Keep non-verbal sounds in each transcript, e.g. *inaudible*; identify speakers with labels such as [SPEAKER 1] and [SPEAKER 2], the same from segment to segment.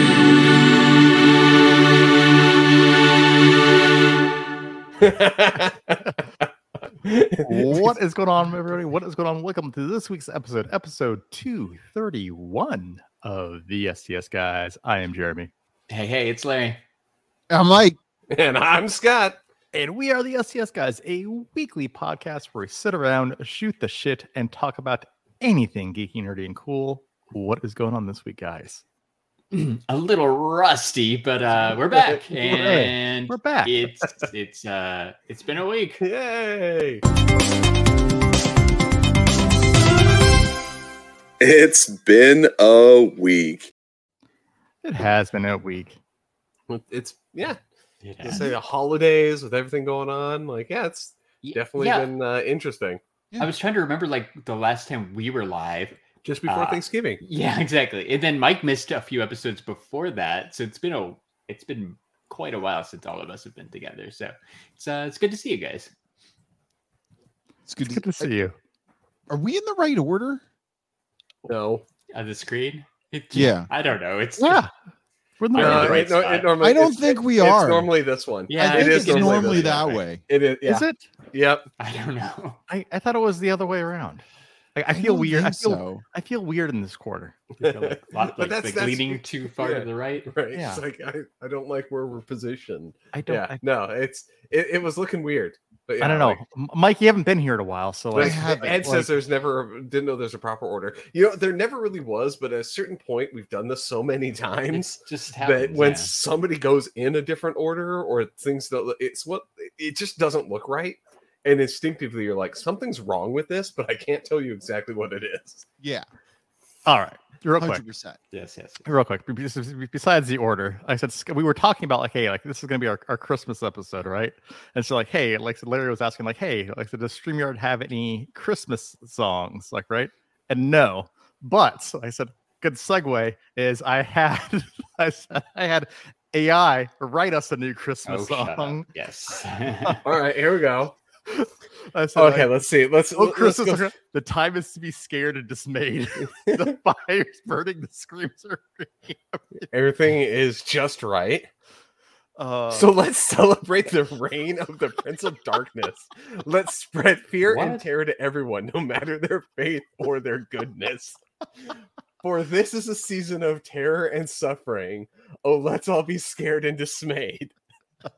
[SPEAKER 1] *laughs*
[SPEAKER 2] what is going
[SPEAKER 3] *laughs*
[SPEAKER 2] on, everybody? What is going on? Welcome to this week's episode, episode 231 of the STS Guys. I am Jeremy.
[SPEAKER 4] Hey, hey, it's Larry. *clears throat*
[SPEAKER 3] I'm like,
[SPEAKER 1] And I'm Scott.
[SPEAKER 2] And we are the STS Guys, a weekly podcast where we sit around, shoot the shit, and talk about anything geeky, nerdy, and cool. What is going on this week, guys?
[SPEAKER 4] A little rusty, but uh
[SPEAKER 1] *laughs*
[SPEAKER 4] we're back.
[SPEAKER 2] We're
[SPEAKER 4] And
[SPEAKER 2] We're back.
[SPEAKER 4] it's it's uh it's been a week.
[SPEAKER 1] Yay.
[SPEAKER 5] It's been a week.
[SPEAKER 2] It has been a week.
[SPEAKER 1] It's yeah.
[SPEAKER 4] Yeah.
[SPEAKER 1] Let's say the holidays with everything going on. Like, yeah, it's definitely
[SPEAKER 4] Yeah,
[SPEAKER 1] been uh, interesting.
[SPEAKER 4] I was trying to remember like the last time we were live. *laughs*
[SPEAKER 1] Just before
[SPEAKER 4] Uh,
[SPEAKER 1] Thanksgiving.
[SPEAKER 4] Yeah, exactly. And then Mike missed a few episodes before that. So it's been a it's been quite a while since all of us have been together. So it's uh it's good to see you guys.
[SPEAKER 3] it's good,
[SPEAKER 2] It's good to see you.
[SPEAKER 3] Are we in the right order?
[SPEAKER 1] No.
[SPEAKER 4] On the screen. It
[SPEAKER 3] Yeah.
[SPEAKER 4] I don't know. It's
[SPEAKER 2] Yeah. We're in the
[SPEAKER 4] I
[SPEAKER 1] No,
[SPEAKER 2] right
[SPEAKER 4] remember
[SPEAKER 2] place.
[SPEAKER 1] it, uh, no,
[SPEAKER 4] spot.
[SPEAKER 1] it normally,
[SPEAKER 3] I don't
[SPEAKER 1] it's-
[SPEAKER 3] think we
[SPEAKER 1] it's
[SPEAKER 3] are.
[SPEAKER 1] normally this one.
[SPEAKER 4] Yeah,
[SPEAKER 3] I think
[SPEAKER 1] it is
[SPEAKER 3] it's
[SPEAKER 1] normally
[SPEAKER 3] normally,
[SPEAKER 1] the-
[SPEAKER 3] that
[SPEAKER 4] yeah.
[SPEAKER 3] way.
[SPEAKER 1] It is. Yeah.
[SPEAKER 2] Is it?
[SPEAKER 1] Yep. *laughs*
[SPEAKER 4] I don't know. *laughs*
[SPEAKER 2] I, I thought it was the other way around. Like, I feel
[SPEAKER 3] don't
[SPEAKER 2] weird. I
[SPEAKER 3] think
[SPEAKER 2] feel
[SPEAKER 3] so.
[SPEAKER 2] I feel weird in this quarter.
[SPEAKER 4] I feel like, lot,
[SPEAKER 1] But
[SPEAKER 4] like,
[SPEAKER 1] that's-
[SPEAKER 4] like
[SPEAKER 1] that's-
[SPEAKER 4] leaning too far
[SPEAKER 1] yeah.
[SPEAKER 4] to the right.
[SPEAKER 1] Right.
[SPEAKER 2] Yeah.
[SPEAKER 1] It's like I, I don't like where we're positioned.
[SPEAKER 2] I don't.
[SPEAKER 1] Yeah.
[SPEAKER 2] I,
[SPEAKER 1] no, it's it, it was looking weird. But yeah,
[SPEAKER 2] I don't know,
[SPEAKER 1] like,
[SPEAKER 2] M- Mike. You haven't been here in a while, so
[SPEAKER 3] But I
[SPEAKER 2] like,
[SPEAKER 1] Like,
[SPEAKER 3] haven't,
[SPEAKER 1] Ed
[SPEAKER 3] like-
[SPEAKER 1] says there's never didn't know there's a proper order. You know, there never really was, but at a certain point, we've done this so many times
[SPEAKER 4] It just
[SPEAKER 1] that
[SPEAKER 4] happens.
[SPEAKER 1] when
[SPEAKER 4] yeah.
[SPEAKER 1] somebody goes in a different order or things that it's what it just doesn't look right and instinctively you're like something's wrong with this but i can't tell you exactly what it is
[SPEAKER 3] Yeah,
[SPEAKER 2] all right, real quick,
[SPEAKER 3] hundred percent.
[SPEAKER 4] Yes, yes.
[SPEAKER 2] real quick. Be- be- Besides the order, I said Sc- we were talking about like, hey, like this is gonna be our, our Christmas episode, right? And so like, hey, like so Larry was asking, like, hey, like so does Streamyard have any Christmas songs, like, right? And no, but I said good segue is I had *laughs* I said I had AI write us a new Christmas
[SPEAKER 4] Oh, shut up.
[SPEAKER 2] song.
[SPEAKER 4] Yes. *laughs*
[SPEAKER 1] all right here we go
[SPEAKER 2] I said,
[SPEAKER 1] okay
[SPEAKER 2] like,
[SPEAKER 1] let's see let's,
[SPEAKER 2] Oh,
[SPEAKER 1] let-
[SPEAKER 2] Christmas!
[SPEAKER 1] let's go-
[SPEAKER 2] are- The time is to be scared
[SPEAKER 1] *laughs*
[SPEAKER 2] and dismayed. *laughs* the fire's burning. The screams are.
[SPEAKER 1] everything is just right
[SPEAKER 2] Uh,
[SPEAKER 1] so let's celebrate the reign of the prince of darkness let's spread fear
[SPEAKER 4] What?
[SPEAKER 1] and terror to everyone no matter their faith or their goodness for this is a season of terror and suffering oh let's all be scared and dismayed *laughs*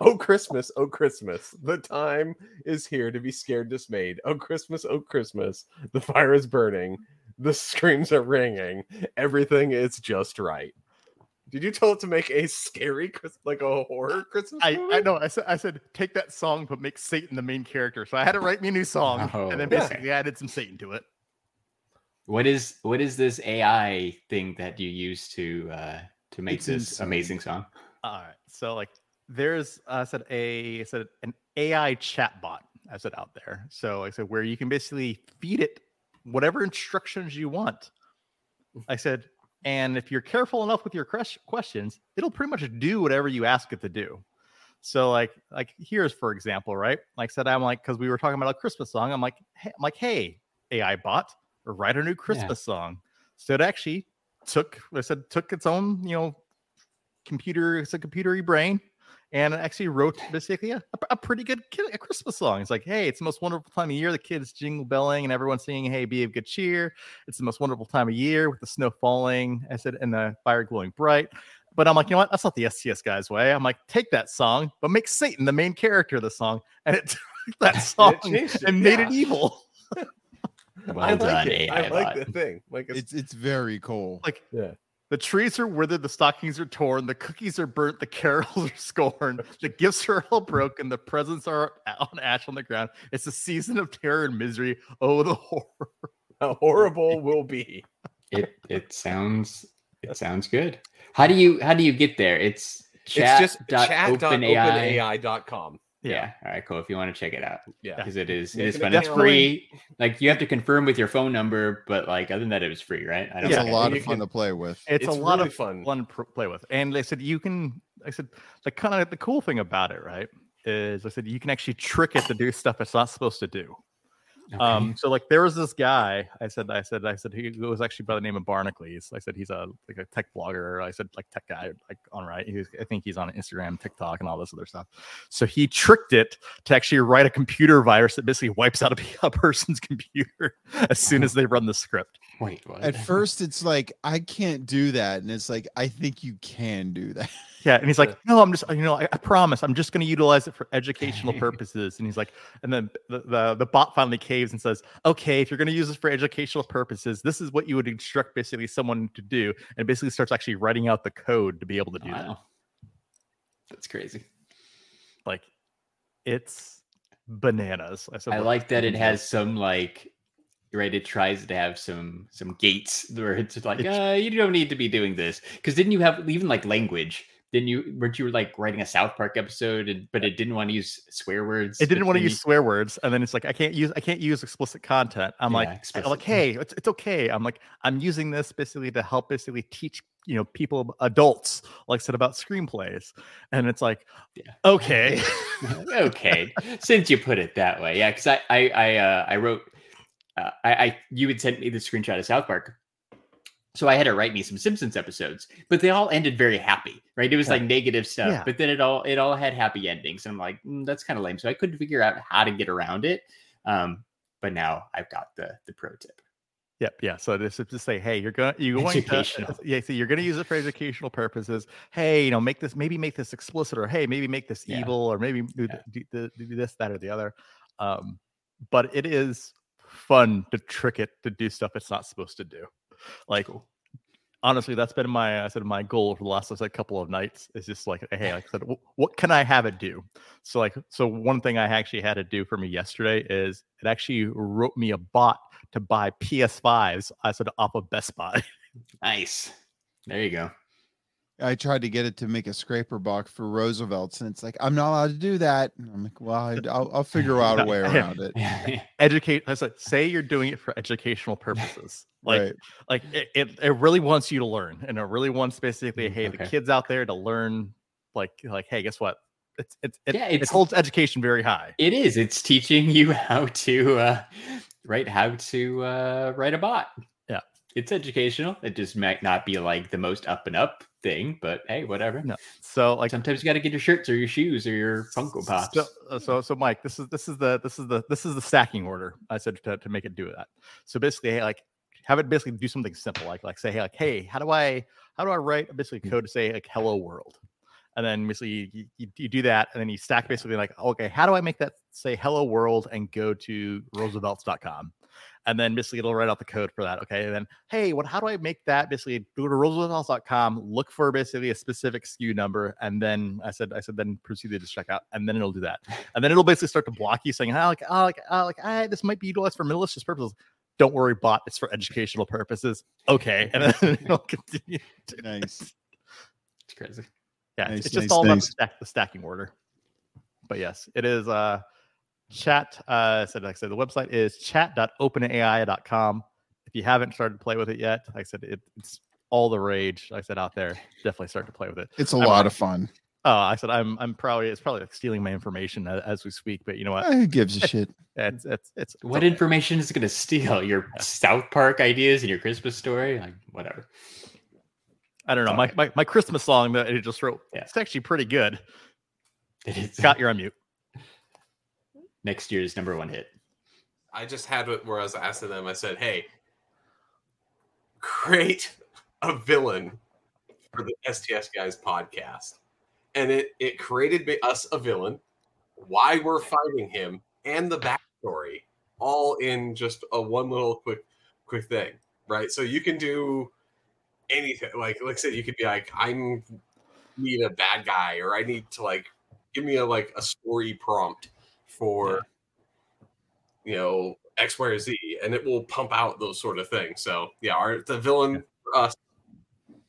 [SPEAKER 1] oh christmas oh christmas the time is here to be scared dismayed oh christmas oh christmas the fire is burning the screams are ringing everything is just right did you tell it to make a scary Chris- like a horror christmas *laughs*
[SPEAKER 2] I, I
[SPEAKER 1] movie?
[SPEAKER 2] know. I said, I said, take that song, but make Satan the main character. So I had to write me a new song, and then
[SPEAKER 4] Oh.
[SPEAKER 2] basically added some Satan to it.
[SPEAKER 4] what is what is this AI thing that you use to uh to make
[SPEAKER 3] It's
[SPEAKER 4] this
[SPEAKER 3] insane.
[SPEAKER 4] amazing song?
[SPEAKER 2] All right. So like, there's I said a I said an AI chatbot. I said out there. So I said where you can basically feed it whatever instructions you want. I said, and if you're careful enough with your cres- questions, it'll pretty much do whatever you ask it to do. So like like here's for example, right? Like I said, I'm like because we were talking about a Christmas song. I'm like hey, I'm like hey AI bot, write a new Christmas song. So it actually took I said took its own you know computer it's a computery brain and it actually wrote basically a, a- a pretty good ki- a christmas song it's like hey it's the most wonderful time of year the kids jingle belling and everyone's singing hey be of good cheer it's the most wonderful time of year with the snow falling i said and the fire glowing bright but i'm like you know what that's not the scs guy's way i'm like take that song but make satan the main character of the song and it *laughs* took that song and,
[SPEAKER 1] changed it,
[SPEAKER 2] made
[SPEAKER 1] yeah.
[SPEAKER 2] it evil
[SPEAKER 1] *laughs*
[SPEAKER 4] Well
[SPEAKER 1] I like
[SPEAKER 4] done,
[SPEAKER 1] it.
[SPEAKER 4] AI
[SPEAKER 1] I like
[SPEAKER 4] bot.
[SPEAKER 1] the thing. Like it's,
[SPEAKER 3] It's it's very cool.
[SPEAKER 2] like
[SPEAKER 1] Yeah.
[SPEAKER 2] the trees are withered, the stockings are torn, the cookies are burnt, the *laughs* carols are scorned, the gifts are all broken, the presents are on ash on the ground. It's a season of terror and misery. Oh, the horror!
[SPEAKER 1] how horrible will be.
[SPEAKER 4] It it sounds it sounds good. How do you how do you get there? It's chat
[SPEAKER 1] it's just
[SPEAKER 4] dot OpenAI.
[SPEAKER 1] chat.openai.com.
[SPEAKER 4] Yeah. All right, cool. If you want to check it out.
[SPEAKER 1] Yeah.
[SPEAKER 4] Because it is
[SPEAKER 1] Make
[SPEAKER 4] it is
[SPEAKER 1] an
[SPEAKER 4] fun. It's
[SPEAKER 1] account.
[SPEAKER 4] free. Like you have to confirm with your phone number, but like other than that, it was free, right? I
[SPEAKER 3] It's
[SPEAKER 2] Yeah,
[SPEAKER 3] a
[SPEAKER 4] know.
[SPEAKER 3] lot
[SPEAKER 1] you
[SPEAKER 3] of fun
[SPEAKER 1] can-
[SPEAKER 3] to play with.
[SPEAKER 2] It's, a lot
[SPEAKER 1] really
[SPEAKER 2] of
[SPEAKER 1] fun.
[SPEAKER 2] fun to play with. And they said you can. I said the kind of the cool thing about it, right, is I said you can actually trick it to do stuff it's not supposed to do.
[SPEAKER 4] Okay.
[SPEAKER 2] Um, so like there was this guy. I said, I said, I said he was actually by the name of Barnacles. I said he's a like a tech blogger. I said like tech guy, like on right. He was, I think he's on Instagram, TikTok, and all this other stuff. So he tricked it to actually write a computer virus that basically wipes out a, *laughs* pe- a person's computer as soon as they run the script.
[SPEAKER 4] Wait, what?
[SPEAKER 3] At
[SPEAKER 4] *laughs*
[SPEAKER 3] first, it's like I can't do that, and it's like I think you can do that. *laughs*
[SPEAKER 2] Yeah, and he's like, no, I'm just, you know, I, I promise, I'm just going to utilize it for
[SPEAKER 4] *laughs*
[SPEAKER 2] educational purposes. And he's like, and then the, the the bot finally caves and says, okay, if you're going to use this for educational purposes, this is what you would instruct basically someone to do, and it basically starts actually writing out the code to be able to do that.
[SPEAKER 4] Wow. That's crazy.
[SPEAKER 2] Like, it's bananas. said,
[SPEAKER 4] I
[SPEAKER 2] "Look,
[SPEAKER 4] like that it
[SPEAKER 2] Mhm.
[SPEAKER 4] has some like right it tries to have some some gates *laughs* where it's like
[SPEAKER 2] It-
[SPEAKER 4] uh, you don't need to be doing this because didn't you have even like language didn't you weren't you like writing a south park episode and but it didn't want to use swear words
[SPEAKER 2] It didn't
[SPEAKER 4] but
[SPEAKER 2] want to
[SPEAKER 4] then
[SPEAKER 2] use swear words, and then it's like I can't use I can't use explicit content. I'm
[SPEAKER 4] Yeah,
[SPEAKER 2] like I'm
[SPEAKER 4] explicit.
[SPEAKER 2] like hey, it's, it's okay. I'm like I'm using this basically to help basically teach you know people adults like said about screenplays, and it's like
[SPEAKER 4] Yeah.
[SPEAKER 2] okay, *laughs*
[SPEAKER 4] okay, since you put it that way, yeah. Because I, I, I, uh, I wrote, uh, I, I, you had sent me the screenshot of South Park, so I had to write me some Simpsons episodes, but they all ended very happy, right? It was
[SPEAKER 2] Yeah.
[SPEAKER 4] like negative stuff,
[SPEAKER 2] Yeah.
[SPEAKER 4] but then it all, it all had happy endings, and I'm like, "Mm, that's kind of lame. So I couldn't figure out how to get around it. Um, but now I've got the the pro tip.
[SPEAKER 2] yep, yeah. So this is to say hey, you're gonna you're going to,
[SPEAKER 4] Educational.
[SPEAKER 2] *laughs* yeah, so you're gonna use it for educational purposes. Hey, you know, make this maybe make this explicit, or hey, maybe make this
[SPEAKER 4] Yeah.
[SPEAKER 2] evil, or maybe do,
[SPEAKER 4] Yeah.
[SPEAKER 2] th- do, th- do this, that, or the other. Um, but it is fun to trick it to do stuff it's not supposed to do. Like honestly, that's been my I said my goal for the last I said couple of nights is just like hey, like I said, "Wh- what can I have it do? So like so one thing I actually had to do for me yesterday is it actually wrote me a bot to buy PS5s. I said off of Best Buy. *laughs*
[SPEAKER 4] Nice. There you go. *laughs*
[SPEAKER 3] I tried to get it to make a scraper box for Roosevelt's, and it's like I'm not allowed to do that. And I'm like, well, I- I'll, I'll
[SPEAKER 2] *laughs*
[SPEAKER 3] figure out a way around it.
[SPEAKER 2] Educate. I said say you're doing it for educational purposes. Like *laughs*
[SPEAKER 3] right.
[SPEAKER 2] like it, it, it really wants you to learn and it really wants basically
[SPEAKER 4] Mm,
[SPEAKER 2] hey the
[SPEAKER 4] okay.
[SPEAKER 2] kids out there to learn like like hey guess what it's it's it,
[SPEAKER 4] Yeah,
[SPEAKER 2] it
[SPEAKER 4] it's-
[SPEAKER 2] holds education very high
[SPEAKER 4] It is. It's teaching you *laughs* how to uh, write how to uh, write a bot.
[SPEAKER 2] Yeah.
[SPEAKER 4] it's educational. It just might not be like the most up and up thing, but hey, whatever.
[SPEAKER 2] No, so like
[SPEAKER 4] Like sometimes you got to get your shirts or your shoes or your Funko Pops.
[SPEAKER 2] So, uh, so so Mike, this is this is the this is the this is the stacking order I said to, to make it do that. So basically, hey, like have it basically do something simple, like like say, hey, like, hey, how do I how do I write
[SPEAKER 4] Hmm.
[SPEAKER 2] basically code to say like hello world? And then basically you- you, you, you do that and then you stack basically like, okay, how do I make that say hello world and go to Roosevelt's.com? And then basically it'll write out the code for that. Okay. And then, hey, what how do I make that basically go to Roosevelt's.com, look for basically a specific SKU number, and then I said, I said, then proceed to checkout, and then it'll do that. And then it'll basically start to block you saying, ah, like, ah, like, ah, like, ah, this might be utilized for malicious purposes. Don't worry, bot, it's for educational purposes. Okay. And then *laughs* it'll continue. to-
[SPEAKER 3] Nice.
[SPEAKER 4] It's crazy.
[SPEAKER 2] yeah, it's-
[SPEAKER 3] Nice,
[SPEAKER 2] it's just
[SPEAKER 3] nice,
[SPEAKER 2] all about the,
[SPEAKER 3] nice.
[SPEAKER 2] stack, the stacking order. But yes, it is uh chat. Uh said like I said, the website is chat.openai.com. If you haven't started to play with it yet, like I said, it, it's all the rage. Like I said out there, definitely start to play with it.
[SPEAKER 3] It's a
[SPEAKER 2] I'm
[SPEAKER 3] lot
[SPEAKER 2] like-
[SPEAKER 3] of fun.
[SPEAKER 2] Oh, I said I'm I'm probably it's probably like stealing my information a- as we speak, but you know what?
[SPEAKER 3] Eh, Who gives
[SPEAKER 2] *laughs*
[SPEAKER 3] a shit?
[SPEAKER 2] It's it's it's, it's
[SPEAKER 4] What
[SPEAKER 2] okay.
[SPEAKER 4] information is it going to steal? *laughs* Your South Park ideas and your Christmas story? Like whatever. *laughs*
[SPEAKER 2] I don't know. My, my my Christmas song that it just wrote.
[SPEAKER 4] Yeah.
[SPEAKER 2] It's actually pretty good.
[SPEAKER 4] It is
[SPEAKER 2] Scott, you're on mute.
[SPEAKER 4] *laughs* next year's number one hit.
[SPEAKER 1] I just had it where I was asking them. I said, "Hey, create a villain for the STS guys podcast," and it it created me, us a villain, why we're fighting him, and the backstory, all in just a one little quick quick thing, right? So you can do anything. Like like I said, you could be like, "I'm need a bad guy," or "I need to like give me a like a story prompt for." you know X, Y, or Z, and it will pump out those sort of things. So yeah, our the villain for us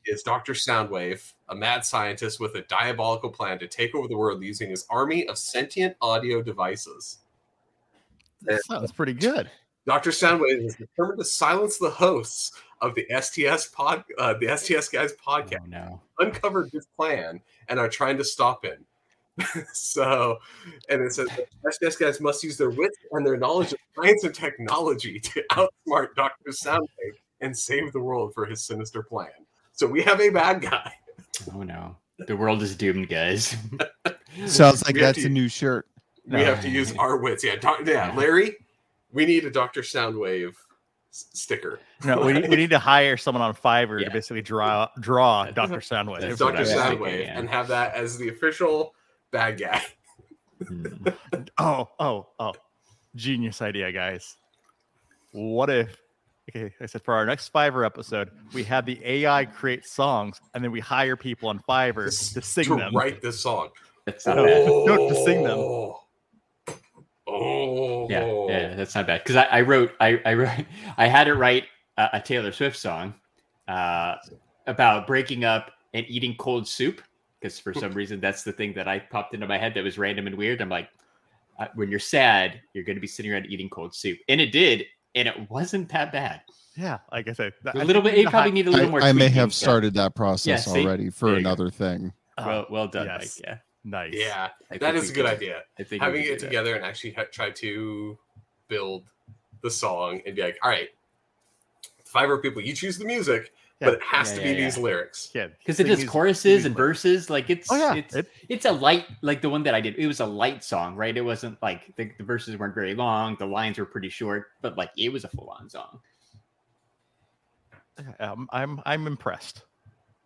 [SPEAKER 1] is Doctor Soundwave, a mad scientist with a diabolical plan to take over the world using his army of sentient audio devices.
[SPEAKER 2] That sounds pretty good.
[SPEAKER 1] Doctor Soundwave is determined to silence the hosts of the STS pod, uh, the STS guys podcast
[SPEAKER 4] Oh no.
[SPEAKER 1] uncovered his plan and are trying to stop him. *laughs* so, and it says that SDS guys must use their wits and their knowledge of science and technology to outsmart Doctor Soundwave and save the world for his sinister plan. So we have a bad guy.
[SPEAKER 4] Oh no, the world is doomed, guys. *laughs*
[SPEAKER 3] Sounds like
[SPEAKER 1] We have
[SPEAKER 3] that's
[SPEAKER 1] to-
[SPEAKER 3] a new shirt.
[SPEAKER 1] We have to
[SPEAKER 4] *laughs*
[SPEAKER 1] use our wits. Yeah, doc, yeah, Larry, we need a Doctor Soundwave s- sticker.
[SPEAKER 2] No, we, need- we need to hire someone on Fiverr
[SPEAKER 4] Yeah.
[SPEAKER 2] to basically draw draw
[SPEAKER 4] That's-
[SPEAKER 2] Doctor Soundwave.
[SPEAKER 4] that's
[SPEAKER 1] Doctor
[SPEAKER 4] what I was
[SPEAKER 1] Soundwave,
[SPEAKER 4] thinking, yeah.
[SPEAKER 1] and have that as the official bad guy.
[SPEAKER 4] Hmm.
[SPEAKER 2] Oh, oh, oh. Genius idea, guys. What if, okay, I said for our next Fiverr episode, we have the AI create songs and then we hire people on Fiverr
[SPEAKER 1] Just
[SPEAKER 2] to sing
[SPEAKER 1] to
[SPEAKER 2] them.
[SPEAKER 1] write this song.
[SPEAKER 4] That's not bad.
[SPEAKER 2] No, to sing them.
[SPEAKER 1] Oh. Oh.
[SPEAKER 4] Yeah, yeah, that's not bad. Because I, I wrote, I, I wrote, *laughs* I had to write a, a Taylor Swift song uh, about breaking up and eating cold soup. Because for some reason, that's the thing that I popped into my head that was random and weird. I'm like, uh, when you're sad, you're going to be sitting around eating cold soup, and it did, and it wasn't that bad.
[SPEAKER 2] Yeah, like I said, th-
[SPEAKER 4] A
[SPEAKER 2] I
[SPEAKER 4] little
[SPEAKER 2] think
[SPEAKER 4] bit.
[SPEAKER 2] we
[SPEAKER 4] It
[SPEAKER 2] need to
[SPEAKER 4] probably
[SPEAKER 2] hi-
[SPEAKER 4] needed a
[SPEAKER 3] I,
[SPEAKER 4] little more.
[SPEAKER 3] I may
[SPEAKER 4] tweaking,
[SPEAKER 3] have
[SPEAKER 4] but-
[SPEAKER 3] started that process
[SPEAKER 4] see?
[SPEAKER 3] already for
[SPEAKER 4] There you go.
[SPEAKER 3] another thing.
[SPEAKER 2] Oh,
[SPEAKER 4] Well, well done,
[SPEAKER 2] yes.
[SPEAKER 4] Mike. Yeah,
[SPEAKER 2] nice.
[SPEAKER 1] Yeah,
[SPEAKER 4] I
[SPEAKER 1] that
[SPEAKER 4] think
[SPEAKER 1] is
[SPEAKER 4] we
[SPEAKER 1] a good
[SPEAKER 4] can-
[SPEAKER 1] idea.
[SPEAKER 4] I think we
[SPEAKER 1] Having it
[SPEAKER 4] can do that.
[SPEAKER 1] together and actually ha- try to build the song and be like, all right, Fiverr people, you choose the music,
[SPEAKER 2] Yeah.
[SPEAKER 1] but it has
[SPEAKER 4] Yeah,
[SPEAKER 1] to be
[SPEAKER 4] yeah, yeah.
[SPEAKER 1] these lyrics.
[SPEAKER 2] Yeah,
[SPEAKER 4] because it
[SPEAKER 2] sing
[SPEAKER 4] does
[SPEAKER 2] these-
[SPEAKER 4] choruses
[SPEAKER 2] these
[SPEAKER 4] and
[SPEAKER 2] lyrics.
[SPEAKER 4] verses. Like it's
[SPEAKER 2] Oh, yeah.
[SPEAKER 4] it's
[SPEAKER 2] it-
[SPEAKER 4] it's a light like the one that I did. It was a light song, right? It wasn't like the, the verses weren't very long, the lines were pretty short, but like it was a full on song. *laughs*
[SPEAKER 2] um, I'm, I'm impressed.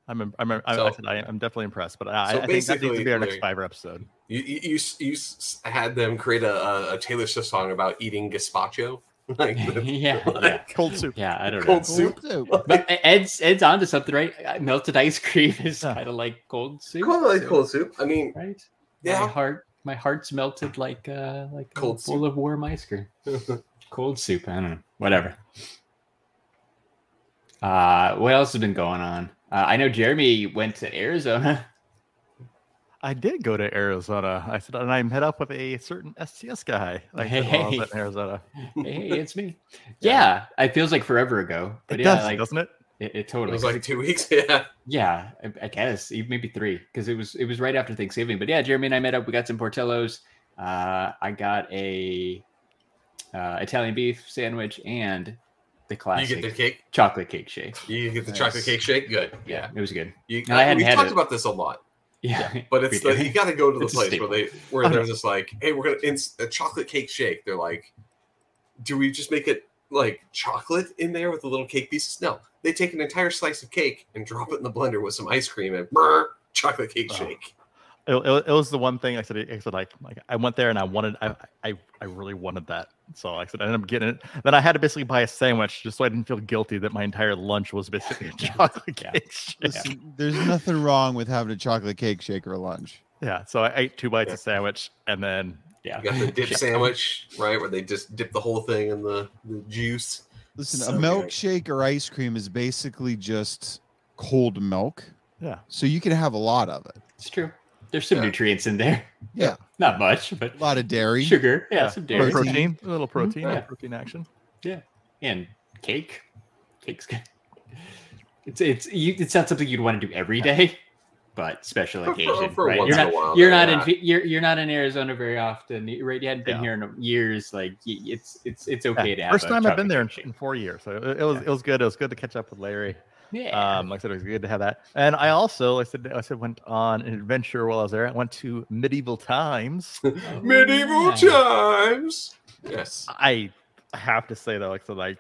[SPEAKER 2] I'm, im- I'm, I'm, I
[SPEAKER 1] So-
[SPEAKER 2] said I am- I'm definitely impressed, but I,
[SPEAKER 1] So
[SPEAKER 2] I think that needs to be our next
[SPEAKER 1] basically,
[SPEAKER 2] Fiverr episode.
[SPEAKER 1] You you you, s- you s- had them create a, a- a Taylor Swift song about eating gazpacho, *laughs*
[SPEAKER 4] *laughs*
[SPEAKER 1] like
[SPEAKER 4] yeah,
[SPEAKER 1] the *laughs*
[SPEAKER 4] yeah,
[SPEAKER 2] Cold soup.
[SPEAKER 4] yeah. I don't
[SPEAKER 1] cold
[SPEAKER 4] know.
[SPEAKER 1] soup.
[SPEAKER 4] But Ed's Ed's onto something, right? Uh, Melted ice cream *laughs* is
[SPEAKER 2] Yeah.
[SPEAKER 4] kind of like cold soup,
[SPEAKER 1] Cold, like cold soup. I mean,
[SPEAKER 4] right? my
[SPEAKER 1] yeah,
[SPEAKER 4] heart my heart's melted like uh like
[SPEAKER 1] Cold
[SPEAKER 4] cold a bowl
[SPEAKER 1] soup.
[SPEAKER 4] of warm ice cream.
[SPEAKER 1] *laughs*
[SPEAKER 4] cold soup. I don't know. Whatever. Uh, what else has been going on? Uh, I know Jeremy went to Arizona. *laughs*
[SPEAKER 2] I did go to Arizona. I said, and I met up with a certain STS
[SPEAKER 4] *laughs*
[SPEAKER 2] guy. Like, while I was
[SPEAKER 4] Hey.
[SPEAKER 2] in
[SPEAKER 4] *laughs*
[SPEAKER 2] Arizona.
[SPEAKER 4] hey,
[SPEAKER 1] *laughs*
[SPEAKER 4] it's me. Yeah, it feels like forever ago,
[SPEAKER 2] It
[SPEAKER 4] but yeah,
[SPEAKER 2] does,
[SPEAKER 4] like
[SPEAKER 2] doesn't it?
[SPEAKER 4] it, it
[SPEAKER 1] it
[SPEAKER 4] totally.
[SPEAKER 1] was like two weeks. *laughs* Yeah,
[SPEAKER 4] yeah, I, I guess even maybe three because it was it was right after Thanksgiving. But yeah, Jeremy and I met up. We got some Portillo's. Uh, I got a uh, Italian beef sandwich and the
[SPEAKER 1] you
[SPEAKER 4] classic
[SPEAKER 1] get the cake.
[SPEAKER 4] chocolate cake shake.
[SPEAKER 1] You get the
[SPEAKER 3] Nice.
[SPEAKER 1] chocolate cake shake. Good.
[SPEAKER 4] Yeah,
[SPEAKER 1] Yeah,
[SPEAKER 4] it was good. *laughs*
[SPEAKER 1] you,
[SPEAKER 4] And I hadn't
[SPEAKER 1] we
[SPEAKER 4] had
[SPEAKER 1] talked
[SPEAKER 4] it.
[SPEAKER 1] about this a lot.
[SPEAKER 4] Yeah,
[SPEAKER 1] But it's
[SPEAKER 4] We
[SPEAKER 1] the, you
[SPEAKER 4] did.
[SPEAKER 1] got to go to the
[SPEAKER 4] It's a
[SPEAKER 1] place where
[SPEAKER 4] staple.
[SPEAKER 1] they where they're just like, hey, we're gonna it's a chocolate cake shake. They're like, do we just make it like chocolate in there with the little cake pieces? No, they take an entire slice of cake and drop it in the blender with some ice cream and brr, chocolate cake
[SPEAKER 2] Oh.
[SPEAKER 1] shake.
[SPEAKER 2] It, it- it was the one thing I said. I said like, like I went there and I wanted, I, I, I really wanted that. So I said I ended up getting it. Then I had to basically buy a sandwich just so I didn't feel guilty that my entire lunch was basically *laughs* a chocolate
[SPEAKER 4] Yeah.
[SPEAKER 2] cake. shake. Yeah.
[SPEAKER 3] Listen, There's nothing wrong with having a chocolate cake shake or lunch.
[SPEAKER 2] So I ate two bites
[SPEAKER 1] Yeah.
[SPEAKER 2] of sandwich and then
[SPEAKER 4] yeah.
[SPEAKER 1] You got
[SPEAKER 4] *laughs*
[SPEAKER 1] the dip
[SPEAKER 4] Shake.
[SPEAKER 1] sandwich, right, where they just dip the whole thing in the, the juice.
[SPEAKER 3] Listen,
[SPEAKER 1] So
[SPEAKER 3] a
[SPEAKER 1] good.
[SPEAKER 3] milkshake or ice cream is basically just cold milk.
[SPEAKER 2] Yeah.
[SPEAKER 3] So you can have a lot of it.
[SPEAKER 4] It's true. There's some
[SPEAKER 1] Yeah.
[SPEAKER 4] nutrients in there. *laughs*
[SPEAKER 3] Yeah.
[SPEAKER 4] not much, but
[SPEAKER 3] A lot of dairy.
[SPEAKER 4] sugar. Yeah,
[SPEAKER 2] yeah,
[SPEAKER 4] some
[SPEAKER 2] uh, a little
[SPEAKER 4] dairy Mm-hmm.
[SPEAKER 3] Protein.
[SPEAKER 2] protein, a little protein,
[SPEAKER 4] Yeah.
[SPEAKER 2] protein action.
[SPEAKER 4] and cake. Cake's good. It's it's you, it's not something you'd want to do every day, but special
[SPEAKER 1] For- for-
[SPEAKER 4] occasion.
[SPEAKER 1] for
[SPEAKER 4] right?
[SPEAKER 1] once
[SPEAKER 4] You're
[SPEAKER 1] in a
[SPEAKER 4] not
[SPEAKER 1] while,
[SPEAKER 4] you're
[SPEAKER 1] though,
[SPEAKER 4] not
[SPEAKER 1] yeah.
[SPEAKER 4] in you're, you're not in Arizona very often, you- right? You hadn't been
[SPEAKER 2] Yeah.
[SPEAKER 4] here in years. Like y- it's it's it's
[SPEAKER 2] Yeah,
[SPEAKER 4] okay to have
[SPEAKER 2] First
[SPEAKER 4] a
[SPEAKER 2] time I've been
[SPEAKER 4] chocolate
[SPEAKER 2] there in,
[SPEAKER 4] cake
[SPEAKER 2] in
[SPEAKER 4] shake.
[SPEAKER 2] four years, so it, it was
[SPEAKER 4] Yeah.
[SPEAKER 2] it was good. It was good to catch up with Larry.
[SPEAKER 4] Yeah,
[SPEAKER 2] Um, like I said, it was good to have that. And I also, like I said, I said went on an adventure while I was there. I went to
[SPEAKER 1] *laughs*
[SPEAKER 2] medieval times.
[SPEAKER 4] Oh,
[SPEAKER 1] Medieval
[SPEAKER 4] yeah.
[SPEAKER 1] times. Yes.
[SPEAKER 2] I have to say though, like so, like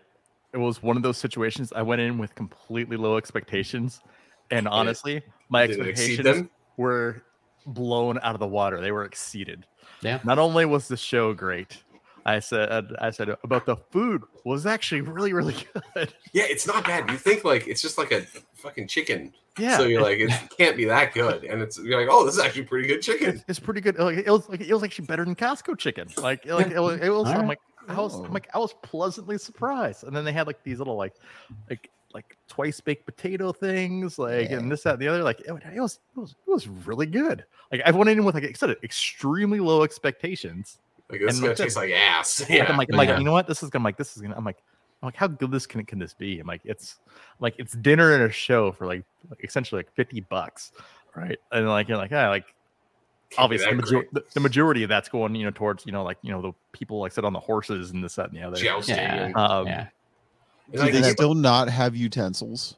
[SPEAKER 2] it was one of those situations I went in with completely low expectations, and honestly, my
[SPEAKER 1] Did it exceed
[SPEAKER 2] expectations
[SPEAKER 1] them?
[SPEAKER 2] were blown out of the water. They were exceeded.
[SPEAKER 4] Yeah.
[SPEAKER 2] Not only was the show great, I said, I said, but the food was actually really, really *laughs* good.
[SPEAKER 1] Yeah, it's not bad. You think like it's just like a fucking chicken.
[SPEAKER 2] Yeah.
[SPEAKER 1] So you're like, it can't be that good. And it's you're like, oh, this is actually pretty good chicken.
[SPEAKER 2] it's pretty good. Like it was like it was actually better than Costco chicken. Like like it was. It was I'm
[SPEAKER 4] Alright.
[SPEAKER 2] like I was I'm
[SPEAKER 3] Oh.
[SPEAKER 2] like I was pleasantly surprised. And then they had like these little like like like twice baked potato things like
[SPEAKER 3] Yeah.
[SPEAKER 2] and this that and the other. Like it, wa- it was it was it was really good. Like I went in with like I said extremely low expectations.
[SPEAKER 1] Like this
[SPEAKER 2] And
[SPEAKER 1] is gonna
[SPEAKER 2] like I
[SPEAKER 1] taste
[SPEAKER 2] said-
[SPEAKER 1] like
[SPEAKER 2] *laughs*
[SPEAKER 1] ass.
[SPEAKER 2] Like,
[SPEAKER 1] Yeah.
[SPEAKER 2] I'm like I'm like
[SPEAKER 4] yeah.
[SPEAKER 2] you know what this is gonna I'm like this is gonna I'm like I'm like how good this can can this be? I'm like it's like it's dinner and a show for "Ah, like, like essentially like fifty bucks, right? And like you're like yeah like obviously the,
[SPEAKER 1] that
[SPEAKER 2] major-
[SPEAKER 1] great.
[SPEAKER 2] the, the majority of that's going you know towards you know like you know the people like sit on the horses and this that and the
[SPEAKER 1] *laughs*
[SPEAKER 2] other
[SPEAKER 1] jousting.
[SPEAKER 4] Yeah.
[SPEAKER 1] and-
[SPEAKER 2] um
[SPEAKER 4] yeah.
[SPEAKER 1] and
[SPEAKER 3] Do
[SPEAKER 1] I
[SPEAKER 3] they
[SPEAKER 1] keep-
[SPEAKER 3] still not have utensils?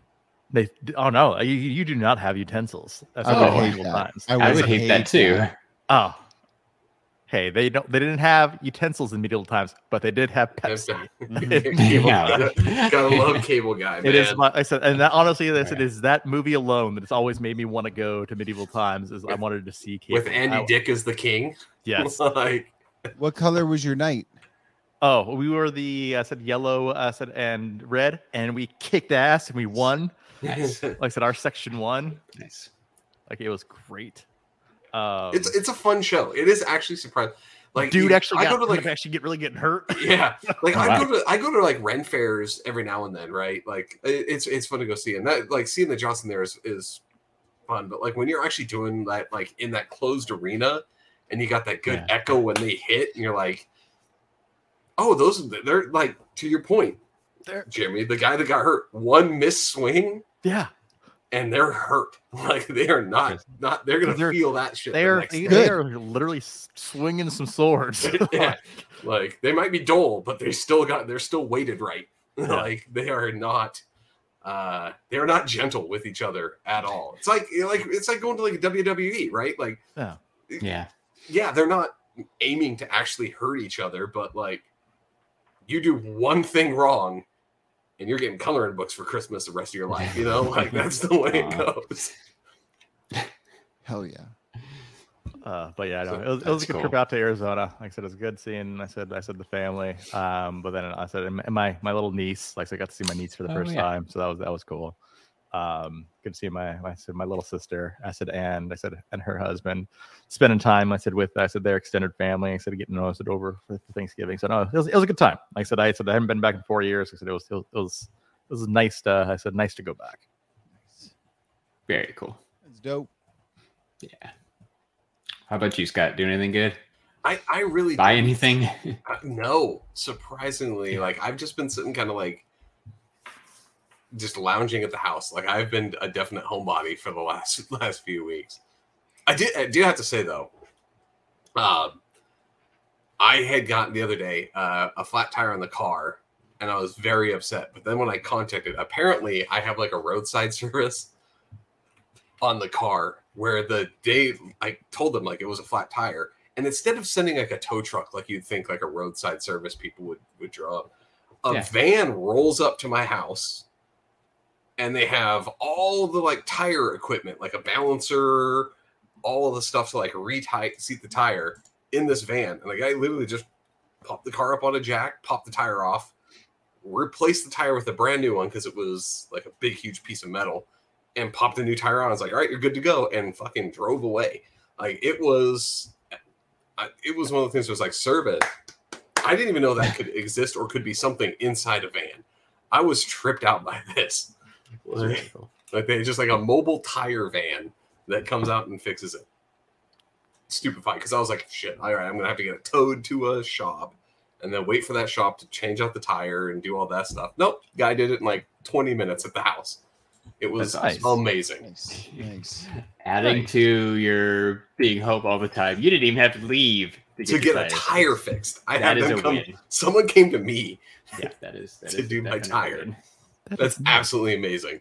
[SPEAKER 2] they oh no you, you do not have utensils that's
[SPEAKER 3] I
[SPEAKER 4] would
[SPEAKER 2] all
[SPEAKER 4] hate
[SPEAKER 2] equal
[SPEAKER 3] that.
[SPEAKER 2] times.
[SPEAKER 3] I
[SPEAKER 4] I would hate that too.
[SPEAKER 2] oh hey they don't they didn't have utensils in medieval times but they did have
[SPEAKER 1] Yes,
[SPEAKER 2] pepsi
[SPEAKER 1] Mm-hmm. *laughs* Cable guy. Gotta love Cable Guy, man.
[SPEAKER 2] It is my, I said, and that, honestly, that's it
[SPEAKER 4] Yeah.
[SPEAKER 2] is that movie alone that has always made me want to go to medieval times. Is I wanted to see Cable.
[SPEAKER 1] with Andy
[SPEAKER 2] I-
[SPEAKER 1] Dick as the king. *laughs*
[SPEAKER 2] Yes.
[SPEAKER 1] like
[SPEAKER 3] What color was your knight?
[SPEAKER 2] Oh, we were the I said yellow, I said and red, and we kicked ass and we won.
[SPEAKER 4] Nice.
[SPEAKER 2] Like I said, our section won.
[SPEAKER 4] Nice.
[SPEAKER 2] Like it was great. Um,
[SPEAKER 1] *laughs* it's it's a fun show. It is actually surprising. Like
[SPEAKER 2] dude
[SPEAKER 1] you-
[SPEAKER 2] actually
[SPEAKER 1] I
[SPEAKER 2] got
[SPEAKER 1] go to like
[SPEAKER 2] actually get really getting hurt. *laughs*
[SPEAKER 1] yeah, like I
[SPEAKER 4] Wow.
[SPEAKER 1] go to I go to like Ren fairs every now and then, right? Like it- it's it's fun to go see, and that like seeing the Johnson there is is fun. But like when you're actually doing that like in that closed arena, and you got that good
[SPEAKER 4] Yeah.
[SPEAKER 1] echo when they hit, and you're like, oh, those are the- they're like to your point,
[SPEAKER 2] They're-
[SPEAKER 1] Jeremy, the guy that got hurt, one miss swing,
[SPEAKER 2] Yeah,
[SPEAKER 1] and they're hurt. *laughs* Like they are not not they're gonna
[SPEAKER 2] They're-
[SPEAKER 1] feel that shit. the
[SPEAKER 2] they are
[SPEAKER 1] next
[SPEAKER 2] they,
[SPEAKER 1] day.
[SPEAKER 2] they are literally s- swinging
[SPEAKER 1] *laughs*
[SPEAKER 2] some swords. *laughs*
[SPEAKER 1] yeah. Like they might be dull, but they still got they're still weighted right. *laughs* like they are not uh they are not gentle with each other at all. It's like like it's like going to like WWE, right? Like
[SPEAKER 4] Yeah.
[SPEAKER 1] yeah, they're not aiming to actually hurt each other, but like you do one thing wrong and you're getting coloring books for Christmas the rest of your life, you know? Like that's the way it
[SPEAKER 4] Aw.
[SPEAKER 1] goes.
[SPEAKER 3] Hell yeah.
[SPEAKER 2] Uh, but yeah, I
[SPEAKER 1] So
[SPEAKER 2] know. It, was, it was
[SPEAKER 4] that's
[SPEAKER 2] a good trip
[SPEAKER 4] cool.
[SPEAKER 2] out to Arizona. Like I said, it was good seeing. I said, I said the family. Um, but then I said, and and my my little niece. Like so I got to see my niece for the
[SPEAKER 4] Oh,
[SPEAKER 2] first
[SPEAKER 4] yeah.
[SPEAKER 2] time, so that was that was cool. Um, good to see my I said my little sister. I said, and I said, and her husband, spending time. I said with I said their extended family. I said getting us over for Thanksgiving. So no, it was, it was a good time. Like I said, I said I haven't been back in four years. I said it was it was it was, it was nice. To, I said nice to go back.
[SPEAKER 4] Very cool.
[SPEAKER 3] That's dope.
[SPEAKER 4] Yeah. How about you, Scott? Doing anything good?
[SPEAKER 1] I I really
[SPEAKER 4] Buy anything?
[SPEAKER 1] Uh, no, surprisingly, like I've just been sitting kind of like just lounging at the house. Like I've been a definite homebody for the last *laughs* last few weeks. I did I do have to say though, um, I had gotten the other day uh, a flat tire on the car, and I was very upset. But then when I contacted, apparently I have like a roadside *laughs* service on the car where the day I told them like it was a flat tire, and instead of sending like a tow truck like you'd think like a roadside service people would would draw up a
[SPEAKER 4] Yeah.
[SPEAKER 1] van rolls up to my house and they have all the like tire equipment like a balancer all of the stuff to like retie seat the tire in this van and the guy literally just popped the car up on a jack popped the tire off replaced the tire with a brand new one because it was like a big huge piece of metal and popped a new tire on i was like all right you're good to go and fucking drove away like it was I, it was one of the things that was like service. I didn't even know that could exist or could be something inside a van. I was tripped out by this. Like, like they just like a mobile tire van that comes out and fixes it. Stupefied because I was like, shit, all right, I'm gonna have to get it towed to a shop and then wait for that shop to change out the tire and do all that stuff. Nope, guy did it in like 20 minutes at the house. It was
[SPEAKER 4] That's nice.
[SPEAKER 1] amazing.
[SPEAKER 4] *laughs*
[SPEAKER 3] Nice. Nice.
[SPEAKER 4] Adding
[SPEAKER 2] Nice.
[SPEAKER 4] to your being home all the time. You didn't even have to leave
[SPEAKER 1] To
[SPEAKER 4] your
[SPEAKER 1] get a tire fixed, I had
[SPEAKER 4] That is
[SPEAKER 1] them
[SPEAKER 4] a
[SPEAKER 1] come.
[SPEAKER 4] win.
[SPEAKER 1] Someone came to me
[SPEAKER 4] Yeah, that is. that
[SPEAKER 1] to
[SPEAKER 4] is
[SPEAKER 1] do my
[SPEAKER 4] definitely a
[SPEAKER 1] tire. *laughs*
[SPEAKER 4] win.
[SPEAKER 2] That is
[SPEAKER 1] That's
[SPEAKER 2] nice.
[SPEAKER 1] absolutely amazing.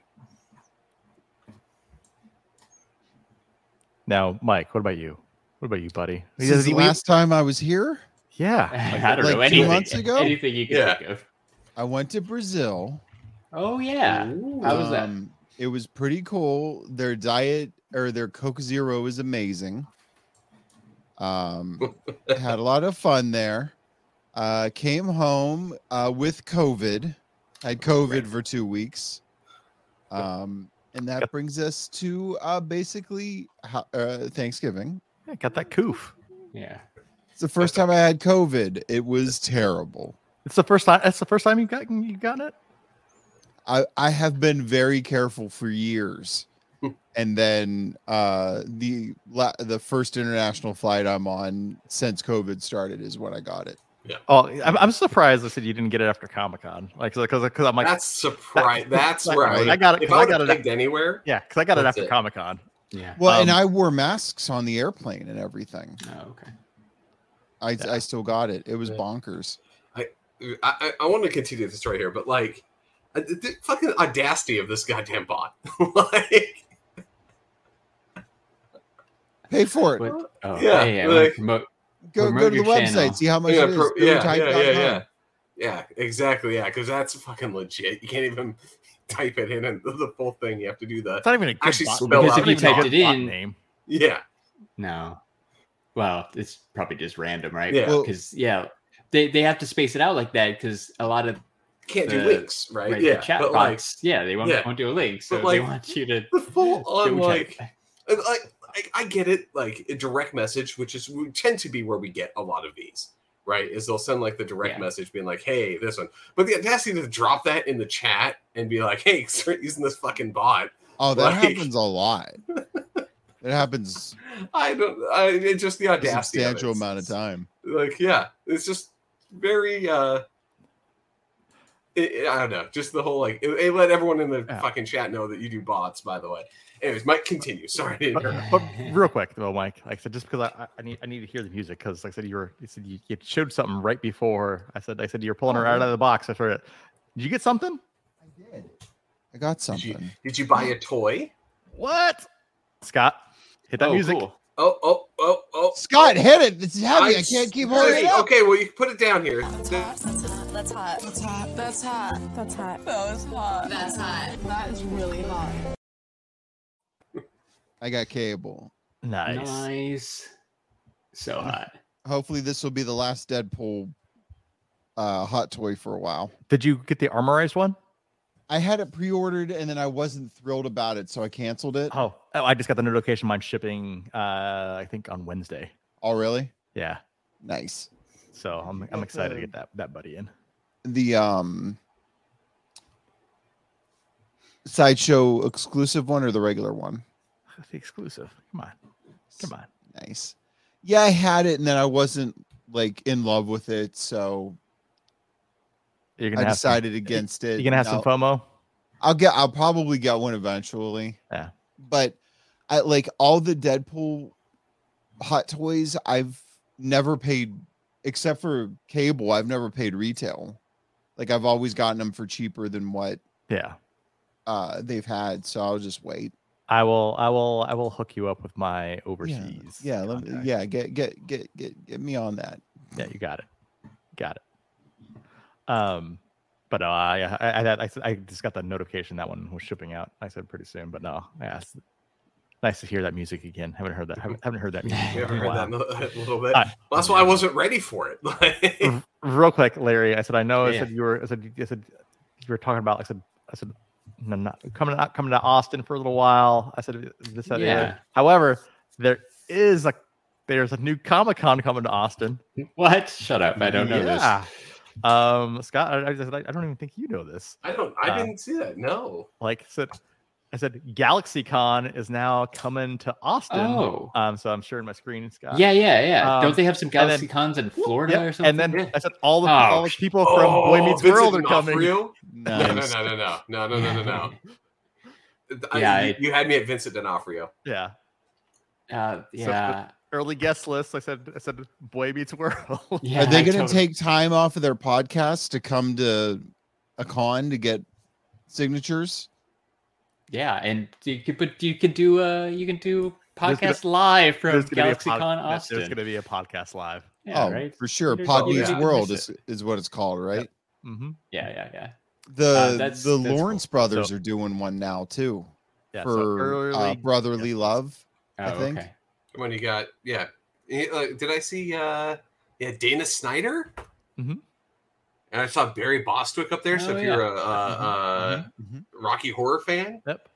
[SPEAKER 2] now, Mike. What about you? What about you, buddy?
[SPEAKER 3] Since the
[SPEAKER 2] We-
[SPEAKER 3] last time I was here,
[SPEAKER 2] yeah.
[SPEAKER 4] I don't
[SPEAKER 3] like
[SPEAKER 4] know.
[SPEAKER 3] two
[SPEAKER 4] Anything,
[SPEAKER 3] months ago?
[SPEAKER 4] Anything you can
[SPEAKER 1] Yeah.
[SPEAKER 4] think of.
[SPEAKER 3] I went to Brazil.
[SPEAKER 4] Oh, yeah. How was that?
[SPEAKER 3] Um, It was pretty cool. Their diet or their Coke Zero is amazing.
[SPEAKER 4] *laughs*
[SPEAKER 3] Um, had a lot of fun there. Uh, came home uh, with COVID. Had COVID for two weeks. Um, and that brings us to uh, basically ho- uh, Thanksgiving.
[SPEAKER 2] Yeah, got that coof.
[SPEAKER 4] Yeah.
[SPEAKER 3] It's the first time I had COVID. It was terrible.
[SPEAKER 2] It's the first time. That's the first time you got you got it.
[SPEAKER 3] I, I have been very careful
[SPEAKER 1] *laughs*
[SPEAKER 3] for years.
[SPEAKER 1] Hmm.
[SPEAKER 3] and then uh, the la- the first international flight I'm on since COVID started is when I got it.
[SPEAKER 2] Oh, I'm, I'm surprised. I said you didn't get it after Comic Con, like because because I'm like
[SPEAKER 1] that's surprise. That's
[SPEAKER 2] like,
[SPEAKER 1] where I,
[SPEAKER 2] I got it
[SPEAKER 1] If
[SPEAKER 2] 'cause I
[SPEAKER 1] I would
[SPEAKER 2] got
[SPEAKER 1] have
[SPEAKER 2] it-
[SPEAKER 1] picked anywhere,
[SPEAKER 2] yeah, because I got it
[SPEAKER 1] That's
[SPEAKER 2] after
[SPEAKER 1] it.
[SPEAKER 2] Comic Con.
[SPEAKER 4] Yeah.
[SPEAKER 3] Well, and
[SPEAKER 2] Um,
[SPEAKER 3] I wore masks on the airplane and everything.
[SPEAKER 4] Oh, okay.
[SPEAKER 3] I
[SPEAKER 2] Yeah.
[SPEAKER 3] I still got it. It was
[SPEAKER 6] Yeah.
[SPEAKER 3] bonkers.
[SPEAKER 1] I, I, I want to continue the story here, but like uh, the, the fucking audacity of this goddamn bot. *laughs* like,
[SPEAKER 3] Pay for it.
[SPEAKER 4] What- Oh,
[SPEAKER 1] Yeah,
[SPEAKER 4] yeah. yeah, wanna
[SPEAKER 1] like-
[SPEAKER 4] promote-
[SPEAKER 3] go go
[SPEAKER 4] promote
[SPEAKER 3] to the
[SPEAKER 4] your
[SPEAKER 3] website,
[SPEAKER 4] channel.
[SPEAKER 3] see how much
[SPEAKER 1] yeah,
[SPEAKER 3] it is.
[SPEAKER 1] pro- yeah, yeah, yeah,
[SPEAKER 3] GoType.com.
[SPEAKER 1] yeah, yeah, exactly. Yeah, because that's fucking legit. You can't even *laughs* type it in and the, the full thing. You have to do the
[SPEAKER 2] It's not even a good
[SPEAKER 1] Actually
[SPEAKER 2] bot
[SPEAKER 1] spell
[SPEAKER 2] name.
[SPEAKER 1] out-
[SPEAKER 2] It's not
[SPEAKER 1] Because if you
[SPEAKER 2] even a good
[SPEAKER 4] typed it
[SPEAKER 2] bot
[SPEAKER 4] in-
[SPEAKER 2] name.
[SPEAKER 1] yeah,
[SPEAKER 4] no. Well, it's probably just random, right?
[SPEAKER 1] Yeah.
[SPEAKER 3] Well-
[SPEAKER 4] Because yeah, they they have to space it out like that because a lot of
[SPEAKER 1] can't do
[SPEAKER 4] The-
[SPEAKER 1] links, right?
[SPEAKER 4] right,
[SPEAKER 1] yeah,
[SPEAKER 4] the chat
[SPEAKER 1] but
[SPEAKER 4] bots, yeah, they won't,
[SPEAKER 1] yeah.
[SPEAKER 4] won't do a link, so they
[SPEAKER 1] like,
[SPEAKER 4] want you to
[SPEAKER 1] like the full on
[SPEAKER 4] double
[SPEAKER 1] like
[SPEAKER 4] check.
[SPEAKER 1] And, like I, I get it like a direct message which is we tend to be where we get a lot of these right is they'll send like the direct
[SPEAKER 4] Yeah.
[SPEAKER 1] message being like hey this one but the audacity to drop that in the chat and be like hey *laughs* start using this fucking bot
[SPEAKER 3] Oh, that
[SPEAKER 1] Like-
[SPEAKER 3] happens a lot. it
[SPEAKER 1] *laughs*
[SPEAKER 3] happens
[SPEAKER 1] i don't i it's just the
[SPEAKER 3] a
[SPEAKER 1] audacity of it.
[SPEAKER 3] substantial amount of time.
[SPEAKER 1] like yeah it's just very uh it, it- i don't know just the whole like it, it let everyone in the
[SPEAKER 2] Yeah.
[SPEAKER 1] fucking chat know that you do bots by the way anyways mike continue sorry to interrupt.
[SPEAKER 2] But, but real quick though, Mike, like I said, just because I, I- I need I need to hear the music because like I said you were you said you, you showed something right before I said I said you're pulling her out of the box. I heard it. Did you get something?
[SPEAKER 3] I did. I got
[SPEAKER 1] did you,
[SPEAKER 3] something.
[SPEAKER 1] did you buy a toy
[SPEAKER 2] What? Scott, hit that
[SPEAKER 4] oh,
[SPEAKER 2] music.
[SPEAKER 4] cool.
[SPEAKER 1] Oh, oh, oh, oh.
[SPEAKER 3] Scott, hit it. It's heavy. I,
[SPEAKER 1] I'm
[SPEAKER 3] can't keep
[SPEAKER 1] sorry.
[SPEAKER 3] holding it up.
[SPEAKER 1] Okay, well, you can put it down here.
[SPEAKER 7] That's hot. That's hot. That's hot. That's hot. That is hot. That's hot. That is really hot.
[SPEAKER 3] I got cable.
[SPEAKER 2] Nice.
[SPEAKER 4] Nice. So
[SPEAKER 3] Uh,
[SPEAKER 4] hot.
[SPEAKER 3] Hopefully, this will be the last Deadpool uh, hot toy for a while.
[SPEAKER 2] Did you get the armorized one?
[SPEAKER 3] I had it pre-ordered and then I wasn't thrilled about it, so I canceled it.
[SPEAKER 2] Oh, oh I just got the notification. Mine shipping. Uh, I think on Wednesday.
[SPEAKER 3] Oh, really?
[SPEAKER 2] Yeah.
[SPEAKER 3] Nice.
[SPEAKER 2] So I'm I'm
[SPEAKER 3] got
[SPEAKER 2] excited to
[SPEAKER 3] the-
[SPEAKER 2] get that that buddy in.
[SPEAKER 3] The um sideshow exclusive one or the regular one?
[SPEAKER 2] That's the exclusive. Come on, come on.
[SPEAKER 3] Nice. Yeah, I had it and then I wasn't like in love with it, so
[SPEAKER 2] You're
[SPEAKER 3] I
[SPEAKER 2] gonna have some, *laughs*
[SPEAKER 3] decided against it.
[SPEAKER 2] you're gonna have some
[SPEAKER 3] Now-
[SPEAKER 2] FOMO.
[SPEAKER 3] I'll get I'll probably get one eventually.
[SPEAKER 2] Yeah.
[SPEAKER 3] But I like all the Deadpool hot toys I've never paid except for cable, I've never paid retail. Like I've always gotten them for cheaper than what
[SPEAKER 2] Yeah.
[SPEAKER 3] uh they've had, so I'll just wait.
[SPEAKER 2] I will, I will, I will hook you up with my overseas.
[SPEAKER 3] Yeah, let me,
[SPEAKER 2] contact.
[SPEAKER 3] yeah, get get get get get me on that.
[SPEAKER 2] yeah, you got it, got it. Um, but no, I, I, I, that- I, s- I just got the notification that one was shipping out. I said pretty soon, but no, yeah, it's nice to hear that music again. Haven't heard that, haven't, haven't heard that music.
[SPEAKER 1] *laughs* You ever
[SPEAKER 2] in a
[SPEAKER 1] heard
[SPEAKER 2] while.
[SPEAKER 1] that in a- a little bit?
[SPEAKER 2] I-
[SPEAKER 1] Well, that's why I wasn't ready for it. *laughs* Like,
[SPEAKER 2] R- real quick, Larry. I said, I know. I
[SPEAKER 4] Yeah.
[SPEAKER 2] said you were. I said, I said you were talking about. I said, I said, no, not coming out, coming to Austin for a little while. I said this. That, yeah.
[SPEAKER 4] Yeah.
[SPEAKER 2] However, there is a there's a new Comic Con coming to Austin.
[SPEAKER 4] What? Shut up. I don't know this.
[SPEAKER 2] this. Um, Scott, I, I, just, I don't even think you know this.
[SPEAKER 1] I don't. I
[SPEAKER 2] Uh,
[SPEAKER 1] didn't see that. No.
[SPEAKER 2] Like I said, I said GalaxyCon is now coming to Austin.
[SPEAKER 4] Oh.
[SPEAKER 2] Um, so I'm sharing my screen, Scott.
[SPEAKER 4] Yeah, yeah, yeah.
[SPEAKER 2] Um,
[SPEAKER 4] don't they have some
[SPEAKER 2] then-
[SPEAKER 4] Galaxy Cons in Florida
[SPEAKER 2] Yep,
[SPEAKER 4] or something?
[SPEAKER 2] And then
[SPEAKER 1] Yeah.
[SPEAKER 2] I said all the
[SPEAKER 4] Oh,
[SPEAKER 2] all the people from Boy Meets
[SPEAKER 1] Oh, Vincent
[SPEAKER 2] World are coming.
[SPEAKER 1] D'Onofrio? No, no,
[SPEAKER 3] Nice.
[SPEAKER 1] no, no, no, *laughs* no, no, no, no,
[SPEAKER 4] *laughs*
[SPEAKER 1] no. I-
[SPEAKER 4] Yeah,
[SPEAKER 1] you,
[SPEAKER 4] I-
[SPEAKER 1] you had me at Vincent D'Onofrio.
[SPEAKER 2] Yeah.
[SPEAKER 4] Uh, yeah.
[SPEAKER 2] early guest list. I said, I said, Boy Meets
[SPEAKER 4] *laughs*
[SPEAKER 2] World.
[SPEAKER 4] yeah.
[SPEAKER 3] Are they going to
[SPEAKER 4] totally-
[SPEAKER 3] take time off of their podcast to come to a con to get signatures?
[SPEAKER 4] Yeah, and you can but you can do uh you can do
[SPEAKER 2] There's gonna-
[SPEAKER 4] podcast live from
[SPEAKER 2] There's gonna be a
[SPEAKER 4] GalaxyCon
[SPEAKER 2] pod- there-
[SPEAKER 4] Austin.
[SPEAKER 2] There's going to be a podcast live.
[SPEAKER 4] yeah,
[SPEAKER 3] oh,
[SPEAKER 4] right.
[SPEAKER 3] for sure.
[SPEAKER 4] There's
[SPEAKER 3] Pod
[SPEAKER 1] always
[SPEAKER 3] Meets
[SPEAKER 1] that.
[SPEAKER 3] World
[SPEAKER 4] Miss
[SPEAKER 3] is, is what it's called, right?
[SPEAKER 2] Mm-hmm.
[SPEAKER 4] Yeah, yeah, yeah.
[SPEAKER 3] The
[SPEAKER 4] Uh, that's-
[SPEAKER 3] the
[SPEAKER 4] that's cool.
[SPEAKER 3] Lawrence brothers
[SPEAKER 2] So-
[SPEAKER 3] are doing one now too
[SPEAKER 2] Yeah. so
[SPEAKER 3] for
[SPEAKER 2] early,
[SPEAKER 3] uh, brotherly love.
[SPEAKER 4] Oh,
[SPEAKER 3] I think.
[SPEAKER 4] okay.
[SPEAKER 1] When you got yeah. Eh, uh, Did I see? uh Yeah, Dana Snyder.
[SPEAKER 2] Mhm.
[SPEAKER 1] And I saw Barry Bostwick up there. so
[SPEAKER 4] Oh,
[SPEAKER 1] if
[SPEAKER 4] yeah.
[SPEAKER 1] you're a,
[SPEAKER 4] Uh,
[SPEAKER 1] a, a
[SPEAKER 4] Mm-hmm.
[SPEAKER 3] Mhm,
[SPEAKER 1] Rocky Horror fan,
[SPEAKER 2] yep.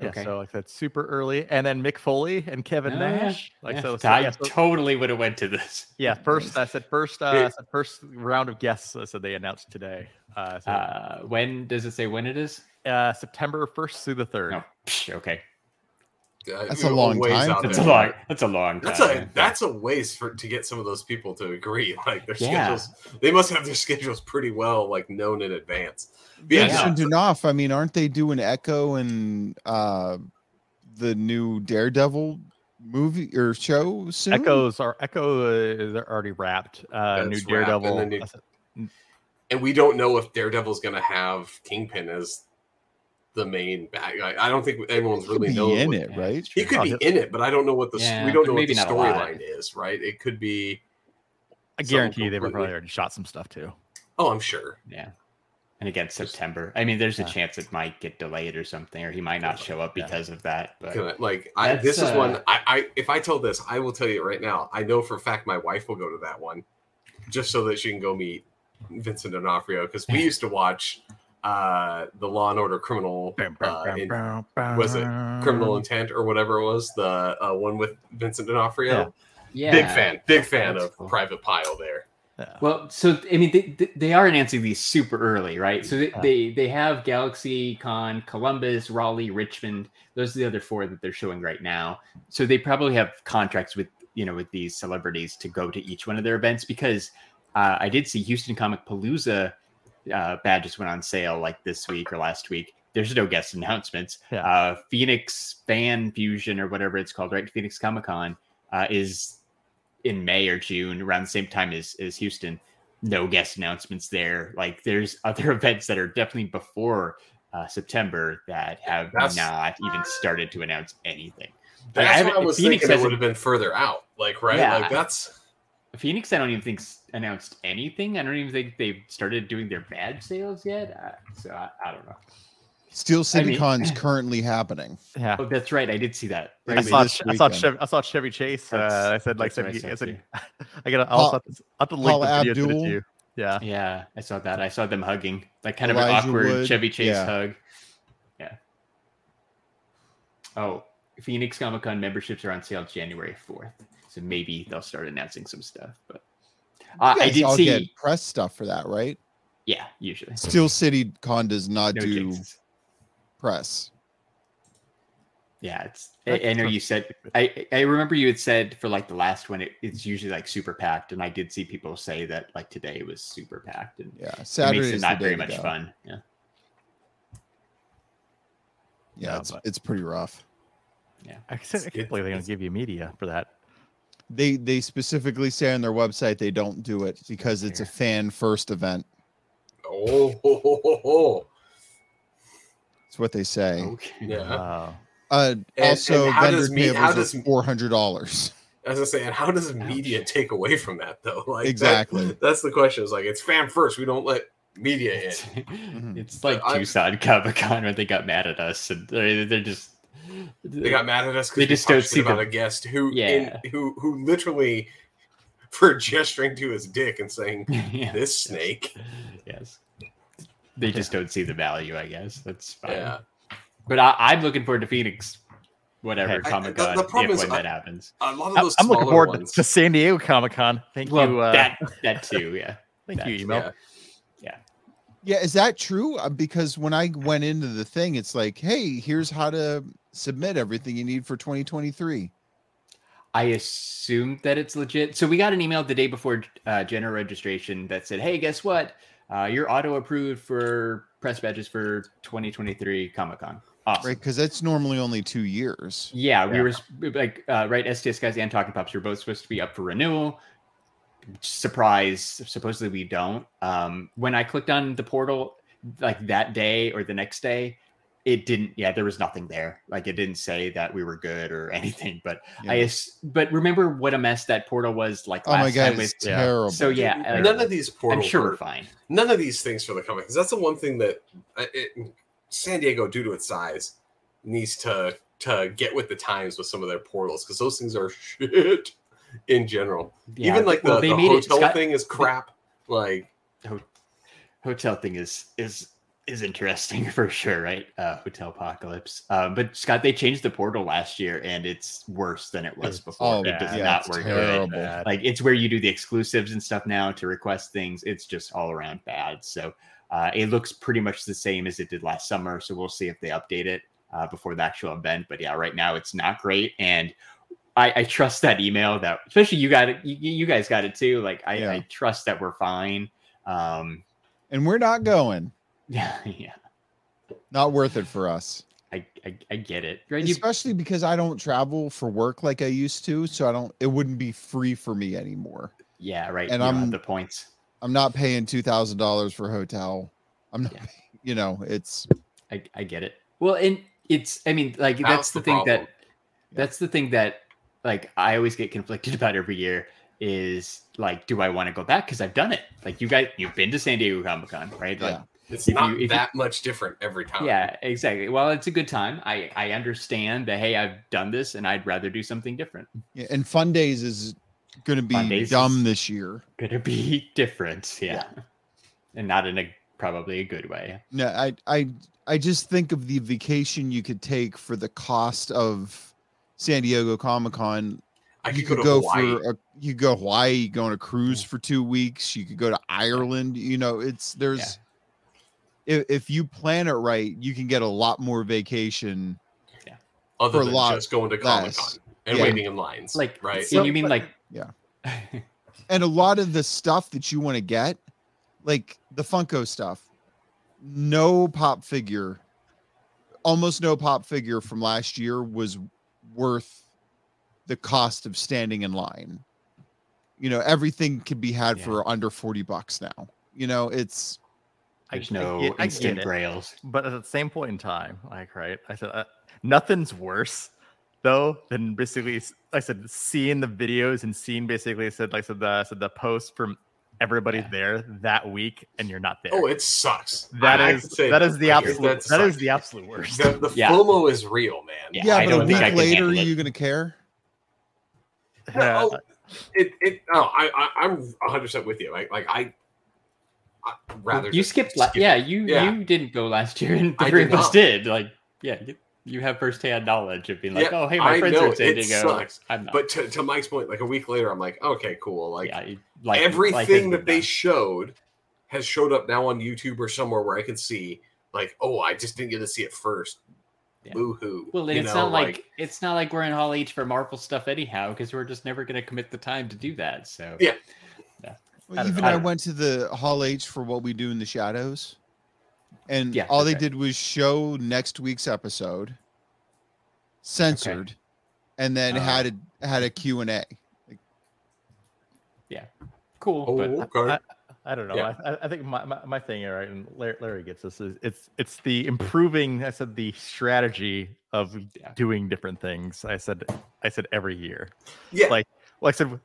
[SPEAKER 2] Yeah,
[SPEAKER 4] Okay.
[SPEAKER 2] so like that's super early, and then Mick Foley and Kevin
[SPEAKER 4] Oh, yeah.
[SPEAKER 2] Nash. Like
[SPEAKER 4] Yeah.
[SPEAKER 2] so, so-
[SPEAKER 4] I
[SPEAKER 2] yeah, so-
[SPEAKER 4] totally would have went to this.
[SPEAKER 2] *laughs* yeah, First, I said first, uh, I
[SPEAKER 1] Yeah.
[SPEAKER 2] said first round of guests. I said they announced today, uh, so, uh,
[SPEAKER 4] Uh, when does it say when it is?
[SPEAKER 2] September first through the third.
[SPEAKER 4] Ah. No. Psh, okay.
[SPEAKER 1] uh,
[SPEAKER 3] That's a
[SPEAKER 1] we're
[SPEAKER 3] long
[SPEAKER 1] ways
[SPEAKER 3] time
[SPEAKER 1] out
[SPEAKER 3] to
[SPEAKER 4] That's
[SPEAKER 1] there.
[SPEAKER 4] a long. That's a long.
[SPEAKER 1] That's
[SPEAKER 4] time.
[SPEAKER 1] a that's a ways for to get some of those people to agree. *laughs* Like their
[SPEAKER 4] Yeah.
[SPEAKER 1] schedules, they must have their schedules pretty well like known in advance. Yeah,
[SPEAKER 3] Vincent D'Onoff, I mean, aren't they doing Echo and uh, the new Daredevil movie or show soon?
[SPEAKER 2] Echoes are Echo uh, they're already wrapped. Uh,
[SPEAKER 1] That's wrapped,
[SPEAKER 2] new
[SPEAKER 1] and
[SPEAKER 2] Daredevil.
[SPEAKER 1] then you-
[SPEAKER 2] that's it.
[SPEAKER 1] and we don't know if Daredevil's going to have Kingpin as the main bad guy. I don't think anyone's
[SPEAKER 3] He'll
[SPEAKER 1] really
[SPEAKER 3] be
[SPEAKER 1] known.
[SPEAKER 3] in
[SPEAKER 1] what-
[SPEAKER 3] it,
[SPEAKER 4] yeah,
[SPEAKER 3] right?
[SPEAKER 1] He could
[SPEAKER 2] Oh,
[SPEAKER 1] be
[SPEAKER 2] he'll-
[SPEAKER 1] in it, but I don't know what the
[SPEAKER 4] Yeah,
[SPEAKER 1] we don't
[SPEAKER 4] but
[SPEAKER 1] know what
[SPEAKER 4] maybe
[SPEAKER 1] the
[SPEAKER 4] not a lot.
[SPEAKER 1] storyline is. Right? It could be.
[SPEAKER 2] I
[SPEAKER 1] Something
[SPEAKER 2] guarantee you they were
[SPEAKER 1] completely-
[SPEAKER 2] probably already shot some stuff too.
[SPEAKER 1] Oh, I'm sure.
[SPEAKER 4] Yeah. And again, September. I mean, there's a
[SPEAKER 2] Yeah.
[SPEAKER 4] chance it might get delayed or something, or he might not show up
[SPEAKER 2] Yeah.
[SPEAKER 4] because of that. But
[SPEAKER 1] Gonna- like I,
[SPEAKER 4] That's,
[SPEAKER 1] this is one
[SPEAKER 4] uh,
[SPEAKER 1] I, I if I told this, I will tell you right now. I know for a fact my wife will go to that one just so that she can go meet Vincent D'Onofrio because we used to watch uh the Law and Order Criminal uh, in- was it Criminal Intent or whatever it was the uh, one with Vincent D'Onofrio.
[SPEAKER 2] Yeah.
[SPEAKER 4] yeah,
[SPEAKER 1] Big fan, big fan
[SPEAKER 4] That's
[SPEAKER 1] of
[SPEAKER 4] cool.
[SPEAKER 1] Private Pile there.
[SPEAKER 4] Well, so I mean, they- they, they are announcing these super early, right? So they,
[SPEAKER 2] Yeah.
[SPEAKER 4] they they have Galaxy Con, Columbus, Raleigh, Richmond. Those are the other four that they're showing right now. So they probably have contracts with you know with these celebrities to go to each one of their events because uh, I did see Houston Comic Palooza uh, badges went on sale like this week or last week. There's no guest announcements.
[SPEAKER 2] Yeah.
[SPEAKER 4] Uh, Phoenix Fan Fusion or whatever it's called, right? Phoenix Comic Con uh, is in May or June, around the same time as as Houston. No guest announcements there. Like there's *laughs* other events that are definitely before uh, September that have
[SPEAKER 1] That's-
[SPEAKER 4] not even started to announce anything. Like, I
[SPEAKER 1] That's
[SPEAKER 4] haven't-
[SPEAKER 1] what I was
[SPEAKER 4] Phoenix
[SPEAKER 1] thinking. It
[SPEAKER 4] hasn't-
[SPEAKER 1] would have been further out, like right,
[SPEAKER 4] Yeah.
[SPEAKER 1] like that's
[SPEAKER 4] Phoenix, I don't even think s- announced anything. I don't even think they've started doing their badge sales yet. Uh, so I, I don't know.
[SPEAKER 3] Steel City
[SPEAKER 4] mean- eh.
[SPEAKER 3] Con's currently happening.
[SPEAKER 2] Yeah.
[SPEAKER 4] Oh, that's right. I did see that.
[SPEAKER 2] I
[SPEAKER 3] Right,
[SPEAKER 2] saw,
[SPEAKER 3] this
[SPEAKER 2] Che- I saw
[SPEAKER 3] weekend.
[SPEAKER 2] Chevy, I saw Chevy Chase. Uh,
[SPEAKER 4] That's-
[SPEAKER 2] I said like
[SPEAKER 4] that's what I
[SPEAKER 2] Chevy, I,
[SPEAKER 4] saw
[SPEAKER 2] said *laughs* I gotta I'll
[SPEAKER 3] Paul-
[SPEAKER 2] have to- I'll have to link
[SPEAKER 3] Paul
[SPEAKER 2] the video
[SPEAKER 3] Abdul.
[SPEAKER 2] to you. Yeah,
[SPEAKER 4] Yeah, I saw that. I saw them hugging, like kind of an
[SPEAKER 3] Elijah
[SPEAKER 4] awkward
[SPEAKER 3] Wood,
[SPEAKER 4] Chevy Chase
[SPEAKER 3] yeah.
[SPEAKER 4] hug. Yeah. Oh, Phoenix Comic Con memberships are on sale January fourth, so maybe they'll start announcing some stuff. But uh,
[SPEAKER 3] You
[SPEAKER 4] I
[SPEAKER 3] guys
[SPEAKER 4] did
[SPEAKER 3] all
[SPEAKER 4] see.
[SPEAKER 3] get press stuff for that, right?
[SPEAKER 4] Yeah, usually.
[SPEAKER 3] Steel City Con does not
[SPEAKER 4] Mm-hmm. No
[SPEAKER 3] do
[SPEAKER 4] jinxes.
[SPEAKER 3] press.
[SPEAKER 4] Yeah, it's. I,
[SPEAKER 2] That's
[SPEAKER 4] I know
[SPEAKER 2] tough.
[SPEAKER 4] you said. I I remember you had said for like the last one, it, it's usually like super packed, and I did see people say that like today was super packed, and
[SPEAKER 3] Yeah,
[SPEAKER 4] it
[SPEAKER 3] Saturday
[SPEAKER 4] makes it
[SPEAKER 3] is
[SPEAKER 4] not
[SPEAKER 3] the
[SPEAKER 4] very
[SPEAKER 3] day to
[SPEAKER 4] much
[SPEAKER 3] go.
[SPEAKER 4] fun. Yeah.
[SPEAKER 3] Yeah,
[SPEAKER 2] No,
[SPEAKER 3] it's,
[SPEAKER 2] but-
[SPEAKER 3] it's pretty rough.
[SPEAKER 2] I said I can't
[SPEAKER 1] It's-
[SPEAKER 2] believe they're gonna
[SPEAKER 1] it's-
[SPEAKER 2] give you media for that.
[SPEAKER 3] They they specifically say on their website they don't do it because it's a fan first event.
[SPEAKER 1] oh, *laughs* ho, ho, ho, ho.
[SPEAKER 3] That's what they say.
[SPEAKER 4] *laughs* Okay.
[SPEAKER 1] yeah.
[SPEAKER 2] Wow.
[SPEAKER 3] Uh,
[SPEAKER 1] and
[SPEAKER 3] also,
[SPEAKER 1] how
[SPEAKER 3] vendor
[SPEAKER 1] does me-
[SPEAKER 3] tables
[SPEAKER 1] how
[SPEAKER 3] are
[SPEAKER 1] does-
[SPEAKER 3] four hundred dollars. *laughs*
[SPEAKER 1] As I say, and how does media take away from that though? *laughs* Like that-
[SPEAKER 3] Exactly.
[SPEAKER 1] that's the question. It's like it's fan first. We don't let media in.
[SPEAKER 4] It's,
[SPEAKER 3] Mm-hmm.
[SPEAKER 4] it's like
[SPEAKER 1] I-
[SPEAKER 4] Tucson Comic Con when they got mad at us, and they're, they're just
[SPEAKER 1] They got mad at us
[SPEAKER 4] They
[SPEAKER 1] because
[SPEAKER 4] just don't see
[SPEAKER 1] about
[SPEAKER 4] the-
[SPEAKER 1] a guest who
[SPEAKER 4] Yeah.
[SPEAKER 1] in, who who literally *laughs* for gesturing to his dick and saying
[SPEAKER 4] *laughs* Yeah,
[SPEAKER 1] this snake.
[SPEAKER 4] Yes, they just don't see the value. I guess that's fine.
[SPEAKER 1] Yeah.
[SPEAKER 4] But I, I'm looking forward to Phoenix, whatever
[SPEAKER 2] Hey,
[SPEAKER 1] I-
[SPEAKER 4] Comic
[SPEAKER 1] the-
[SPEAKER 4] Con,
[SPEAKER 1] the
[SPEAKER 4] if
[SPEAKER 1] problem
[SPEAKER 4] when
[SPEAKER 1] is I-
[SPEAKER 4] that happens.
[SPEAKER 1] A lot of
[SPEAKER 2] I,
[SPEAKER 1] those
[SPEAKER 2] I'm looking
[SPEAKER 1] smaller
[SPEAKER 2] forward to-
[SPEAKER 1] ones.
[SPEAKER 2] to San Diego Comic Con. Thank
[SPEAKER 4] Well,
[SPEAKER 2] you. Uh,
[SPEAKER 4] that that too. Yeah.
[SPEAKER 2] thank you,
[SPEAKER 4] that-
[SPEAKER 2] email.
[SPEAKER 1] yeah.
[SPEAKER 3] Yeah, is that true? Uh, Because when I went into the thing, it's like, hey, here's how to submit everything you need for 2023.
[SPEAKER 4] I assume that it's legit. So we got an email the day before uh, general registration that said, "Hey, guess what? Uh, you're auto approved for press badges for 2023 Comic Con." Awesome.
[SPEAKER 3] Right? Because that's normally only two years.
[SPEAKER 4] Yeah, we
[SPEAKER 2] Yeah.
[SPEAKER 4] were sp- like uh, right. STS guys and Talking Pops were both supposed to be up for renewal. Surprise! Supposedly we don't. Um, when I clicked on the portal, like that day or the next day, it didn't. Yeah, there was nothing there. Like it didn't say that we were good or *laughs* anything. But
[SPEAKER 3] Yeah.
[SPEAKER 4] I. Ass- but remember what a mess that portal was like
[SPEAKER 3] oh
[SPEAKER 4] last
[SPEAKER 3] my god,
[SPEAKER 4] time. With,
[SPEAKER 3] it's
[SPEAKER 2] yeah.
[SPEAKER 3] terrible.
[SPEAKER 4] so yeah, uh,
[SPEAKER 1] None of these
[SPEAKER 4] I'm
[SPEAKER 1] portal
[SPEAKER 4] sure we're
[SPEAKER 1] work.
[SPEAKER 4] fine.
[SPEAKER 1] none of these things for the comic because that's the one thing that uh, it, San Diego, due to its size, needs to to get with the times with some of their portals because those things are *laughs* shit in general.
[SPEAKER 4] Yeah,
[SPEAKER 1] Even like the,
[SPEAKER 4] well,
[SPEAKER 1] the
[SPEAKER 4] it-
[SPEAKER 1] hotel
[SPEAKER 4] Scott-
[SPEAKER 1] thing is crap. Like
[SPEAKER 4] hotel thing is is is interesting *laughs* for sure, right? Uh, hotel apocalypse. Um, but Scott, they changed the portal last year, and it's worse than it was
[SPEAKER 2] It's
[SPEAKER 4] before.
[SPEAKER 3] oh,
[SPEAKER 4] it does
[SPEAKER 2] bad.
[SPEAKER 3] yeah,
[SPEAKER 4] not
[SPEAKER 3] it's
[SPEAKER 4] work
[SPEAKER 3] terrible.
[SPEAKER 4] good. Like it's where you do the exclusives and stuff now to request things. It's just all around bad. So uh, it looks pretty much the same as it did last summer. So we'll see if they update it uh, before the actual event. But yeah, right now it's not great, and I, I trust that email that especially you got it. You, you guys got it too. Like I,
[SPEAKER 3] Yeah.
[SPEAKER 4] I trust that we're fine. Um, *laughs*
[SPEAKER 3] And we're not going.
[SPEAKER 4] yeah, yeah.
[SPEAKER 3] Not worth it for us.
[SPEAKER 4] I I, I get it. Right? You-
[SPEAKER 3] especially because I don't travel for work like I used to, so I don't. It wouldn't be free for me anymore.
[SPEAKER 4] yeah, right.
[SPEAKER 3] and
[SPEAKER 4] you don't have
[SPEAKER 3] I'm-
[SPEAKER 4] the points.
[SPEAKER 3] I'm not paying two thousand dollars for hotel. I'm not.
[SPEAKER 4] Yeah.
[SPEAKER 3] paying- you know, it's
[SPEAKER 4] I, I get it. Well, and it's I mean like that's,
[SPEAKER 1] That's
[SPEAKER 4] the,
[SPEAKER 1] the
[SPEAKER 4] thing
[SPEAKER 1] problem.
[SPEAKER 4] that that's the thing that like I always get conflicted *laughs* about every year is like do I want to go back because I've done it like you guys you've been to San Diego Comic Con right like
[SPEAKER 3] Yeah.
[SPEAKER 1] It's
[SPEAKER 4] If
[SPEAKER 1] not
[SPEAKER 4] you- if you-
[SPEAKER 1] that much different every time.
[SPEAKER 4] yeah exactly well it's a good time I I understand that hey I've done this and I'd rather do something different
[SPEAKER 3] yeah, and fun days is going to
[SPEAKER 4] Fun
[SPEAKER 3] be
[SPEAKER 4] Days
[SPEAKER 3] dumb
[SPEAKER 4] is-
[SPEAKER 3] this year.
[SPEAKER 4] gonna be *laughs* different yeah, and not in a probably a good way
[SPEAKER 3] No, I I I just think of the vacation you could take for the cost of San Diego Comic Con.
[SPEAKER 1] I
[SPEAKER 3] you
[SPEAKER 1] could go to Hawaii.
[SPEAKER 3] for a, you go Hawaii, you go on a cruise for two weeks. You could go to Ireland. You know, it's there's if, if you plan it right, you can get a lot more vacation.
[SPEAKER 1] other
[SPEAKER 3] for
[SPEAKER 1] than
[SPEAKER 3] lot
[SPEAKER 1] just going to Comic
[SPEAKER 3] less.
[SPEAKER 1] Con and
[SPEAKER 3] Yeah.
[SPEAKER 1] waiting in lines.
[SPEAKER 4] like
[SPEAKER 1] right?
[SPEAKER 4] and you mean like *laughs*
[SPEAKER 3] Yeah.
[SPEAKER 4] yeah.
[SPEAKER 3] and a lot of the stuff that you want to get, like the Funko stuff, no pop figure, almost no pop figure from last year was worth the cost of standing in line. You know, everything can be had
[SPEAKER 4] Yeah.
[SPEAKER 3] for under 40 bucks now. You know, it's
[SPEAKER 4] There's
[SPEAKER 2] I
[SPEAKER 4] no
[SPEAKER 2] get- I
[SPEAKER 4] instant
[SPEAKER 2] get it.
[SPEAKER 4] grails.
[SPEAKER 2] But at the same point in time, like right, I said uh, nothing's worse though than basically s- I said seeing the videos and seeing basically I said like I said the I said the posts from everybody
[SPEAKER 4] Yeah.
[SPEAKER 2] there that week and you're not there.
[SPEAKER 1] oh, it sucks.
[SPEAKER 2] That
[SPEAKER 1] I- I
[SPEAKER 2] is
[SPEAKER 1] can say
[SPEAKER 2] that is the
[SPEAKER 1] right here.
[SPEAKER 2] absolute
[SPEAKER 1] That
[SPEAKER 2] that is
[SPEAKER 1] sucks.
[SPEAKER 2] the absolute worst.
[SPEAKER 1] The, the
[SPEAKER 4] Yeah.
[SPEAKER 1] FOMO is real, man.
[SPEAKER 4] Yeah,
[SPEAKER 3] yeah,
[SPEAKER 4] I
[SPEAKER 3] but a
[SPEAKER 4] don't think I
[SPEAKER 3] week
[SPEAKER 4] can
[SPEAKER 3] later,
[SPEAKER 4] handle
[SPEAKER 3] are
[SPEAKER 4] it.
[SPEAKER 3] you going to care?
[SPEAKER 2] *laughs*
[SPEAKER 1] *laughs*
[SPEAKER 2] Yeah,
[SPEAKER 1] No, Oh, it, it, no, I, I, I'm 100 percent with you. Like, like I, I rather
[SPEAKER 4] you
[SPEAKER 1] just
[SPEAKER 4] skipped. La-
[SPEAKER 1] skip it.
[SPEAKER 4] yeah, you
[SPEAKER 1] Yeah.
[SPEAKER 4] you didn't go last year, and the
[SPEAKER 1] I
[SPEAKER 4] three
[SPEAKER 1] did
[SPEAKER 4] of us
[SPEAKER 1] not.
[SPEAKER 4] did. Like, yeah, you, you have firsthand knowledge of being like,
[SPEAKER 1] Yeah,
[SPEAKER 4] oh, hey, my
[SPEAKER 1] I
[SPEAKER 4] friends
[SPEAKER 1] know,
[SPEAKER 4] are in San
[SPEAKER 1] it
[SPEAKER 4] Diego. Like,
[SPEAKER 1] sucks,
[SPEAKER 4] I'm not.
[SPEAKER 1] But to, to Mike's point, like a week later, I'm like, okay, cool. Like
[SPEAKER 4] yeah, you- life- life has
[SPEAKER 1] everything that
[SPEAKER 4] moved
[SPEAKER 1] they
[SPEAKER 4] on.
[SPEAKER 1] showed has showed up now on YouTube or somewhere where I can see. Like, oh, I just didn't get to see it first.
[SPEAKER 4] Yeah.
[SPEAKER 1] Boo hoo.
[SPEAKER 4] well, it's not like, it's not like we're in Hall H for Marvel stuff anyhow, because we're just never going to commit the time to do that. So
[SPEAKER 1] Yeah.
[SPEAKER 2] I
[SPEAKER 3] Well,
[SPEAKER 2] don't know.
[SPEAKER 3] even
[SPEAKER 2] I
[SPEAKER 3] I,
[SPEAKER 2] don't know.
[SPEAKER 3] went to the Hall H for what we do in the shadows, and
[SPEAKER 4] Yeah,
[SPEAKER 3] all they
[SPEAKER 4] okay.
[SPEAKER 3] did was show next week's episode, censored, and then
[SPEAKER 4] Oh.
[SPEAKER 3] had a had a Q and A.
[SPEAKER 4] cool.
[SPEAKER 1] oh,
[SPEAKER 4] but
[SPEAKER 1] okay.
[SPEAKER 2] I don't know.
[SPEAKER 1] Yeah.
[SPEAKER 2] I, I- I think my, my, my thing, right, and Larry, Larry gets this is it's it's the improving. I said the strategy of
[SPEAKER 4] Yeah.
[SPEAKER 2] doing different things. I said I said every year.
[SPEAKER 1] yeah,
[SPEAKER 2] like- Well, I said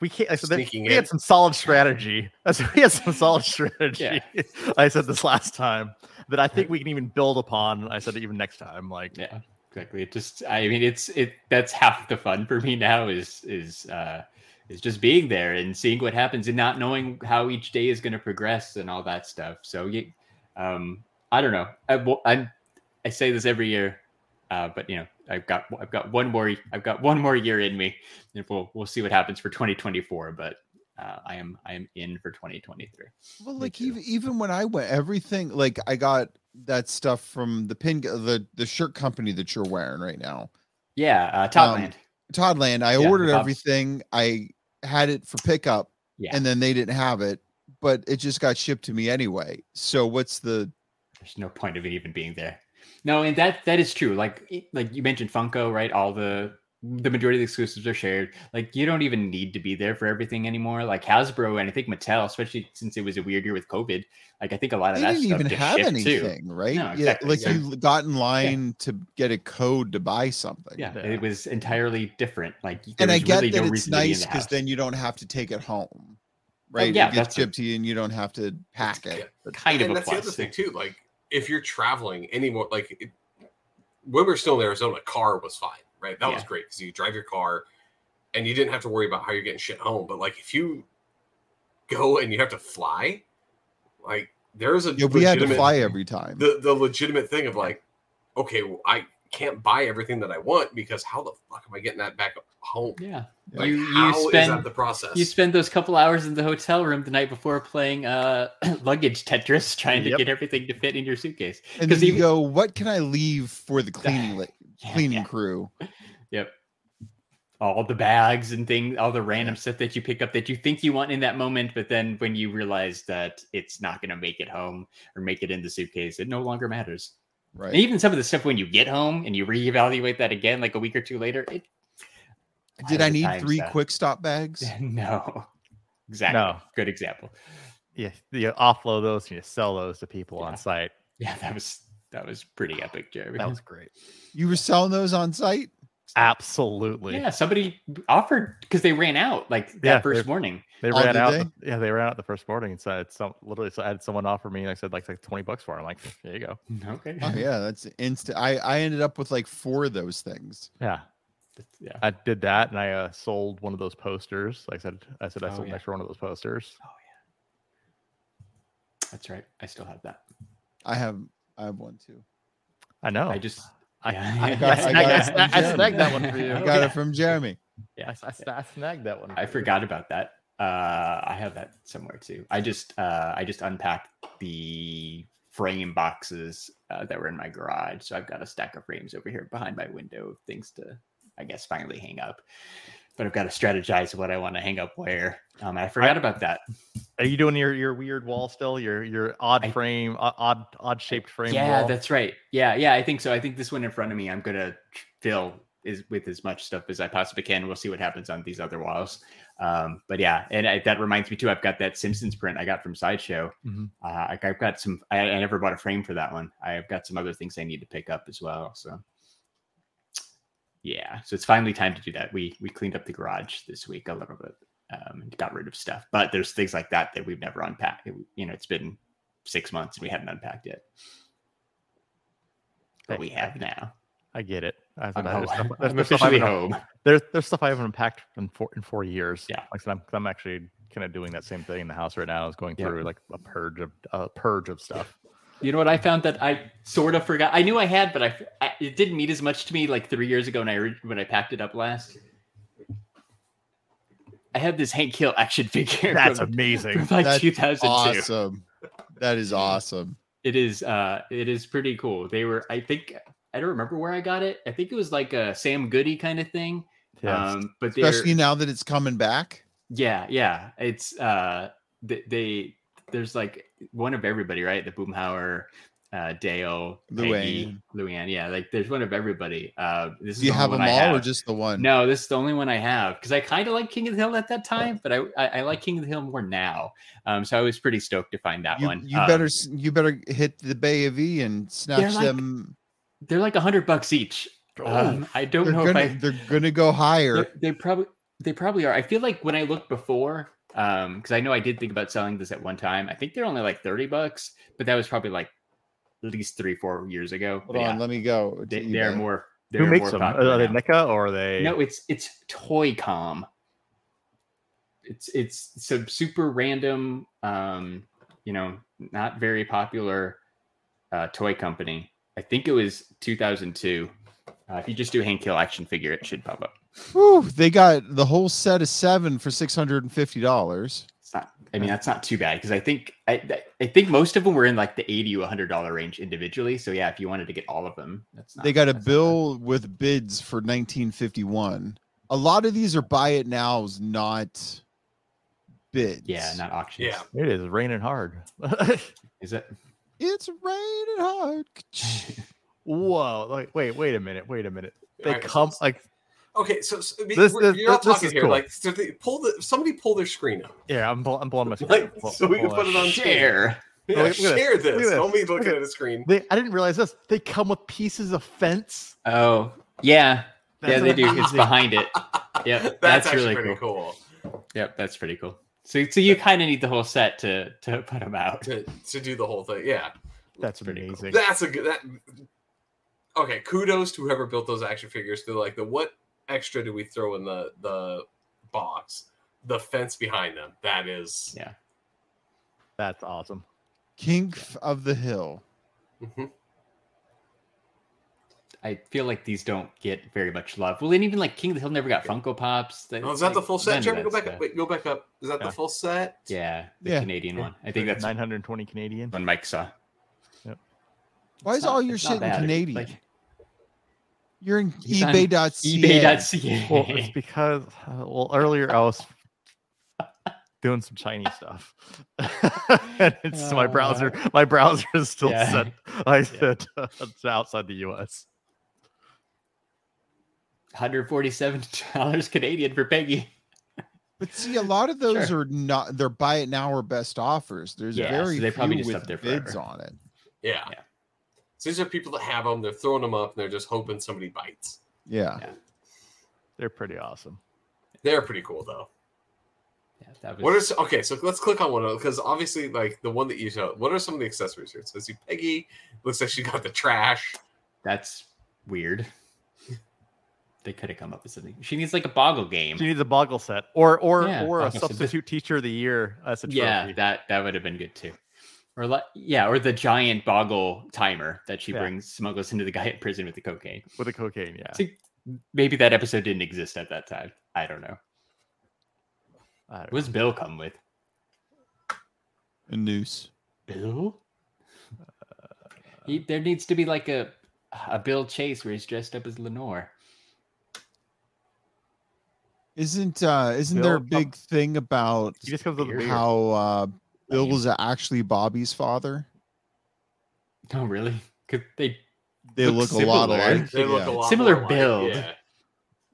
[SPEAKER 2] we can't. I said that-
[SPEAKER 1] Sneaking
[SPEAKER 2] we had
[SPEAKER 1] in.
[SPEAKER 2] some solid strategy. I said we had some solid strategy. *laughs* I said this last time that I think we can even build upon. I said it even next time. Like
[SPEAKER 4] yeah exactly it just i mean it's it that's half the fun for me now is is uh is just being there and seeing what happens and not knowing how each day is going to progress and all that stuff so you um i don't know i wo- I'm, i say this every year uh but you know i've got i've got one more i've got one more year in me and we'll we'll see what happens for 2024 but uh, i am i am in for 2023
[SPEAKER 3] Well,
[SPEAKER 4] Me
[SPEAKER 3] like
[SPEAKER 4] too.
[SPEAKER 3] even even when I went, everything like I got that stuff from the pin the the shirt company that you're wearing right now,
[SPEAKER 4] yeah uh topland
[SPEAKER 3] Toddland. I
[SPEAKER 4] Yeah,
[SPEAKER 3] ordered
[SPEAKER 4] Bob's.
[SPEAKER 3] everything. I had it for pickup,
[SPEAKER 4] yeah
[SPEAKER 3] and then they didn't have it, but it just got shipped to me anyway. So what's the
[SPEAKER 4] there's no point of it even being there no and that that is true like i- like you mentioned funko right all the the majority of the exclusives are shared like you don't even need to be there for everything anymore like hasbro and i think mattel especially since it was a weird year with covid like i think a lot of
[SPEAKER 3] they
[SPEAKER 4] that
[SPEAKER 3] didn't
[SPEAKER 4] stuff
[SPEAKER 3] even
[SPEAKER 4] just
[SPEAKER 3] have
[SPEAKER 4] shipped, too.
[SPEAKER 3] anything, right?
[SPEAKER 4] No, exactly,
[SPEAKER 3] yeah, like
[SPEAKER 4] exactly.
[SPEAKER 3] you got in line to get a code to buy something.
[SPEAKER 4] yeah,
[SPEAKER 2] Yeah.
[SPEAKER 4] it was entirely different like there
[SPEAKER 3] and I
[SPEAKER 4] was
[SPEAKER 3] get
[SPEAKER 4] really
[SPEAKER 3] that
[SPEAKER 4] no
[SPEAKER 3] it's
[SPEAKER 4] reason to be in
[SPEAKER 3] nice
[SPEAKER 4] the
[SPEAKER 3] because
[SPEAKER 4] house.
[SPEAKER 3] then you don't have to take it home, right?
[SPEAKER 4] yeah,
[SPEAKER 3] it gets
[SPEAKER 4] that's a-
[SPEAKER 3] chipped to you, and you don't have to pack it.
[SPEAKER 4] kind of
[SPEAKER 1] and
[SPEAKER 4] a
[SPEAKER 1] that's the
[SPEAKER 4] plus
[SPEAKER 1] other thing too. Like if you're traveling anymore, like it, when we were still in Arizona, car was fine, right? That was
[SPEAKER 4] Yeah.
[SPEAKER 1] great because you drive your car, and you didn't have to worry about how you're getting shit home. But like if you go and you have to fly, like there's a
[SPEAKER 3] Yeah, we had to
[SPEAKER 1] legitimate-
[SPEAKER 3] fly every time.
[SPEAKER 1] the the legitimate thing of like, okay, well, I can't buy everything that I want because how the fuck am I getting that back home?
[SPEAKER 4] yeah
[SPEAKER 3] Yeah.
[SPEAKER 1] Like,
[SPEAKER 4] you
[SPEAKER 1] how
[SPEAKER 4] you
[SPEAKER 1] is
[SPEAKER 4] spend
[SPEAKER 1] that the process?
[SPEAKER 4] you spend those couple hours in the hotel room the night before playing uh *laughs* luggage tetris trying to
[SPEAKER 2] Yep.
[SPEAKER 4] get everything to fit in your suitcase
[SPEAKER 3] and
[SPEAKER 4] 'cause
[SPEAKER 3] then you
[SPEAKER 4] even-
[SPEAKER 3] go, "What can I leave for the cleaning li-
[SPEAKER 4] *sighs* Yeah,
[SPEAKER 3] cleaning
[SPEAKER 4] yeah.
[SPEAKER 3] crew?"
[SPEAKER 4] Yep. All the bags and things, all the random stuff that you pick up that you think you want in that moment, but then when you realize that it's not going to make it home or make it in the suitcase, it no longer matters.
[SPEAKER 3] right?
[SPEAKER 4] And even some of the stuff when you get home and you reevaluate that again, like a week or two later, it *laughs*
[SPEAKER 3] Did I need
[SPEAKER 4] times
[SPEAKER 3] three
[SPEAKER 4] that.
[SPEAKER 3] quick stop bags?
[SPEAKER 4] no, exactly.
[SPEAKER 2] No.
[SPEAKER 4] Good example.
[SPEAKER 2] Yeah, you offload those and you sell those to people
[SPEAKER 4] Yeah.
[SPEAKER 2] on site.
[SPEAKER 4] Yeah, that was that was pretty epic, Jeremy.
[SPEAKER 1] Mm-hmm.
[SPEAKER 2] That was great.
[SPEAKER 3] You were selling those on site?
[SPEAKER 2] Absolutely.
[SPEAKER 4] yeah, somebody offered because they ran out like that
[SPEAKER 2] Yeah,
[SPEAKER 4] first
[SPEAKER 2] they-
[SPEAKER 4] morning.
[SPEAKER 2] They
[SPEAKER 3] Oh,
[SPEAKER 2] ran
[SPEAKER 3] did
[SPEAKER 2] out.
[SPEAKER 3] they?
[SPEAKER 2] the- yeah, they ran out the first morning and said some literally. So I had someone offer me and I said like like twenty bucks for it. I'm like, there you go.
[SPEAKER 4] Okay. *laughs*
[SPEAKER 3] Oh yeah, that's instant. I I ended up with like four of those things.
[SPEAKER 2] Yeah,
[SPEAKER 4] yeah.
[SPEAKER 2] I did that and I uh, sold one of those posters. Like I said, I said I
[SPEAKER 4] Oh,
[SPEAKER 2] sold an
[SPEAKER 4] yeah. Oh,
[SPEAKER 2] extra one of those posters.
[SPEAKER 4] That's right. I still have that.
[SPEAKER 3] I have I have one too.
[SPEAKER 2] I know.
[SPEAKER 4] I just
[SPEAKER 2] Oh. I-
[SPEAKER 4] *laughs* yeah.
[SPEAKER 2] I-
[SPEAKER 3] I got- I
[SPEAKER 2] snagged-
[SPEAKER 3] got
[SPEAKER 2] I
[SPEAKER 3] it
[SPEAKER 2] sna-
[SPEAKER 3] from
[SPEAKER 2] I
[SPEAKER 3] Jeremy.
[SPEAKER 2] snagged that one for
[SPEAKER 4] *laughs*
[SPEAKER 2] you.
[SPEAKER 3] I
[SPEAKER 4] Oh,
[SPEAKER 3] got
[SPEAKER 4] yeah.
[SPEAKER 3] it from Jeremy.
[SPEAKER 2] I,
[SPEAKER 4] Yeah.
[SPEAKER 2] s- I s- I snagged that one.
[SPEAKER 4] I
[SPEAKER 2] for you.
[SPEAKER 4] forgot about that. Uh, I have that somewhere too. I just uh, I just unpacked the frame boxes uh, that were in my garage, so I've got a stack of frames over here behind my window of things to, I guess, finally hang up. But I've got to strategize what I want to hang up where. Um, I forgot about that.
[SPEAKER 2] Are you doing your your weird wall still? Your your odd
[SPEAKER 4] I-
[SPEAKER 2] frame, o- odd odd shaped frame.
[SPEAKER 4] yeah,
[SPEAKER 2] wall?
[SPEAKER 4] that's right. Yeah, yeah, I think so. I think this one in front of me, I'm gonna tr- fill is with as much stuff as I possibly can. We'll see what happens on these other walls. Um, but yeah, and I, that reminds me too. I've got that Simpsons print I got from Sideshow.
[SPEAKER 2] Mhm.
[SPEAKER 4] Uh, I, I've got some. I, I never bought a frame for that one. I've got some other things I need to pick up as well. So yeah, so it's finally time to do that. We we cleaned up the garage this week a little bit. Um, and got rid of stuff, but there's things like that that we've never unpacked. you know, it's been six months and we haven't unpacked yet
[SPEAKER 2] Hey,
[SPEAKER 4] but we have now.
[SPEAKER 2] I get it. I said,
[SPEAKER 4] I'm,
[SPEAKER 2] there's,
[SPEAKER 4] home.
[SPEAKER 2] stuff, there's,
[SPEAKER 4] *laughs* I'm
[SPEAKER 2] there's stuff I
[SPEAKER 4] officially
[SPEAKER 2] haven't,
[SPEAKER 4] home.
[SPEAKER 2] there's there's stuff I haven't unpacked in four in four years.
[SPEAKER 4] Yeah.
[SPEAKER 2] like I said, I'm I'm actually kind of doing that same thing in the house right now. Is going
[SPEAKER 4] Yeah.
[SPEAKER 2] through like a purge of a purge of stuff.
[SPEAKER 4] You know what I found that I sort of forgot. I knew I had, but I, I it didn't mean as much to me like three years ago when I re- when I packed it up last. I had this Hank Hill action
[SPEAKER 2] *laughs*
[SPEAKER 4] figure.
[SPEAKER 2] That's
[SPEAKER 4] from,
[SPEAKER 2] amazing.
[SPEAKER 4] from like
[SPEAKER 3] That's
[SPEAKER 4] 2002.
[SPEAKER 3] Awesome. That is awesome.
[SPEAKER 4] It is uh it is pretty cool. They were I think I don't remember where I got it. I think it was like a Sam Goody kind of thing.
[SPEAKER 2] Yeah.
[SPEAKER 4] Um but they're-
[SPEAKER 3] Especially now that it's coming back.
[SPEAKER 4] Yeah, yeah. It's uh they, they there's like one of everybody, right? The Boomhauer, uh Dale, Peggy, Luann. Yeah, like there's one of everybody. Uh this is
[SPEAKER 3] Do you
[SPEAKER 4] the
[SPEAKER 3] have
[SPEAKER 4] only one I
[SPEAKER 3] them all
[SPEAKER 4] have.
[SPEAKER 3] or just the one?
[SPEAKER 4] No, this is the only one I have because I kind of like King of the Hill at that time, but I, I I like King of the Hill more now. Um so I was pretty stoked to find that
[SPEAKER 3] you,
[SPEAKER 4] one.
[SPEAKER 3] you
[SPEAKER 4] Um,
[SPEAKER 3] better s- you better hit the Bay of E and snatch
[SPEAKER 4] like-
[SPEAKER 3] them.
[SPEAKER 4] they're like a hundred bucks each. Um, I don't
[SPEAKER 3] Oh, They're
[SPEAKER 4] know
[SPEAKER 3] gonna,
[SPEAKER 4] if I
[SPEAKER 3] they're gonna go higher.
[SPEAKER 4] They're- They probably they probably are. I feel like when I looked before, um, because I know I did think about selling this at one time. I think they're only like thirty bucks, but that was probably like at least three four years ago.
[SPEAKER 3] Hold
[SPEAKER 4] But yeah,
[SPEAKER 3] on, let me go. to
[SPEAKER 4] they, they're
[SPEAKER 3] eBay.
[SPEAKER 4] more. They're
[SPEAKER 2] Who makes
[SPEAKER 4] more
[SPEAKER 2] them?
[SPEAKER 4] popular
[SPEAKER 2] Are they
[SPEAKER 4] now.
[SPEAKER 2] NECA or are they?
[SPEAKER 4] No, it's it's Toycom. It's it's some super random, um, you know, not very popular uh, toy company. I think it was 2002. Uh, if you just do Hank Hill action figure, it should pop up.
[SPEAKER 3] Whew, they got the whole set of seven for six hundred and fifty dollars.
[SPEAKER 4] It's not. I mean, that's not too bad because I think I th- I think most of them were in like the eighty to one hundred dollar range individually. So yeah, if you wanted to get all of them, that's not,
[SPEAKER 3] They got a
[SPEAKER 4] that's not bad.
[SPEAKER 3] bill with bids for nineteen fifty one. A lot of these are buy it nows, not bids.
[SPEAKER 4] Yeah, not auctions.
[SPEAKER 1] Yeah.
[SPEAKER 2] It is raining hard.
[SPEAKER 4] Is it?
[SPEAKER 3] it's raining hard.
[SPEAKER 2] Whoa! Like, wait, wait a minute, wait a minute. They
[SPEAKER 1] Alright, so
[SPEAKER 2] come
[SPEAKER 1] s-
[SPEAKER 2] like,
[SPEAKER 1] Okay, so, so I mean,
[SPEAKER 2] This-
[SPEAKER 1] we're-
[SPEAKER 2] this-
[SPEAKER 1] you're not
[SPEAKER 2] this is
[SPEAKER 1] talking here.
[SPEAKER 2] cool.
[SPEAKER 1] Like, so they pull the somebody pull their screen
[SPEAKER 2] *laughs*
[SPEAKER 1] up.
[SPEAKER 2] yeah. I'm, bl- I'm blowing my.
[SPEAKER 1] Like,
[SPEAKER 2] screen. Pull-
[SPEAKER 1] so we can
[SPEAKER 2] pull
[SPEAKER 1] put it on
[SPEAKER 4] Share.
[SPEAKER 1] Yeah,
[SPEAKER 2] Look- look at
[SPEAKER 1] share
[SPEAKER 2] this, look at
[SPEAKER 1] this.
[SPEAKER 2] this,
[SPEAKER 1] Don't be looking
[SPEAKER 2] at-
[SPEAKER 1] at a screen.
[SPEAKER 2] They, I didn't realize this. They come with pieces of fence.
[SPEAKER 4] Oh yeah, yeah,
[SPEAKER 2] That's
[SPEAKER 4] they do. It's
[SPEAKER 2] amazing.
[SPEAKER 1] *laughs*
[SPEAKER 4] behind it. Yep, that's,
[SPEAKER 1] That's, actually
[SPEAKER 4] really
[SPEAKER 1] pretty
[SPEAKER 4] cool.
[SPEAKER 1] cool.
[SPEAKER 4] Yep, that's pretty cool. So so you kind of need the whole set to to *laughs* put them out.
[SPEAKER 1] to, to do the whole thing. Yeah,
[SPEAKER 2] That's
[SPEAKER 4] pretty cool.
[SPEAKER 2] amazing.
[SPEAKER 1] that's a good. That, okay, kudos to whoever built those action figures. They're like the what extra do we throw in the the box? The fence behind them. That is.
[SPEAKER 4] Yeah.
[SPEAKER 2] That's awesome.
[SPEAKER 3] King of the Hill.
[SPEAKER 1] Mhm.
[SPEAKER 4] I feel like these don't get very much love. Well, and even like King of the Hill never got Funko Pops. They-
[SPEAKER 1] Oh, is that the
[SPEAKER 4] like,
[SPEAKER 1] full
[SPEAKER 4] none
[SPEAKER 1] set?
[SPEAKER 4] of
[SPEAKER 1] Jeremy, go
[SPEAKER 4] that
[SPEAKER 1] back
[SPEAKER 4] stuff.
[SPEAKER 1] up. Wait, go back up. Is that
[SPEAKER 2] Yeah.
[SPEAKER 1] the full set?
[SPEAKER 4] Yeah, the
[SPEAKER 3] Yeah.
[SPEAKER 4] Canadian one. I think that's
[SPEAKER 2] 920 Canadian.
[SPEAKER 4] one Mike saw.
[SPEAKER 3] Why
[SPEAKER 4] It's
[SPEAKER 3] is
[SPEAKER 4] not-
[SPEAKER 3] all your
[SPEAKER 4] it's not
[SPEAKER 3] shit in
[SPEAKER 4] bad.
[SPEAKER 3] Canadian?
[SPEAKER 4] Like
[SPEAKER 3] You're in
[SPEAKER 4] It's on
[SPEAKER 3] eBay.ca.
[SPEAKER 4] eBay.ca.
[SPEAKER 3] *laughs*
[SPEAKER 2] Well, it's because uh, well earlier I was *laughs* doing some Chinese stuff. *laughs* and it's my browser. My browser is still
[SPEAKER 4] Yeah.
[SPEAKER 2] set. *laughs* I said it's outside the U.S.
[SPEAKER 4] 147 dollars Canadian for Peggy.
[SPEAKER 3] But see, a lot of those
[SPEAKER 4] Sure.
[SPEAKER 3] are not. They're buy it now or best offers. There's
[SPEAKER 4] Yeah, so
[SPEAKER 3] very
[SPEAKER 4] they
[SPEAKER 3] few
[SPEAKER 4] probably just up
[SPEAKER 3] with
[SPEAKER 4] there
[SPEAKER 3] bids
[SPEAKER 4] forever.
[SPEAKER 3] on it.
[SPEAKER 1] Yeah.
[SPEAKER 4] Yeah.
[SPEAKER 1] So these are people that have them. They're throwing them up and they're just hoping somebody bites.
[SPEAKER 3] Yeah,
[SPEAKER 2] They're pretty awesome.
[SPEAKER 1] They're pretty cool though.
[SPEAKER 4] Yeah, that was,
[SPEAKER 1] What are s- okay? So let's click on one of because obviously, like the one that you showed. What are some of the accessories here? So I see Peggy looks like she got the trash.
[SPEAKER 4] that's weird. they could have come up with something. She needs like a boggle game.
[SPEAKER 2] She needs a boggle set, or or
[SPEAKER 4] Yeah,
[SPEAKER 2] or a
[SPEAKER 4] boggle set.
[SPEAKER 2] substitute teacher of the year as a trophy.
[SPEAKER 4] yeah, that that would have been good too. Or like yeah, or the giant boggle timer that she
[SPEAKER 2] Yeah.
[SPEAKER 4] brings smuggles into the guy in prison with the cocaine.
[SPEAKER 2] with the cocaine. Yeah,
[SPEAKER 4] See- Maybe that episode didn't exist at that time. I don't know.
[SPEAKER 2] I don't know.
[SPEAKER 4] What's Bill come with?
[SPEAKER 3] a noose.
[SPEAKER 4] Bill? He, there needs to be like a a Bill Chase where he's dressed up as Lenore. *laughs*
[SPEAKER 3] Isn't uh isn't there a
[SPEAKER 2] Bill
[SPEAKER 3] big thing about
[SPEAKER 2] he just comes with a
[SPEAKER 4] Beard.
[SPEAKER 2] beard.
[SPEAKER 3] how uh Bill's actually Bobby's father?
[SPEAKER 4] Oh, really? Could they? *laughs*
[SPEAKER 3] They
[SPEAKER 4] Looks
[SPEAKER 3] look, a lot
[SPEAKER 4] similar.
[SPEAKER 3] alike.
[SPEAKER 1] They look a
[SPEAKER 3] yeah.
[SPEAKER 1] lot
[SPEAKER 4] Similar
[SPEAKER 1] more alike,
[SPEAKER 4] build.
[SPEAKER 1] Yeah.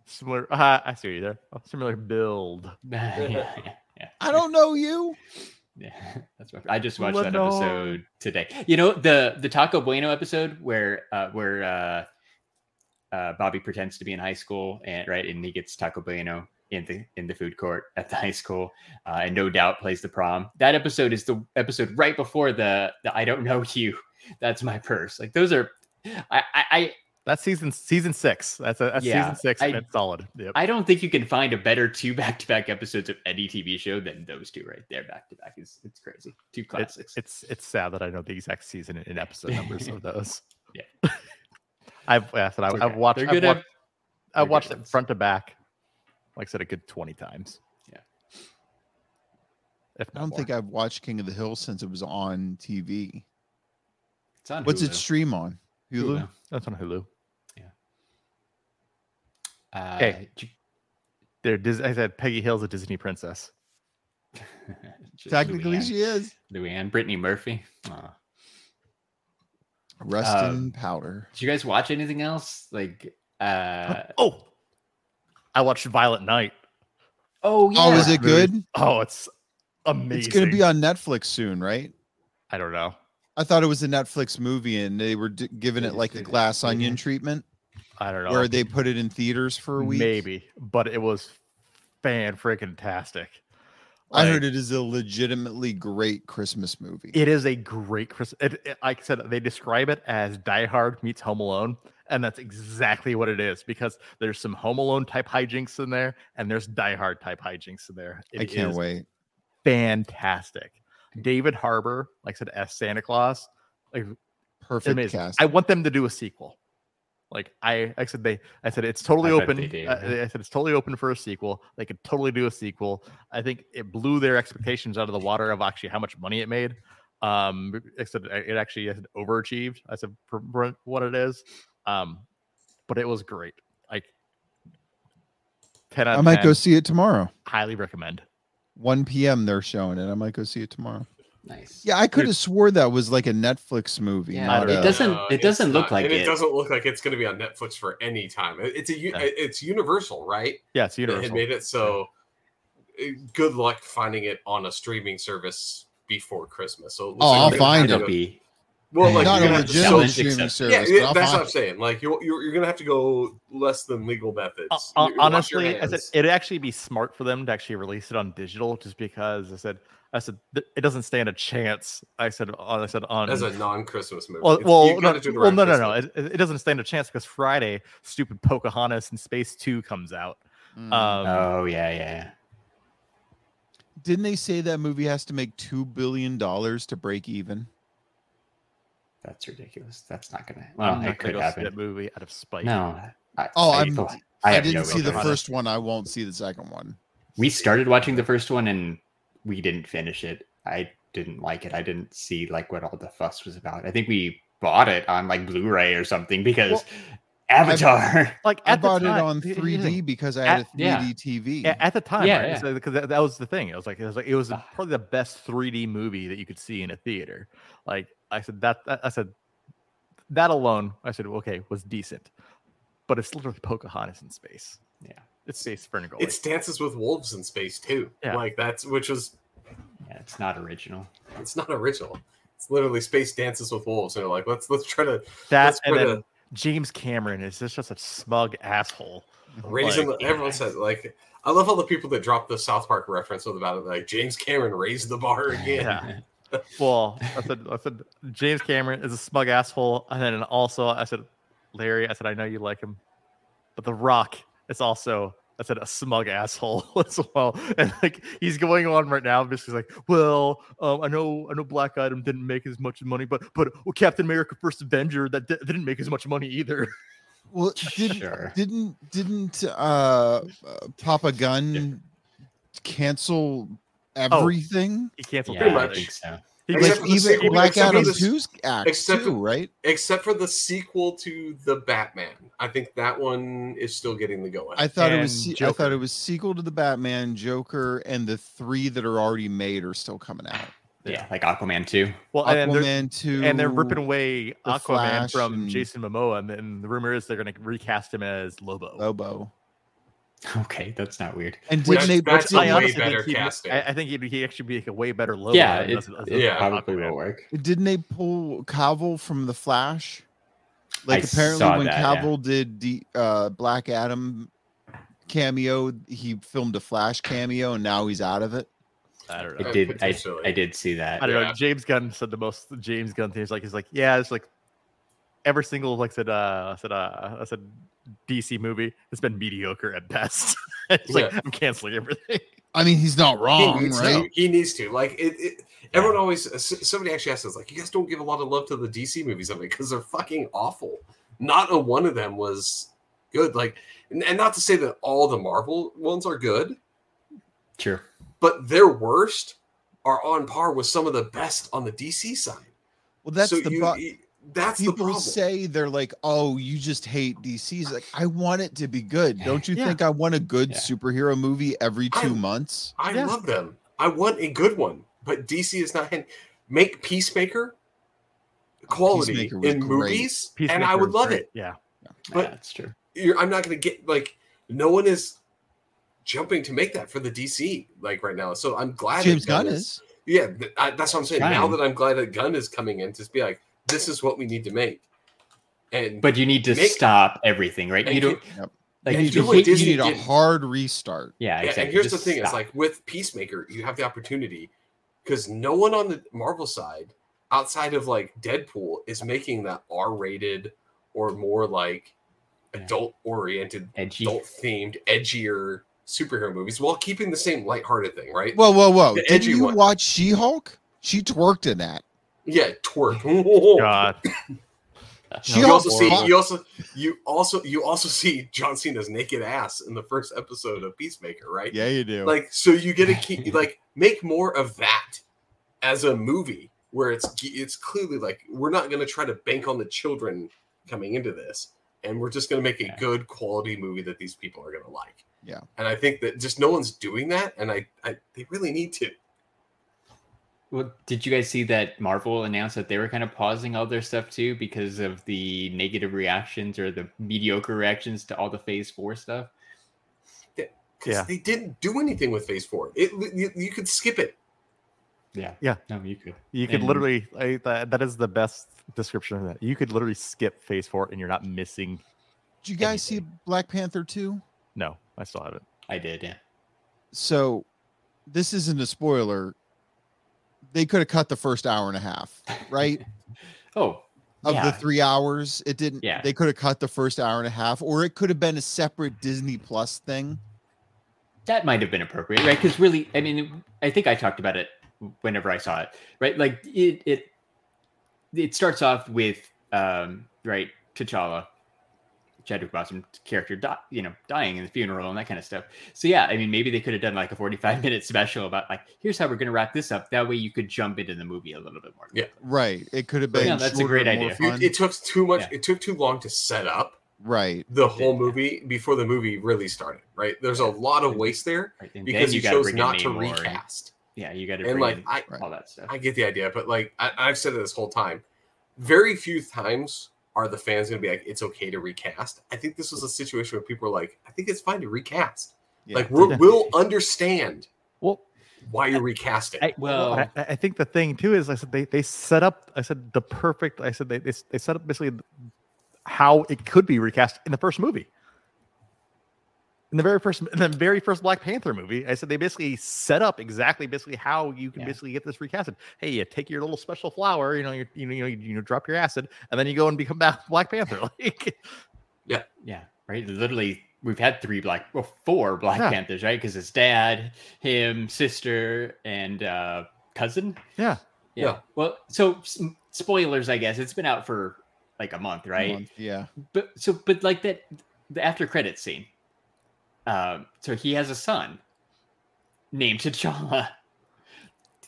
[SPEAKER 2] similar. *laughs* Uh, I see you there. Oh, similar build.
[SPEAKER 4] yeah, yeah, yeah,
[SPEAKER 3] I don't know you.
[SPEAKER 4] yeah. *laughs* That's what I just watched that
[SPEAKER 2] Lenore.
[SPEAKER 4] episode today. You know the the Taco Bueno episode where uh, where uh, uh, Bobby pretends to be in high school and right, and he gets Taco Bueno in the in the food court at the *laughs* high school, uh, and no doubt plays the prom. That episode is the episode right before the the I don't know *laughs* you. That's my purse. Like those are. I, I, I
[SPEAKER 2] That's season season six. That's a that's
[SPEAKER 4] Yeah,
[SPEAKER 2] season six.
[SPEAKER 4] I-
[SPEAKER 2] and it's solid. Yep.
[SPEAKER 4] I don't think you can find a better two back to back episodes of any TV show than those two right there back to back. It's it's crazy. Two
[SPEAKER 2] it's,
[SPEAKER 4] classics.
[SPEAKER 2] it's it's sad that I know the exact season and, and episode numbers
[SPEAKER 4] *laughs*
[SPEAKER 2] of those. *laughs* I've I said, I,
[SPEAKER 4] It's
[SPEAKER 2] I've
[SPEAKER 4] okay.
[SPEAKER 2] watched
[SPEAKER 4] They're
[SPEAKER 2] I've
[SPEAKER 4] good
[SPEAKER 2] watched,
[SPEAKER 4] ep- they're
[SPEAKER 2] I've
[SPEAKER 4] good
[SPEAKER 2] watched it
[SPEAKER 4] ones.
[SPEAKER 2] front to back, like I said, a good twenty times.
[SPEAKER 4] Yeah.
[SPEAKER 2] If
[SPEAKER 3] I don't think I've watched King of the Hill since it was on TV.
[SPEAKER 4] It's on
[SPEAKER 3] What's
[SPEAKER 4] Hulu.
[SPEAKER 3] it stream on? Hulu.
[SPEAKER 2] that's on Hulu.
[SPEAKER 4] Uh,
[SPEAKER 2] Hey. There, Dis- I said Peggy Hill's a Disney princess.
[SPEAKER 4] *laughs* just
[SPEAKER 3] Technically,
[SPEAKER 4] Luann.
[SPEAKER 3] she is.
[SPEAKER 4] Luann, Brittany Murphy. Aw.
[SPEAKER 3] Rest
[SPEAKER 4] Uh,
[SPEAKER 3] in powder.
[SPEAKER 4] Did you guys watch anything else? Like, uh,
[SPEAKER 2] Oh, I watched Violet Night.
[SPEAKER 4] oh
[SPEAKER 3] Oh, is it
[SPEAKER 2] Really?
[SPEAKER 3] good?
[SPEAKER 2] Oh, it's amazing.
[SPEAKER 3] It's going to be on Netflix soon, right?
[SPEAKER 2] I don't know.
[SPEAKER 3] I thought it was a Netflix movie, and they were d- giving
[SPEAKER 4] They
[SPEAKER 3] it
[SPEAKER 4] just
[SPEAKER 3] like the
[SPEAKER 4] did it.
[SPEAKER 3] glass
[SPEAKER 4] They
[SPEAKER 3] onion
[SPEAKER 4] did.
[SPEAKER 3] treatment,
[SPEAKER 2] I don't know.
[SPEAKER 3] where they put it in theaters for a week.
[SPEAKER 2] Maybe, but it was fan freaking tastic.
[SPEAKER 3] I heard it is a legitimately great Christmas movie.
[SPEAKER 2] It is a great Christmas. It, it- like I said, they describe it as Die Hard meets Home Alone, and that's exactly what it is because there's some Home Alone type hijinks in there, and there's Die Hard type hijinks in there. It
[SPEAKER 3] I can't
[SPEAKER 2] is
[SPEAKER 3] wait.
[SPEAKER 2] Fantastic. David Harbour, like I said, as Santa Claus,
[SPEAKER 3] Perfect
[SPEAKER 2] amazing.
[SPEAKER 3] cast.
[SPEAKER 2] I want them to do a sequel. Like I, like I said, they, I said it's totally
[SPEAKER 4] I bet
[SPEAKER 2] open.
[SPEAKER 4] they do,
[SPEAKER 2] uh,
[SPEAKER 4] yeah.
[SPEAKER 2] I said it's totally open for a sequel. They could totally do a sequel. I think it blew their expectations out of the water of actually how much money it made. Um, I said uh, it actually I said, overachieved. I said for for what it is. Um, but it was great. Like ten out of
[SPEAKER 3] I might
[SPEAKER 2] 10,
[SPEAKER 3] go see it tomorrow.
[SPEAKER 2] highly recommend.
[SPEAKER 3] 1 p.m. They're showing it. I might go see it tomorrow.
[SPEAKER 4] nice.
[SPEAKER 3] Yeah, I could have
[SPEAKER 4] There's-
[SPEAKER 3] swore that was like a Netflix movie.
[SPEAKER 4] Yeah,
[SPEAKER 3] not
[SPEAKER 2] it
[SPEAKER 3] a-
[SPEAKER 4] does- doesn't-
[SPEAKER 1] No,
[SPEAKER 4] it
[SPEAKER 1] Uh, it's
[SPEAKER 4] doesn't look
[SPEAKER 1] not.
[SPEAKER 4] like
[SPEAKER 1] and
[SPEAKER 4] it.
[SPEAKER 1] it doesn't look like it's going to be on Netflix for any time. It- It's a u-
[SPEAKER 2] No.
[SPEAKER 1] it's Universal, right?
[SPEAKER 2] Yeah, it's
[SPEAKER 1] It had
[SPEAKER 2] universal.
[SPEAKER 1] made it so. eh, Good luck finding it on a streaming service before Christmas. So it looks
[SPEAKER 3] Oh, I'll
[SPEAKER 1] you're gonna
[SPEAKER 3] find
[SPEAKER 1] have
[SPEAKER 4] It'll
[SPEAKER 1] to-
[SPEAKER 4] be
[SPEAKER 1] Well, like
[SPEAKER 3] not
[SPEAKER 1] you're gonna
[SPEAKER 3] a
[SPEAKER 1] have to
[SPEAKER 4] legitimate
[SPEAKER 1] sell it.
[SPEAKER 3] legitimate
[SPEAKER 4] Netflix
[SPEAKER 3] streaming
[SPEAKER 4] episode.
[SPEAKER 1] Yeah,
[SPEAKER 3] service.
[SPEAKER 1] yeah,
[SPEAKER 3] but I'll
[SPEAKER 1] that's
[SPEAKER 3] find
[SPEAKER 1] what I'm saying. Like you're, you're, you're gonna have to go less than legal methods.
[SPEAKER 2] Uh,
[SPEAKER 1] You're
[SPEAKER 2] uh,
[SPEAKER 1] gonna wash your
[SPEAKER 2] honestly, I said
[SPEAKER 1] hands.
[SPEAKER 2] it'd actually be smart for them to actually release it on digital, just because I said I said th- it doesn't stand a chance. I said on I said on
[SPEAKER 1] as a non-Christmas movie.
[SPEAKER 2] um, well,
[SPEAKER 1] It's-
[SPEAKER 2] well,
[SPEAKER 1] you gotta
[SPEAKER 2] no,
[SPEAKER 1] do it
[SPEAKER 2] well,
[SPEAKER 1] around
[SPEAKER 2] no, no, no,
[SPEAKER 1] Christmas.
[SPEAKER 2] it, it doesn't stand a chance because Friday, stupid Pocahontas in Space Two comes out.
[SPEAKER 3] Mm.
[SPEAKER 2] Um,
[SPEAKER 4] oh yeah, yeah.
[SPEAKER 3] Didn't they say that movie has to make two billion dollars to break even?
[SPEAKER 4] That's ridiculous. That's not gonna. Well,
[SPEAKER 2] I'm not
[SPEAKER 4] it
[SPEAKER 2] gonna
[SPEAKER 4] could
[SPEAKER 2] go see
[SPEAKER 4] happen.
[SPEAKER 2] That movie out of spite.
[SPEAKER 4] No. I,
[SPEAKER 3] Oh,
[SPEAKER 4] I,
[SPEAKER 3] I'm-
[SPEAKER 4] oh,
[SPEAKER 3] I,
[SPEAKER 4] have
[SPEAKER 3] didn't
[SPEAKER 4] no
[SPEAKER 3] see the
[SPEAKER 4] interest.
[SPEAKER 3] first one. I won't see the second one.
[SPEAKER 4] we started watching the first one and we didn't finish it i didn't like it i didn't see like what all the fuss was about i think we bought it on like blu-ray or something because Avatar. *laughs*
[SPEAKER 2] Like
[SPEAKER 3] I
[SPEAKER 2] at the
[SPEAKER 3] bought it
[SPEAKER 2] time-
[SPEAKER 3] on
[SPEAKER 2] here's the
[SPEAKER 3] 3D
[SPEAKER 2] thing.
[SPEAKER 3] because I
[SPEAKER 2] At-
[SPEAKER 3] had a 3D
[SPEAKER 4] yeah.
[SPEAKER 3] TV.
[SPEAKER 2] A- at the time,
[SPEAKER 4] Yeah,
[SPEAKER 2] right?
[SPEAKER 4] yeah.
[SPEAKER 2] So because that, that was the thing. It was like it was like it was
[SPEAKER 4] Ah.
[SPEAKER 2] probably the best 3D movie that you could see in a theater. Like I said, that, that I said that alone, I said okay was decent, but it's literally Pocahontas in space.
[SPEAKER 4] Yeah.
[SPEAKER 2] it's space vertical.
[SPEAKER 1] It's dances with wolves in space too.
[SPEAKER 2] Yeah.
[SPEAKER 1] Like that's which was
[SPEAKER 4] yeah, it's not original.
[SPEAKER 1] it's not original. It's literally space dances with wolves. So like let's let's try to
[SPEAKER 2] that
[SPEAKER 1] let's
[SPEAKER 2] and
[SPEAKER 1] put
[SPEAKER 2] then
[SPEAKER 1] a-
[SPEAKER 2] James Cameron is just, just a smug asshole.
[SPEAKER 1] raising
[SPEAKER 2] Like,
[SPEAKER 1] the, everyone says like I love all the people that drop the South Park reference with about it like James Cameron raised the bar again.
[SPEAKER 2] Yeah. *laughs* Well, I said I said James Cameron is a smug asshole, and then also I said Larry, I said I know you like him, but The Rock is also I said a smug asshole *laughs* as well, and like he's going on right now, basically like, well, um, I know I know Black Item didn't make as much money, but but Captain America: First Avenger that di- didn't make as much money either. *laughs*
[SPEAKER 3] Well, did,
[SPEAKER 4] Sure.
[SPEAKER 3] didn't didn't uh, uh, Papa Gun cancel
[SPEAKER 2] Oh.
[SPEAKER 3] everything?
[SPEAKER 2] He canceled
[SPEAKER 4] yeah, I
[SPEAKER 1] much.
[SPEAKER 4] think so.
[SPEAKER 2] He
[SPEAKER 1] Except for
[SPEAKER 2] canceled-
[SPEAKER 3] like
[SPEAKER 1] the
[SPEAKER 3] even
[SPEAKER 1] sequel-
[SPEAKER 3] Black
[SPEAKER 1] except for
[SPEAKER 3] Adam
[SPEAKER 1] the s-
[SPEAKER 3] 2's act
[SPEAKER 1] except for-
[SPEAKER 3] too, right?
[SPEAKER 1] Except for the sequel to the Batman. I think that one is still getting the go
[SPEAKER 3] I
[SPEAKER 1] ahead.
[SPEAKER 3] thought it was
[SPEAKER 2] and
[SPEAKER 3] se- I thought
[SPEAKER 2] Joker.
[SPEAKER 3] it was sequel to the Batman, Joker, and the three that are already made are still coming out.
[SPEAKER 4] Yeah. like Aquaman 2.
[SPEAKER 2] well, and then there's-
[SPEAKER 3] Aquaman two,
[SPEAKER 2] and they're ripping away Aquaman
[SPEAKER 3] Flash
[SPEAKER 2] from
[SPEAKER 3] and-
[SPEAKER 2] Jason Momoa, and, and the rumor is they're going to recast him as Lobo.
[SPEAKER 3] Lobo.
[SPEAKER 4] *laughs* Okay, that's not weird.
[SPEAKER 3] And
[SPEAKER 1] Which-
[SPEAKER 3] didn't they?
[SPEAKER 1] that's
[SPEAKER 3] didn't-
[SPEAKER 1] a way
[SPEAKER 2] honestly
[SPEAKER 1] better
[SPEAKER 2] he'd be-
[SPEAKER 1] casting.
[SPEAKER 2] I, I think he'd, he'd actually be like a way better Lobo.
[SPEAKER 4] yeah,
[SPEAKER 2] than
[SPEAKER 4] it,
[SPEAKER 2] as- as a
[SPEAKER 4] it
[SPEAKER 1] yeah,
[SPEAKER 4] probably
[SPEAKER 2] Aquaman.
[SPEAKER 4] will work.
[SPEAKER 3] Didn't they pull Cavill from the Flash? Like
[SPEAKER 4] I
[SPEAKER 3] apparently
[SPEAKER 4] saw
[SPEAKER 3] when
[SPEAKER 4] that, yeah.
[SPEAKER 3] Cavill did the uh, Black Adam cameo, he filmed a Flash cameo, and now he's out of it.
[SPEAKER 2] I don't
[SPEAKER 4] I
[SPEAKER 2] know.
[SPEAKER 1] Uh,
[SPEAKER 4] did. I,
[SPEAKER 1] potentially.
[SPEAKER 4] I did see that.
[SPEAKER 2] I don't
[SPEAKER 1] yeah.
[SPEAKER 2] know. James Gunn said the most James Gunn thing is like he's like yeah, it's like every single like said uh said uh I said DC movie has been mediocre at best. *laughs* it's like I'm canceling everything.
[SPEAKER 3] I mean, he's not
[SPEAKER 1] he
[SPEAKER 3] wrong,
[SPEAKER 1] needs
[SPEAKER 3] right?
[SPEAKER 1] to. He needs to. Like it. it Everyone always. s- Somebody actually asked us, like, you guys don't give a lot of love to the DC movies, I mean, because they're fucking awful. Not a one of them was good. Like, and, and not to say that all the Marvel ones are good,
[SPEAKER 4] Sure.
[SPEAKER 1] but their worst are on par with some of the best on the DC side.
[SPEAKER 3] Well, that's
[SPEAKER 1] So
[SPEAKER 3] the
[SPEAKER 1] you-
[SPEAKER 3] pro-
[SPEAKER 1] you- that's the
[SPEAKER 3] people
[SPEAKER 1] problem.
[SPEAKER 3] say they're like, "Oh, you just hate DC's." Like, I want it to be good. Don't you
[SPEAKER 2] Yeah.
[SPEAKER 3] think I want a good
[SPEAKER 4] Yeah.
[SPEAKER 3] superhero movie every two
[SPEAKER 1] I-
[SPEAKER 3] months?
[SPEAKER 1] I
[SPEAKER 2] Yeah.
[SPEAKER 1] love them. I want a good one, but DC is not. hand- Make Peacemaker quality
[SPEAKER 3] Peacemaker was
[SPEAKER 1] in
[SPEAKER 3] great.
[SPEAKER 1] movies, and I
[SPEAKER 2] Peacemaker
[SPEAKER 1] would
[SPEAKER 2] was
[SPEAKER 1] love
[SPEAKER 2] great.
[SPEAKER 1] it.
[SPEAKER 2] Yeah,
[SPEAKER 1] But-
[SPEAKER 4] yeah, that's true.
[SPEAKER 1] You're, I'm not going to get like no one is jumping to make that for the DC like right now. So I'm glad that
[SPEAKER 3] James Gunn
[SPEAKER 1] Gunn
[SPEAKER 3] is.
[SPEAKER 1] Yeah, th- I, that's what I'm saying. Now
[SPEAKER 4] Trying.
[SPEAKER 1] that I'm glad that Gunn is coming in to be like, this is what we need to make. And
[SPEAKER 4] But you need to
[SPEAKER 1] Make-
[SPEAKER 4] stop everything, right?
[SPEAKER 1] and
[SPEAKER 4] You don't
[SPEAKER 1] he-
[SPEAKER 3] Yep.
[SPEAKER 4] like
[SPEAKER 1] and
[SPEAKER 4] you
[SPEAKER 1] do
[SPEAKER 4] don't
[SPEAKER 1] what
[SPEAKER 4] hate-
[SPEAKER 1] Disney
[SPEAKER 3] you need a
[SPEAKER 1] did.
[SPEAKER 3] hard restart.
[SPEAKER 4] Yeah,
[SPEAKER 1] Yeah,
[SPEAKER 4] exactly.
[SPEAKER 1] and here's the
[SPEAKER 4] Just
[SPEAKER 1] thing: it's
[SPEAKER 4] stop.
[SPEAKER 1] like with Peacemaker, you have the opportunity because no one on the Marvel side, outside of like Deadpool, is making that R-rated or more like
[SPEAKER 4] Yeah.
[SPEAKER 1] adult-oriented,
[SPEAKER 4] edgy.
[SPEAKER 1] adult-themed, edgier superhero movies while keeping the same lighthearted thing, right?
[SPEAKER 3] Whoa, whoa, whoa!
[SPEAKER 1] The
[SPEAKER 3] Did
[SPEAKER 1] edgy
[SPEAKER 3] you
[SPEAKER 1] one.
[SPEAKER 3] watch She Hulk? She twerked in that.
[SPEAKER 1] yeah, twerk.
[SPEAKER 2] God,
[SPEAKER 3] She
[SPEAKER 1] You
[SPEAKER 3] Hulk.
[SPEAKER 1] also see you also you also you also see John Cena's naked ass in the first episode of Peacemaker, right?
[SPEAKER 3] yeah, you do.
[SPEAKER 1] like so you get to keep like make more of that as a movie where it's it's clearly like we're not going to try to bank on the children coming into this and we're just going to make a
[SPEAKER 4] Yeah.
[SPEAKER 1] good quality movie that these people are going to like
[SPEAKER 3] Yeah.
[SPEAKER 1] and i think that just no one's doing that and i, I they really need to
[SPEAKER 4] Well, did you guys see that Marvel announced that they were kind of pausing all their stuff too because of the negative reactions or the mediocre reactions to all the Phase Four stuff?
[SPEAKER 1] because
[SPEAKER 2] Yeah.
[SPEAKER 1] they didn't do anything with phase four it you, you could skip it
[SPEAKER 4] Yeah.
[SPEAKER 2] Yeah.
[SPEAKER 4] No, you could.
[SPEAKER 2] you could
[SPEAKER 4] And-
[SPEAKER 2] literally I, that, that is the best description of that. You could literally skip Phase Four and you're not missing.
[SPEAKER 3] Did you guys see
[SPEAKER 2] anything.
[SPEAKER 3] Black Panther 2?
[SPEAKER 2] No, I still haven't.
[SPEAKER 4] I did. Yeah.
[SPEAKER 3] So this isn't a spoiler. They could have cut the first hour and a half,
[SPEAKER 4] *laughs*
[SPEAKER 3] right?
[SPEAKER 4] Oh.
[SPEAKER 3] Of
[SPEAKER 4] yeah.
[SPEAKER 3] the three hours. It didn't
[SPEAKER 4] Yeah.
[SPEAKER 3] they could have cut the first hour and a half, or it could have been a separate Disney Plus thing.
[SPEAKER 4] that might have been appropriate, right? Because really, I mean, I think I talked about it whenever I saw it, right? Like it, it, it starts off with um, right T'Challa, Chadwick Boseman character, di- you know, dying in the funeral and that kind of stuff. So yeah, I mean, maybe they could have done like a forty-five minute special about like here's how we're going to wrap this up. That way, you could jump into the movie a little bit more.
[SPEAKER 1] Yeah.
[SPEAKER 3] Right. It could have
[SPEAKER 4] Yeah,
[SPEAKER 3] been
[SPEAKER 4] that's a
[SPEAKER 3] shorter
[SPEAKER 4] great
[SPEAKER 3] and more
[SPEAKER 4] idea.
[SPEAKER 1] You-
[SPEAKER 3] fun.
[SPEAKER 1] it took too much
[SPEAKER 4] Yeah.
[SPEAKER 1] it took too long to set up
[SPEAKER 3] right.
[SPEAKER 1] the whole movie before the movie really started, right? There's a lot of waste there
[SPEAKER 4] Right, and
[SPEAKER 1] because
[SPEAKER 4] then you
[SPEAKER 1] he
[SPEAKER 4] gotta
[SPEAKER 1] chose
[SPEAKER 4] bring in
[SPEAKER 1] not to
[SPEAKER 4] Namor and-
[SPEAKER 1] recast.
[SPEAKER 4] yeah, you got to
[SPEAKER 1] And,
[SPEAKER 4] bring
[SPEAKER 1] like,
[SPEAKER 4] in
[SPEAKER 1] I-
[SPEAKER 4] all that stuff.
[SPEAKER 1] I get the idea, but like I, I've said it this whole time, very few times are the fans going to be like, "It's okay to recast." I think this was a situation where people were like, "I think it's fine to recast."
[SPEAKER 3] Yeah.
[SPEAKER 1] Like we're, we'll understand
[SPEAKER 2] Well,
[SPEAKER 1] why you're recasting.
[SPEAKER 2] I,
[SPEAKER 4] Well-
[SPEAKER 2] I, I think the thing too is I said they, they set up I said the perfect I said they, they they set up basically how it could be recast in the first movie. In the very first in the very first Black Panther movie, I said they basically set up exactly basically how you can
[SPEAKER 4] Yeah.
[SPEAKER 2] basically get this recasted. Hey, you take your little special flower, you know, you you know, you, know, you drop your acid, and then you go and become that Black Panther. *laughs* Like,
[SPEAKER 4] Yeah, right. Literally, we've had three black, well, four Black
[SPEAKER 2] Yeah.
[SPEAKER 4] Panthers, right? Because it's dad, him, sister, and uh, cousin.
[SPEAKER 2] yeah,
[SPEAKER 4] Yeah.
[SPEAKER 1] Yeah.
[SPEAKER 4] Well, so s- spoilers, I guess. It's been out for like a month, right?
[SPEAKER 3] Month, Yeah.
[SPEAKER 4] But so, but like that, the after credit scene. Um, so he has a son named T'Challa.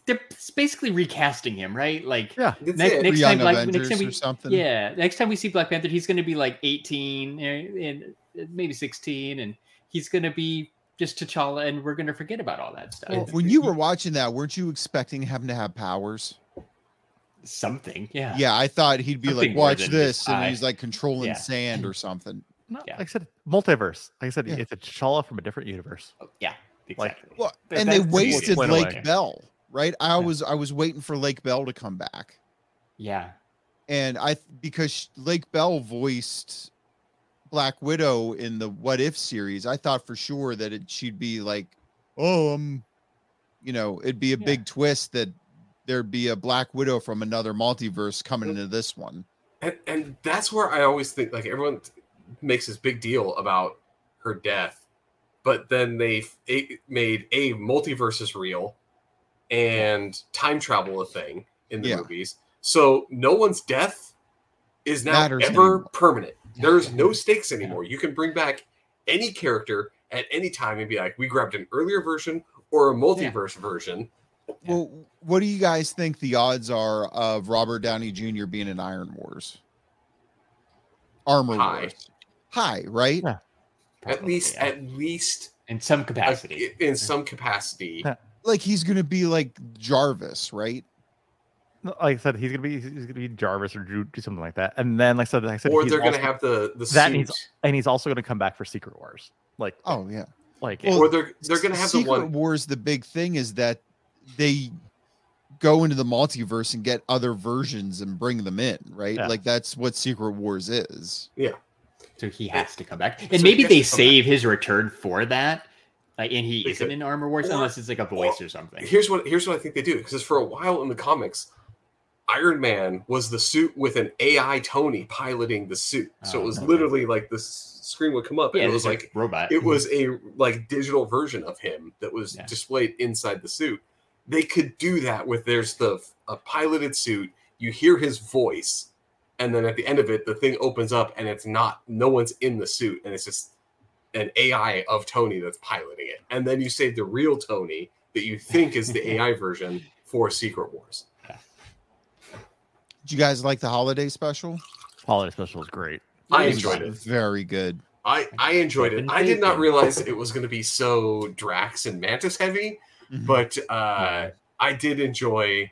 [SPEAKER 4] They're s- basically recasting him, right? Like,
[SPEAKER 2] yeah.
[SPEAKER 1] That's
[SPEAKER 4] Nick-
[SPEAKER 1] it.
[SPEAKER 4] Nick- Next
[SPEAKER 3] Young
[SPEAKER 4] time Black- next
[SPEAKER 3] Avengers
[SPEAKER 4] time we-
[SPEAKER 3] or something.
[SPEAKER 4] yeah, next time we see Black Panther, he's going to be like 18 eh, and uh, maybe 16, and he's going to be just T'Challa, and we're going to forget about all that stuff.
[SPEAKER 3] Well, when you were watching that, weren't you expecting him to have powers?
[SPEAKER 4] something, yeah,
[SPEAKER 3] Yeah, I thought he'd be
[SPEAKER 4] Something
[SPEAKER 3] like,
[SPEAKER 4] more
[SPEAKER 3] "Watch
[SPEAKER 4] than
[SPEAKER 3] this,"
[SPEAKER 4] just
[SPEAKER 3] and
[SPEAKER 4] eye.
[SPEAKER 3] he's like controlling
[SPEAKER 4] Yeah.
[SPEAKER 3] sand or something.
[SPEAKER 2] No,
[SPEAKER 4] Yeah.
[SPEAKER 2] Like I said, multiverse. Like I said,
[SPEAKER 3] Yeah.
[SPEAKER 2] it's a T'Challa from a different universe.
[SPEAKER 4] yeah,
[SPEAKER 2] Like-
[SPEAKER 4] exactly.
[SPEAKER 3] Well,
[SPEAKER 4] That-
[SPEAKER 3] and they
[SPEAKER 4] that's the beauty.
[SPEAKER 3] wasted
[SPEAKER 2] Went
[SPEAKER 3] Lake
[SPEAKER 2] away.
[SPEAKER 3] Bell, right? I was I was waiting for Lake Bell to come back,
[SPEAKER 4] yeah,
[SPEAKER 3] and I because sh- Lake Bell voiced Black Widow in the What If series, I thought for sure that it she'd be like, "Oh, um, you know, it'd be a
[SPEAKER 4] Yeah.
[SPEAKER 3] big twist that there'd be a Black Widow from another multiverse coming into this one."
[SPEAKER 1] and, and that's where I always think like everyone t- makes this big deal about her death, but then they f- a- made a multiverses real and time travel a thing in the
[SPEAKER 3] Yeah.
[SPEAKER 1] movies. So no one's death is now
[SPEAKER 3] Matters
[SPEAKER 1] ever
[SPEAKER 3] anymore.
[SPEAKER 1] permanent. There's no stakes anymore. You can bring back any character at any time and be like, we grabbed an earlier version or a multiverse version.
[SPEAKER 4] Yeah.
[SPEAKER 3] Well, what do you guys think the odds are of Robert Downey Jr. being in Iron Wars? Armor
[SPEAKER 1] High.
[SPEAKER 3] Wars. High, right?
[SPEAKER 2] Yeah.
[SPEAKER 1] at least,
[SPEAKER 4] yeah.
[SPEAKER 1] at least
[SPEAKER 4] in some
[SPEAKER 1] uh,
[SPEAKER 4] capacity.
[SPEAKER 1] in some capacity.
[SPEAKER 2] Yeah.
[SPEAKER 3] Like he's gonna be like Jarvis, right?
[SPEAKER 2] No, Like I said, he's gonna be he's gonna be Jarvis or Drew, do something like that. And then, like I said, like I said,
[SPEAKER 1] or
[SPEAKER 2] he's
[SPEAKER 1] they're going to
[SPEAKER 2] also-
[SPEAKER 1] have the the
[SPEAKER 2] That
[SPEAKER 1] suit,
[SPEAKER 2] needs- and he's also gonna come back for Secret Wars. Like,
[SPEAKER 3] Oh yeah.
[SPEAKER 2] like
[SPEAKER 3] Well,
[SPEAKER 1] or they're they're going to have
[SPEAKER 3] Secret
[SPEAKER 1] the one.
[SPEAKER 3] Wars. The big thing is that they go into the multiverse and get other versions and bring them in, right?
[SPEAKER 2] Yeah.
[SPEAKER 3] Like that's what Secret Wars is.
[SPEAKER 4] So he has to come back, and
[SPEAKER 1] So he
[SPEAKER 4] maybe
[SPEAKER 1] has to
[SPEAKER 4] they
[SPEAKER 1] come back.
[SPEAKER 4] save his return for that. Like, and he
[SPEAKER 1] They
[SPEAKER 4] isn't
[SPEAKER 1] could.
[SPEAKER 4] in Armor Wars
[SPEAKER 1] Or-
[SPEAKER 4] unless it's like a voice or something.
[SPEAKER 1] Here's what here's what I think they do because for a while in the comics, Iron Man was the suit with an AI Tony piloting the suit, so
[SPEAKER 4] Oh,
[SPEAKER 1] it was
[SPEAKER 4] okay.
[SPEAKER 1] literally like the s- screen would come up
[SPEAKER 4] yeah,
[SPEAKER 1] and it was
[SPEAKER 4] there's a
[SPEAKER 1] like
[SPEAKER 4] robot.
[SPEAKER 1] it
[SPEAKER 4] *laughs*
[SPEAKER 1] was a like digital version of him that was
[SPEAKER 4] Yeah.
[SPEAKER 1] displayed inside the suit. They could do that with there's the a piloted suit. You hear his voice, and then at the end of it, the thing opens up and it's not no one's in the suit, and it's just an AI of Tony that's piloting it. And then you save the real Tony that you think is the AI version for Secret Wars.
[SPEAKER 3] Do you guys like the holiday special?
[SPEAKER 2] holiday special is great.
[SPEAKER 1] I
[SPEAKER 3] was
[SPEAKER 1] enjoyed it.
[SPEAKER 3] Very good.
[SPEAKER 1] I I enjoyed it.
[SPEAKER 4] Bacon
[SPEAKER 1] I did not
[SPEAKER 4] bacon.
[SPEAKER 1] realize it was going to be so Drax and Mantis heavy.
[SPEAKER 3] Mhm.
[SPEAKER 1] but uh,
[SPEAKER 3] Mm-hmm.
[SPEAKER 1] I did enjoy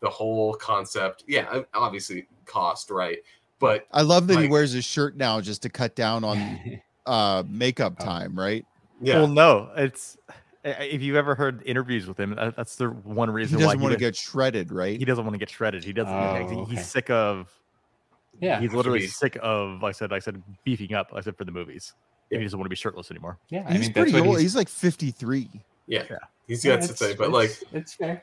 [SPEAKER 1] the whole concept. Yeah, ob- obviously cost right, but
[SPEAKER 3] I love that he
[SPEAKER 1] like-
[SPEAKER 3] wears his shirt now just to cut down on uh makeup
[SPEAKER 4] Oh.
[SPEAKER 3] time, right?
[SPEAKER 1] yeah,
[SPEAKER 2] Well, no, it's i- i- if you've ever heard interviews with him, that- that's the one
[SPEAKER 3] He
[SPEAKER 2] reason why
[SPEAKER 3] doesn't want to
[SPEAKER 2] he, does-
[SPEAKER 3] get shredded, right?
[SPEAKER 2] he doesn't want to get shredded. He doesn't. like,
[SPEAKER 4] Oh,
[SPEAKER 2] He's
[SPEAKER 4] okay.
[SPEAKER 2] sick of.
[SPEAKER 4] yeah,
[SPEAKER 2] he's literally
[SPEAKER 1] Should be-
[SPEAKER 2] sick of. I said. I said beefing up. I said for the movies.
[SPEAKER 1] Yeah.
[SPEAKER 2] He doesn't want to be shirtless anymore.
[SPEAKER 4] yeah.
[SPEAKER 3] he's pretty old. He's, like 53.
[SPEAKER 1] he's got to say, but like
[SPEAKER 4] it's fair.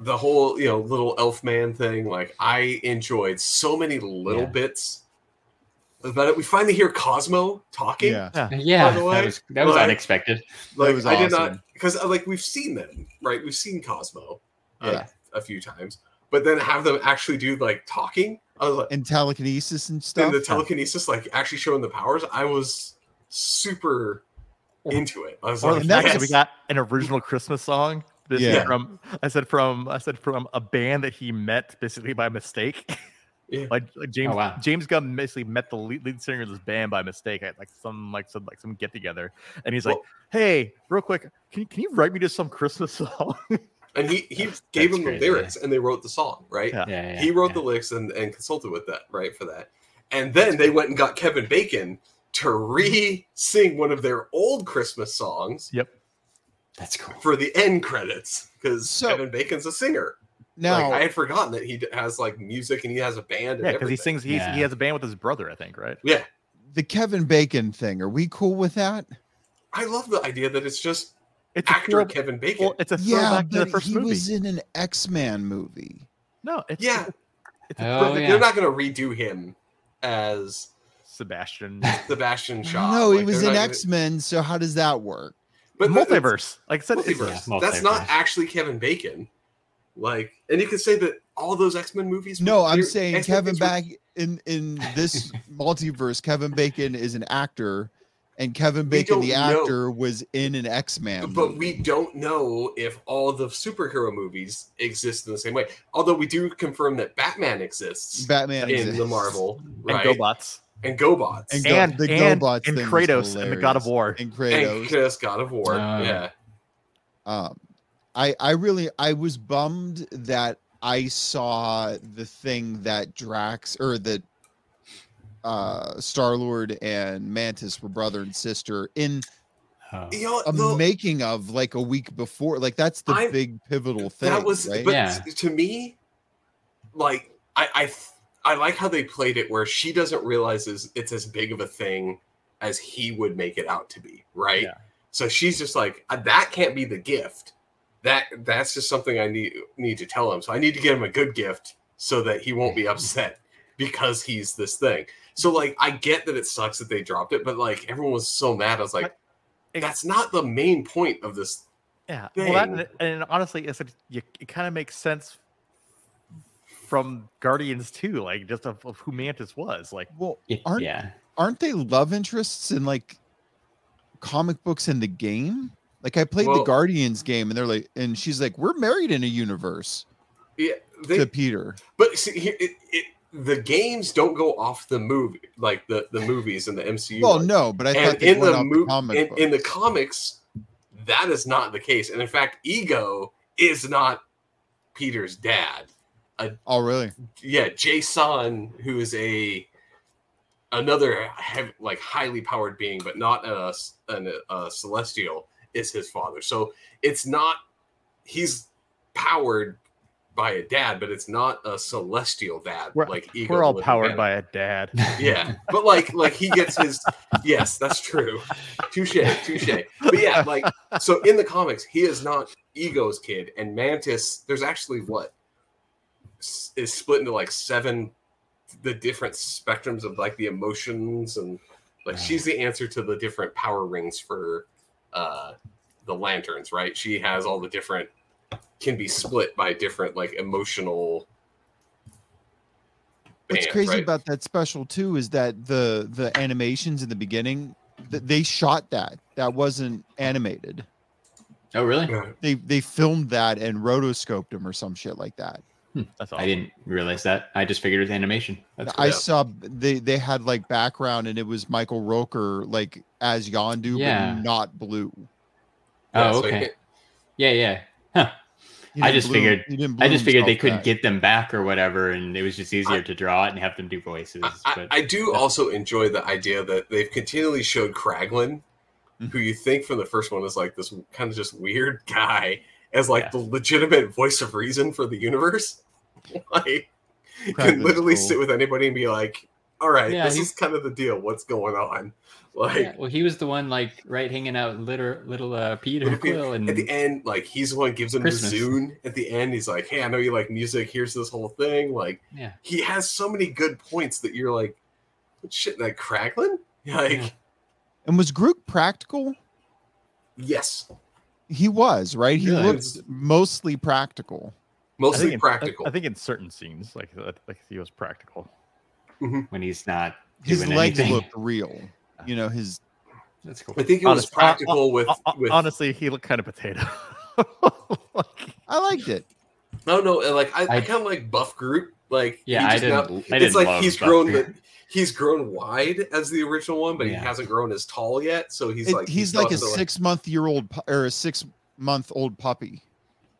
[SPEAKER 1] the whole you know little elf man thing, like I enjoyed so many little
[SPEAKER 4] Yeah.
[SPEAKER 1] bits about it. We finally hear Cosmo talking.
[SPEAKER 3] Yeah.
[SPEAKER 4] Yeah,
[SPEAKER 1] the
[SPEAKER 4] that
[SPEAKER 1] way,
[SPEAKER 4] was that was
[SPEAKER 1] like-
[SPEAKER 4] unexpected.
[SPEAKER 1] Like
[SPEAKER 3] was
[SPEAKER 1] I did not
[SPEAKER 3] awesome.
[SPEAKER 1] because like we've seen them right. We've seen Cosmo uh,
[SPEAKER 3] Yeah.
[SPEAKER 1] a few times, but then have them actually do like talking. I was like,
[SPEAKER 3] And telekinesis and
[SPEAKER 1] and
[SPEAKER 3] stuff.
[SPEAKER 1] the telekinesis like actually showing the powers i was super into it i was
[SPEAKER 2] Or
[SPEAKER 1] like
[SPEAKER 2] the fact
[SPEAKER 1] yes.
[SPEAKER 2] that we got an original Christmas song. This is
[SPEAKER 3] Yeah.
[SPEAKER 2] from I said from I said from a band that he met basically by mistake.
[SPEAKER 1] Yeah.
[SPEAKER 2] *laughs* Like, like James
[SPEAKER 4] Oh, wow.
[SPEAKER 2] James Gunn basically met the lead, lead singer of this band by mistake at like some like some like some get together, and he's like,
[SPEAKER 1] Well-
[SPEAKER 2] "Hey, real quick, can you, can you write me just some Christmas *laughs* song?"
[SPEAKER 1] And he he gave
[SPEAKER 4] that's
[SPEAKER 1] them the
[SPEAKER 4] crazy.
[SPEAKER 1] lyrics, and they wrote the song, right?
[SPEAKER 2] Yeah.
[SPEAKER 4] Yeah, yeah,
[SPEAKER 1] he wrote
[SPEAKER 4] yeah.
[SPEAKER 1] the lyrics and, and consulted with that right for that and then they went and got kevin bacon to re-sing one of their old christmas songs
[SPEAKER 2] yep.
[SPEAKER 4] That's cool.
[SPEAKER 1] for the end credits because
[SPEAKER 3] So-
[SPEAKER 1] kevin bacon's a singer
[SPEAKER 3] Now,
[SPEAKER 1] like, i had forgotten that he d- has like music and he has a band
[SPEAKER 2] Yeah,
[SPEAKER 1] and
[SPEAKER 2] because he
[SPEAKER 1] everything.
[SPEAKER 2] sings. He's, He
[SPEAKER 4] Yeah.
[SPEAKER 2] has a band with his brother, I think. Right.
[SPEAKER 1] yeah
[SPEAKER 3] the Kevin Bacon thing. Are we cool with that?
[SPEAKER 1] i love the idea that it's just
[SPEAKER 2] It's
[SPEAKER 1] actor
[SPEAKER 2] a throwback,
[SPEAKER 1] kevin bacon
[SPEAKER 2] well, it's a
[SPEAKER 3] Yeah,
[SPEAKER 2] throwback to the
[SPEAKER 3] but
[SPEAKER 2] first
[SPEAKER 3] he
[SPEAKER 2] movie.
[SPEAKER 3] was in an X Man movie.
[SPEAKER 2] no, it's
[SPEAKER 1] Yeah.
[SPEAKER 2] It's, it's a
[SPEAKER 4] Oh
[SPEAKER 2] throwback
[SPEAKER 1] But
[SPEAKER 4] yeah.
[SPEAKER 1] they're not going to redo him as
[SPEAKER 2] to Sebastian.
[SPEAKER 1] sebastian shaw
[SPEAKER 3] No, he
[SPEAKER 1] Like,
[SPEAKER 3] was
[SPEAKER 1] they're
[SPEAKER 3] in
[SPEAKER 1] not gonna-
[SPEAKER 3] X Men. So how does that work?
[SPEAKER 2] but
[SPEAKER 1] but that- that's-
[SPEAKER 2] multiverse, like I said, it's-
[SPEAKER 1] multiverse.
[SPEAKER 4] Yeah,
[SPEAKER 1] That's not
[SPEAKER 4] multiverse.
[SPEAKER 1] actually Kevin Bacon. Like, and you can say that all those X Men movies.
[SPEAKER 3] No,
[SPEAKER 1] were-
[SPEAKER 3] I'm
[SPEAKER 1] they're-
[SPEAKER 3] saying
[SPEAKER 1] X-Men
[SPEAKER 3] Kevin
[SPEAKER 1] movies were-
[SPEAKER 3] back in in
[SPEAKER 1] *laughs*
[SPEAKER 3] this multiverse. Kevin Bacon is an actor, and Kevin
[SPEAKER 1] We
[SPEAKER 3] Bacon, the
[SPEAKER 1] don't know.
[SPEAKER 3] actor, was in an X Man.
[SPEAKER 1] But we don't know if all the superhero movies exist in the same way. Although we do confirm that Batman exists
[SPEAKER 3] Batman
[SPEAKER 1] in
[SPEAKER 3] exists.
[SPEAKER 1] the Marvel,
[SPEAKER 2] and
[SPEAKER 1] right?
[SPEAKER 2] GoBots
[SPEAKER 1] And GoBots.
[SPEAKER 3] and,
[SPEAKER 1] And,
[SPEAKER 3] Go-
[SPEAKER 2] And-
[SPEAKER 3] the
[SPEAKER 2] and-
[SPEAKER 3] GoBots
[SPEAKER 2] and
[SPEAKER 3] thing was
[SPEAKER 2] Kratos and the God of
[SPEAKER 3] hilarious.
[SPEAKER 2] War.
[SPEAKER 3] and Kratos.
[SPEAKER 1] just God of War.
[SPEAKER 4] Oh.
[SPEAKER 1] yeah.
[SPEAKER 3] um i i really i was bummed that i saw the thing that drax or that uh star lord and mantis were brother and sister in
[SPEAKER 4] Oh.
[SPEAKER 1] You know,
[SPEAKER 3] a
[SPEAKER 1] though,
[SPEAKER 3] making of like a week before like that's the
[SPEAKER 1] I-
[SPEAKER 3] big pivotal thing
[SPEAKER 1] that was
[SPEAKER 3] right?
[SPEAKER 1] but
[SPEAKER 4] Yeah.
[SPEAKER 1] to me like i i th- i like how they played it where she doesn't realize is it's as big of a thing as he would make it out to be right
[SPEAKER 2] Yeah.
[SPEAKER 1] so she's just like "Uh, that can't be the gift that that's just something i need need to tell him so i need to get him a good gift so that he won't be upset because he's this thing so like i get that it sucks that they dropped it but like everyone was so mad i was like
[SPEAKER 2] I-
[SPEAKER 1] that's not the main point of this
[SPEAKER 2] Yeah. Well, that, and,
[SPEAKER 1] thing.
[SPEAKER 2] and honestly, it's, you, it kind of makes sense from Guardians too, like just of, of who Mantis was. Like,
[SPEAKER 3] well
[SPEAKER 4] It-
[SPEAKER 3] aren't
[SPEAKER 4] yeah.
[SPEAKER 3] aren't they love interests in like comic books in the game like i played the
[SPEAKER 1] Well-
[SPEAKER 3] guardians game and they're like and she's like we're married in a universe
[SPEAKER 1] yeah they,
[SPEAKER 3] to peter
[SPEAKER 1] But see, here, it, it, the games don't go off the movie like the, the movies and the MCU.
[SPEAKER 3] Well,
[SPEAKER 1] ones.
[SPEAKER 3] no, but I
[SPEAKER 1] and
[SPEAKER 3] thought they
[SPEAKER 1] in
[SPEAKER 3] went
[SPEAKER 1] the,
[SPEAKER 3] off
[SPEAKER 1] mo-
[SPEAKER 3] the comic
[SPEAKER 1] in, in the
[SPEAKER 3] books.
[SPEAKER 1] comics, that is not the case. And in fact, Ego is not Peter's dad.
[SPEAKER 3] Oh, really?
[SPEAKER 1] Yeah, Jason, who is a another hev like highly powered being, but not a, s- an, a celestial, is his father. So it's not he's powered by a dad, but it's not a celestial dad
[SPEAKER 2] We're-
[SPEAKER 1] like Ego.
[SPEAKER 2] we're all
[SPEAKER 1] would have
[SPEAKER 2] powered
[SPEAKER 1] been.
[SPEAKER 2] by a *laughs* dad.
[SPEAKER 1] Yeah, but like like he gets
[SPEAKER 4] *laughs*
[SPEAKER 1] his yes, that's true. Touche, touche. But yeah, like so in the comics, he is not Ego's kid, and Mantis. There's actually what s- is split into like seven the different spectrums of like the emotions and like she's the answer to the different power rings for uh the lanterns right she has all the different can be split by different like emotional
[SPEAKER 3] What's
[SPEAKER 1] bands,
[SPEAKER 3] crazy
[SPEAKER 1] right?
[SPEAKER 3] about that special too is that the the animations in the beginning, th- they shot that. That wasn't animated.
[SPEAKER 4] Oh really?
[SPEAKER 1] Yeah.
[SPEAKER 3] They they filmed that and rotoscoped them or some shit like that.
[SPEAKER 2] That's all.
[SPEAKER 4] I didn't realize that. I just figured it was animation. That's cool.
[SPEAKER 3] I
[SPEAKER 1] yeah.
[SPEAKER 3] saw they they had like background and it was Michael Roker like as Yondu,
[SPEAKER 4] Yeah.
[SPEAKER 3] but not blue.
[SPEAKER 1] Yeah,
[SPEAKER 4] oh
[SPEAKER 1] so
[SPEAKER 4] okay.
[SPEAKER 1] it-
[SPEAKER 4] Yeah, yeah.
[SPEAKER 3] He
[SPEAKER 4] I
[SPEAKER 3] didn't
[SPEAKER 4] just figured-
[SPEAKER 3] he didn't
[SPEAKER 4] I just
[SPEAKER 3] blue
[SPEAKER 4] figured they
[SPEAKER 3] himself
[SPEAKER 4] couldn't
[SPEAKER 3] back.
[SPEAKER 4] get them back or whatever, and it was just easier to draw it and have them do voices.
[SPEAKER 1] I, I-
[SPEAKER 4] but
[SPEAKER 1] I do also enjoy the idea that they've continually showed Kraglin,
[SPEAKER 4] Mm-hmm.
[SPEAKER 1] who you think from the first one is like this kind of just weird guy, as like
[SPEAKER 4] Yeah.
[SPEAKER 1] the legitimate voice of reason for the universe. *laughs* like, you can
[SPEAKER 3] Kraglin's
[SPEAKER 1] literally
[SPEAKER 3] cool.
[SPEAKER 1] sit with anybody and be like, all right,
[SPEAKER 4] Yeah,
[SPEAKER 1] this
[SPEAKER 4] he-
[SPEAKER 1] is kind of the deal. What's going on? Like,
[SPEAKER 4] Yeah, well, he was the one like right hanging out with little little uh, Peter
[SPEAKER 1] Little Peter.
[SPEAKER 4] Quill, and
[SPEAKER 1] at the end, like, he's the one gives him
[SPEAKER 4] Mm-hmm. Christmas.
[SPEAKER 1] the Zune. At the end, he's like, hey, I know you like music. Here's this whole thing. Like,
[SPEAKER 4] yeah,
[SPEAKER 1] he has so many good points that you're like, shit, that Kraglin? *laughs* Like,
[SPEAKER 4] Yeah.
[SPEAKER 3] And was Groot practical?
[SPEAKER 1] Yes,
[SPEAKER 3] He was right. He
[SPEAKER 4] Yeah,
[SPEAKER 3] looked
[SPEAKER 1] it's-
[SPEAKER 3] mostly practical.
[SPEAKER 2] I
[SPEAKER 1] mostly
[SPEAKER 2] think in- I-
[SPEAKER 1] practical.
[SPEAKER 2] I, think in certain scenes, like that- like he was practical.
[SPEAKER 4] when he's not
[SPEAKER 3] his
[SPEAKER 4] doing
[SPEAKER 3] legs
[SPEAKER 4] anything.
[SPEAKER 3] looked real. You know, his
[SPEAKER 4] That's cool.
[SPEAKER 1] I think it was
[SPEAKER 2] Honest-
[SPEAKER 1] practical with
[SPEAKER 2] Ho- ho-
[SPEAKER 1] with.
[SPEAKER 2] Honestly, he looked kind of potato. *laughs* Like, Uh,
[SPEAKER 3] I liked it.
[SPEAKER 1] No, no, and like I, I,
[SPEAKER 4] I-
[SPEAKER 1] kind of like Buff Groot Like he
[SPEAKER 4] Yeah, I
[SPEAKER 1] just
[SPEAKER 4] didn't.
[SPEAKER 1] now-
[SPEAKER 4] I didn't
[SPEAKER 1] it's like
[SPEAKER 4] love
[SPEAKER 1] he's
[SPEAKER 4] Buffy.
[SPEAKER 1] grown the he's grown wide as the original one, but
[SPEAKER 4] Yeah.
[SPEAKER 1] he hasn't grown as tall yet. So he's
[SPEAKER 3] It-
[SPEAKER 1] like
[SPEAKER 3] he's
[SPEAKER 1] still
[SPEAKER 3] like a
[SPEAKER 1] has to,
[SPEAKER 3] six month year old pu- or a six month old puppy.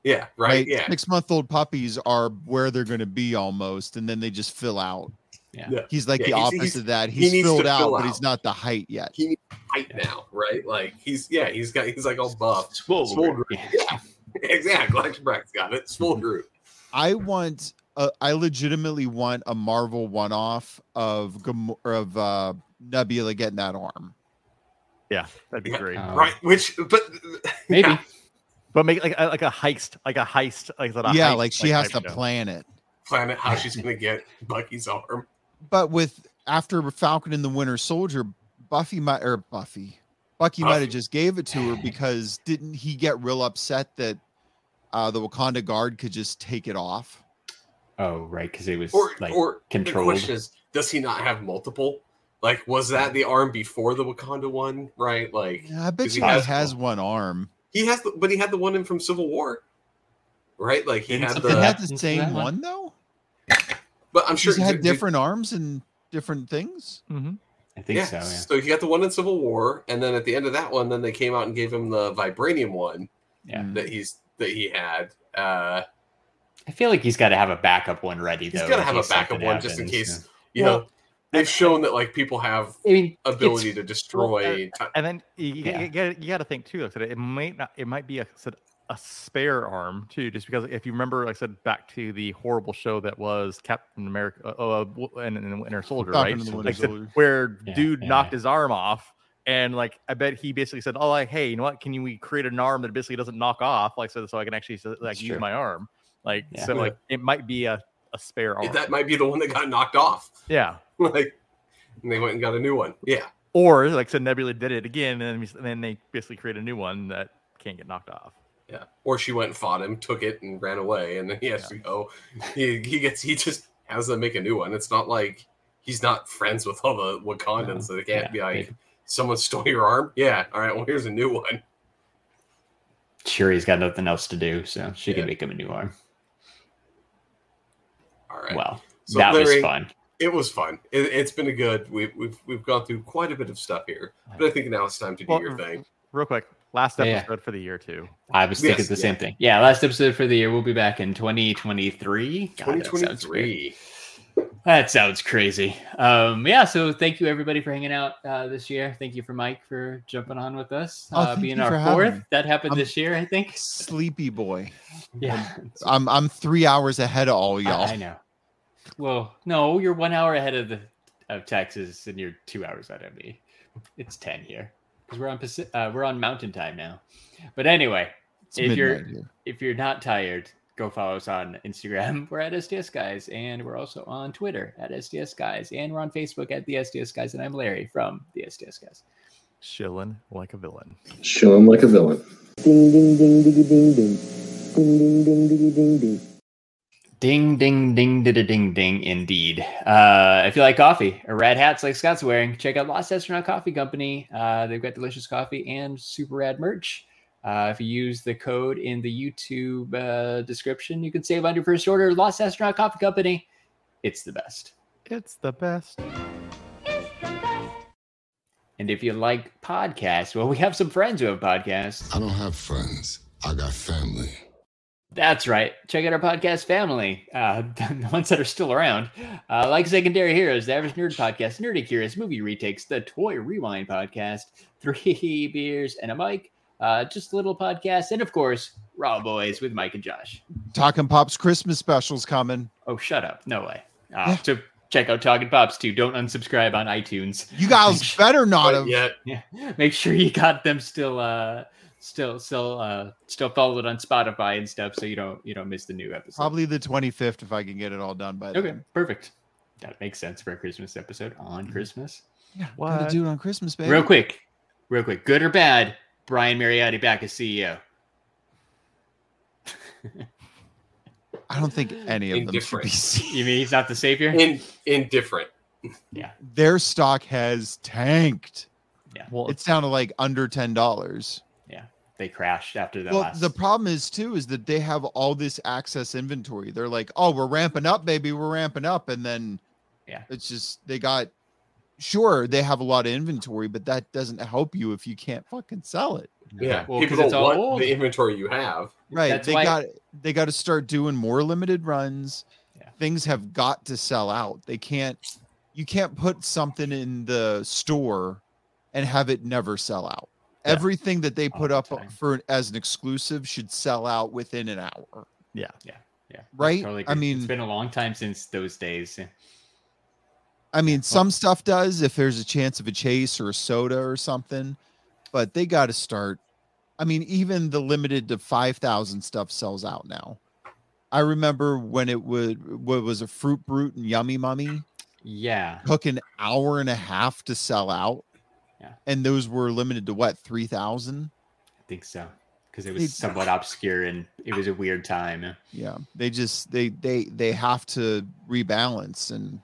[SPEAKER 1] yeah right, yeah
[SPEAKER 3] Six month old puppies are where they're going to be almost, and then they just fill out.
[SPEAKER 4] Yeah.
[SPEAKER 1] Yeah.
[SPEAKER 3] He's like
[SPEAKER 1] Yeah,
[SPEAKER 3] the
[SPEAKER 1] he's-
[SPEAKER 3] opposite
[SPEAKER 1] he's-
[SPEAKER 3] of that.
[SPEAKER 1] he
[SPEAKER 3] He's
[SPEAKER 1] needs to
[SPEAKER 3] filled out,
[SPEAKER 1] fill
[SPEAKER 3] but
[SPEAKER 1] out.
[SPEAKER 3] he's not the height yet.
[SPEAKER 1] he needs height now right like he's yeah he's got he's like all buff
[SPEAKER 2] *laughs*
[SPEAKER 4] Swole
[SPEAKER 1] Swole
[SPEAKER 4] group.
[SPEAKER 1] group.
[SPEAKER 4] Yeah.
[SPEAKER 1] Yeah. *laughs* exactly like Breck's got it
[SPEAKER 4] *laughs*
[SPEAKER 1] small group
[SPEAKER 3] I want, uh, I legitimately want a Marvel one off of Gamo- of uh, Nebula getting that arm.
[SPEAKER 2] That'd be
[SPEAKER 1] Yeah.
[SPEAKER 2] great.
[SPEAKER 4] Uh,
[SPEAKER 1] right which but *laughs*
[SPEAKER 4] Maybe.
[SPEAKER 1] Yeah.
[SPEAKER 2] But make like a, like a heist, like a heist, like that.
[SPEAKER 3] yeah,
[SPEAKER 2] heist,
[SPEAKER 3] like she has to
[SPEAKER 2] type show.
[SPEAKER 3] plan it.
[SPEAKER 1] planet how she's gonna get Bucky's arm
[SPEAKER 3] But with after Falcon and the Winter Soldier, Buffy might or Buffy, Bucky might
[SPEAKER 1] Buffy.
[SPEAKER 3] have just gave it to her because didn't he get real upset that uh, the Wakanda guard could just take it off?
[SPEAKER 4] Oh, right, because it was
[SPEAKER 1] or
[SPEAKER 4] like
[SPEAKER 1] or the
[SPEAKER 4] controlled.
[SPEAKER 1] question is does he not have multiple like was that the arm before the Wakanda one right like
[SPEAKER 3] Yeah, I bet
[SPEAKER 1] Because
[SPEAKER 3] you
[SPEAKER 1] he
[SPEAKER 3] he
[SPEAKER 1] has
[SPEAKER 3] has
[SPEAKER 1] one.
[SPEAKER 3] one arm.
[SPEAKER 1] He has, the, but he had the one in from Civil War, right? Like he
[SPEAKER 4] Didn't
[SPEAKER 1] had
[SPEAKER 4] something
[SPEAKER 1] the.
[SPEAKER 3] Did it have
[SPEAKER 4] happens
[SPEAKER 3] the
[SPEAKER 4] to
[SPEAKER 3] same
[SPEAKER 4] that
[SPEAKER 3] one?
[SPEAKER 4] one?
[SPEAKER 3] though?
[SPEAKER 1] but I'm sure
[SPEAKER 3] He's had
[SPEAKER 1] did-
[SPEAKER 3] different arms and different things.
[SPEAKER 2] Mm-hmm.
[SPEAKER 4] I
[SPEAKER 1] did-
[SPEAKER 4] think so.
[SPEAKER 1] yeah.
[SPEAKER 4] Yeah.
[SPEAKER 1] So he got the one in Civil War, and then at the end of that one, then they came out and gave him the vibranium one
[SPEAKER 4] Yeah.
[SPEAKER 3] Mm.
[SPEAKER 1] that he's that he had. Uh,
[SPEAKER 4] I feel like he's got to have a backup one ready.
[SPEAKER 1] He's
[SPEAKER 4] though,
[SPEAKER 1] gotta
[SPEAKER 4] in
[SPEAKER 1] have a
[SPEAKER 4] case something
[SPEAKER 1] backup one just in
[SPEAKER 4] happens,
[SPEAKER 1] case. you
[SPEAKER 4] Well,
[SPEAKER 1] know, they've shown that like people have
[SPEAKER 4] yeah. I mean, it's-
[SPEAKER 1] ability to destroy. ti-
[SPEAKER 2] And then you, you,
[SPEAKER 4] Yeah.
[SPEAKER 2] got you got to think too. Like I said, it might not. It might be a said a spare arm too, just because if you remember, like I said, back to the horrible show that was Captain America uh, uh, w- and, and Winter Soldier,
[SPEAKER 3] Falcon
[SPEAKER 2] right?
[SPEAKER 3] and the Winter
[SPEAKER 2] Like I said,
[SPEAKER 3] Soldier.
[SPEAKER 2] where
[SPEAKER 4] Yeah,
[SPEAKER 2] dude
[SPEAKER 4] yeah,
[SPEAKER 2] knocked
[SPEAKER 4] yeah.
[SPEAKER 2] his arm off, and like I bet he basically said, "Oh, like hey, you know what? Can you we create an arm that basically doesn't knock off? Like so, so I can actually so, like
[SPEAKER 4] That's
[SPEAKER 2] use
[SPEAKER 4] true.
[SPEAKER 2] my arm. Like
[SPEAKER 4] Yeah.
[SPEAKER 2] so,
[SPEAKER 1] Yeah.
[SPEAKER 2] like it might be a a spare arm.
[SPEAKER 1] That might be the one that got knocked off. *laughs*
[SPEAKER 2] yeah.
[SPEAKER 1] like, and they went and got a new one. Yeah,
[SPEAKER 2] Or like so, Nebula did it again, and then, and then they basically create a new one that can't get knocked off.
[SPEAKER 1] yeah. Or she went and fought him, took it, and ran away, and then he has to go. He he gets he just has them make a new one. It's not like he's not friends with all the Wakandans, so they can't
[SPEAKER 4] yeah,
[SPEAKER 1] be like,
[SPEAKER 4] maybe.
[SPEAKER 1] someone stole your arm. Yeah, all right. Well, here's a new one.
[SPEAKER 4] sure, he's got nothing else to do, so she
[SPEAKER 1] Yeah.
[SPEAKER 4] can make him a new arm.
[SPEAKER 1] All right.
[SPEAKER 4] Well,
[SPEAKER 1] So,
[SPEAKER 4] that was
[SPEAKER 1] Larry-
[SPEAKER 4] fun.
[SPEAKER 1] It was fun. It, it's been a good. We've we've we've gone through quite a bit of stuff here, but I think now it's time to do
[SPEAKER 2] Well,
[SPEAKER 1] your
[SPEAKER 2] r-
[SPEAKER 1] thing.
[SPEAKER 2] real quick last
[SPEAKER 4] Yeah, yeah.
[SPEAKER 2] episode for the year too
[SPEAKER 4] I was thinking
[SPEAKER 1] yes,
[SPEAKER 4] the
[SPEAKER 1] yeah.
[SPEAKER 4] same thing. Yeah, last episode for the year. We'll be back in 2023. God,
[SPEAKER 1] Twenty
[SPEAKER 4] that sounds
[SPEAKER 1] twenty
[SPEAKER 4] weird.
[SPEAKER 1] three.
[SPEAKER 4] That sounds crazy. Um, yeah, so thank you everybody for hanging out uh, this year. Thank you for Mike for jumping on with us,
[SPEAKER 3] Oh,
[SPEAKER 4] uh,
[SPEAKER 3] thank
[SPEAKER 4] being
[SPEAKER 3] you for
[SPEAKER 4] our
[SPEAKER 3] having
[SPEAKER 4] fourth.
[SPEAKER 3] me.
[SPEAKER 4] That happened
[SPEAKER 3] I'm-
[SPEAKER 4] this year, I think.
[SPEAKER 3] Sleepy boy.
[SPEAKER 4] Yeah,
[SPEAKER 3] I'm I'm three hours ahead of all
[SPEAKER 4] I,
[SPEAKER 3] y'all.
[SPEAKER 4] I know. Well, no, you're one hour ahead of the of Texas, and you're two hours ahead of me. It's ten here because we're on Pacific, uh, we're on Mountain Time now. But anyway,
[SPEAKER 3] It's
[SPEAKER 4] if you're-
[SPEAKER 3] midnight here.
[SPEAKER 4] if you're not tired, go follow us on Instagram. *laughs* We're at SDS Guys, and we're also on Twitter at SDS Guys, and we're on Facebook at the SDS Guys. And I'm Larry from the SDS Guys.
[SPEAKER 2] chilling like a villain
[SPEAKER 8] Chilling like a villain.
[SPEAKER 9] Ding ding ding diggy ding ding. Ding ding ding diggy ding ding.
[SPEAKER 4] Ding, ding, ding, did a ding, ding, indeed. Uh, if you like coffee or rad hats like Scott's wearing, check out Lost Astronaut Coffee Company. Uh, they've got delicious coffee and super rad merch. Uh, if you use the code in the YouTube uh, description, you can save on your first order. Lost Astronaut Coffee Company. It's the best.
[SPEAKER 2] it's the best
[SPEAKER 4] And if you like podcasts, well, we have some friends who have podcasts.
[SPEAKER 10] I don't have friends. I got family.
[SPEAKER 4] That's right. Check out our podcast family, uh, *laughs* the ones that are still around, uh, like Secondary Heroes, the Average Nerd Podcast, Nerdy Curious, Movie Retakes, the Toy Rewind Podcast, Three *laughs* Beers and a Mic, uh, just little podcasts, and of course, Raw Boys with Mike and Josh.
[SPEAKER 3] Talking Pop's Christmas special's coming.
[SPEAKER 4] Oh, shut up! No way. Uh, So check out Talking Pops too. Don't unsubscribe on iTunes. *laughs*
[SPEAKER 3] You guys better not have.
[SPEAKER 1] Yeah,
[SPEAKER 4] Yeah, make sure you got them still, uh, still, still, uh, still followed on Spotify and stuff, so you don't you don't miss the new episode.
[SPEAKER 3] Probably the 25th if I can get it all done by
[SPEAKER 4] Okay,
[SPEAKER 3] then.
[SPEAKER 4] perfect. That makes sense for a Christmas episode
[SPEAKER 3] Mm-hmm.
[SPEAKER 4] on Christmas.
[SPEAKER 3] Yeah,
[SPEAKER 2] What?
[SPEAKER 3] gotta do it on Christmas, baby.
[SPEAKER 4] Real quick, real quick, good or bad, Brian Mariotti back as E CEO.
[SPEAKER 3] I don't think any of them should
[SPEAKER 1] Indifferent.
[SPEAKER 3] be seen.
[SPEAKER 4] You mean he's not the savior?
[SPEAKER 1] in indifferent.
[SPEAKER 3] Their stock has tanked.
[SPEAKER 2] well
[SPEAKER 3] It sounded like under ten dollars.
[SPEAKER 4] they crashed after that
[SPEAKER 3] well,
[SPEAKER 4] last.
[SPEAKER 3] the problem is too is that they have all this access inventory. They're like, oh, we're ramping up, baby, we're ramping up, and then
[SPEAKER 4] Yeah.
[SPEAKER 3] it's just they got. Sure, they have a lot of inventory, but that doesn't help you if you can't fucking sell it.
[SPEAKER 1] Yeah,
[SPEAKER 4] Well, 'cause
[SPEAKER 1] people
[SPEAKER 4] it's
[SPEAKER 1] don't
[SPEAKER 4] all
[SPEAKER 1] want
[SPEAKER 4] old.
[SPEAKER 1] the inventory you have.
[SPEAKER 3] Right.
[SPEAKER 4] That's
[SPEAKER 3] they
[SPEAKER 4] why-
[SPEAKER 3] got they got to start doing more limited runs.
[SPEAKER 4] Yeah.
[SPEAKER 3] Things have got to sell out. They can't you can't put something in the store and have it never sell out.
[SPEAKER 4] Yeah.
[SPEAKER 3] Everything that they
[SPEAKER 4] All
[SPEAKER 3] put
[SPEAKER 4] the
[SPEAKER 3] up
[SPEAKER 4] time.
[SPEAKER 3] for as an exclusive should sell out within an hour.
[SPEAKER 4] yeah, I
[SPEAKER 3] right?
[SPEAKER 4] totally
[SPEAKER 3] I
[SPEAKER 4] agree. it's
[SPEAKER 3] mean-
[SPEAKER 4] been a long time since those days. Yeah.
[SPEAKER 3] I mean, some stuff does if there's a chance of a chase or a soda or something, but they got to start. I mean, even the limited to 5,000 stuff sells out now. I remember when it would what was a fruit brute and yummy mummy
[SPEAKER 4] Yeah.
[SPEAKER 3] took an hour and a half to sell out.
[SPEAKER 4] Yeah.
[SPEAKER 3] And those were limited to what 3,000?
[SPEAKER 4] I think so because it
[SPEAKER 3] They-
[SPEAKER 4] was
[SPEAKER 3] *laughs*
[SPEAKER 4] somewhat obscure and it was a weird time.
[SPEAKER 3] Yeah. They just they they they have to rebalance and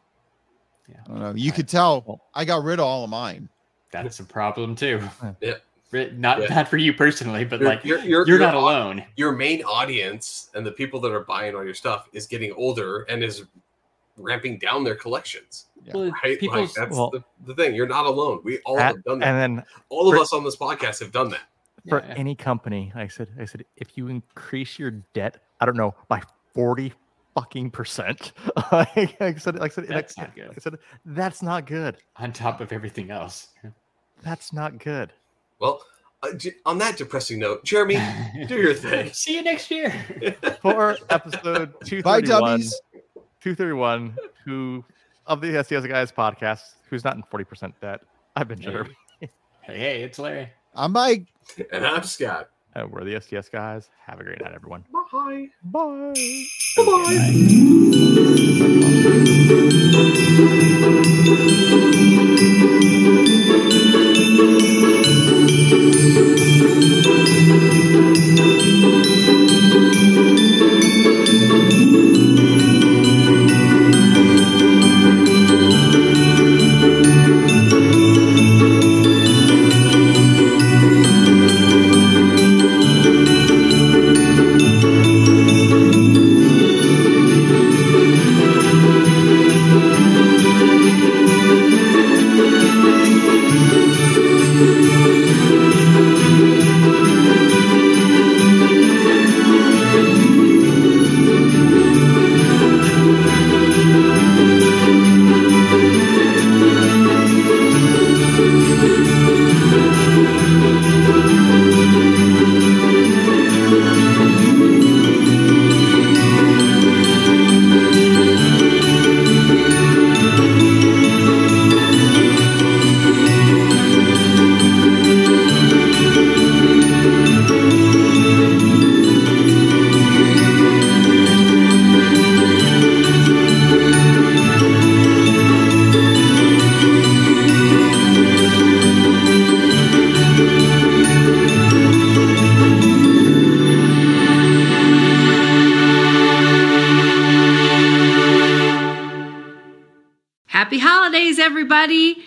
[SPEAKER 4] Yeah.
[SPEAKER 3] I don't know. You
[SPEAKER 4] I-
[SPEAKER 3] could tell I got rid of all
[SPEAKER 4] *laughs*
[SPEAKER 3] of mine.
[SPEAKER 4] That's a problem too.
[SPEAKER 3] *laughs*
[SPEAKER 1] Yeah.
[SPEAKER 4] Ri- Not
[SPEAKER 1] Yeah.
[SPEAKER 4] not for you personally, but
[SPEAKER 1] Your-
[SPEAKER 4] like
[SPEAKER 1] your-
[SPEAKER 4] you're,
[SPEAKER 1] your- your
[SPEAKER 4] not
[SPEAKER 1] au-
[SPEAKER 4] alone.
[SPEAKER 1] Your main audience and the people that are buying all your stuff is getting older and is ramping down their collections.
[SPEAKER 3] Yeah.
[SPEAKER 4] Well,
[SPEAKER 1] Right? like
[SPEAKER 4] people's-
[SPEAKER 1] that's
[SPEAKER 2] well-
[SPEAKER 1] the, the thing. You're not alone. We all
[SPEAKER 2] At-
[SPEAKER 1] have done
[SPEAKER 2] and
[SPEAKER 1] that.
[SPEAKER 2] then
[SPEAKER 1] all of
[SPEAKER 2] for-
[SPEAKER 1] us on this podcast have done that.
[SPEAKER 2] for
[SPEAKER 4] Yeah.
[SPEAKER 2] any company, I said, I said, if you increase your debt, I don't know, by forty fucking percent, *laughs* like I said, like I said,
[SPEAKER 4] That's
[SPEAKER 2] like,
[SPEAKER 4] not good.
[SPEAKER 2] I said, that's not good.
[SPEAKER 4] *laughs* on top of everything else.
[SPEAKER 2] That's not good.
[SPEAKER 1] Well, uh, j- on that depressing note, Jeremy, do
[SPEAKER 4] *laughs*
[SPEAKER 1] your
[SPEAKER 2] *laughs*
[SPEAKER 1] thing.
[SPEAKER 4] See you
[SPEAKER 1] *laughs*
[SPEAKER 4] next year.
[SPEAKER 2] For *laughs* episode two
[SPEAKER 3] Bye,
[SPEAKER 2] thirty one,
[SPEAKER 3] dummies.
[SPEAKER 2] two thirty one, who of the SCS guys podcast, who's not in forty percent debt. I've been
[SPEAKER 4] Hey.
[SPEAKER 2] Jeremy.
[SPEAKER 4] hey, hey, it's Larry.
[SPEAKER 3] I'm like
[SPEAKER 1] And I'm Scott.
[SPEAKER 2] Uh, we're the STS guys. Have a great night, everyone.
[SPEAKER 1] Bye.
[SPEAKER 2] Bye.
[SPEAKER 4] Okay, bye.
[SPEAKER 8] Happy holidays, everybody!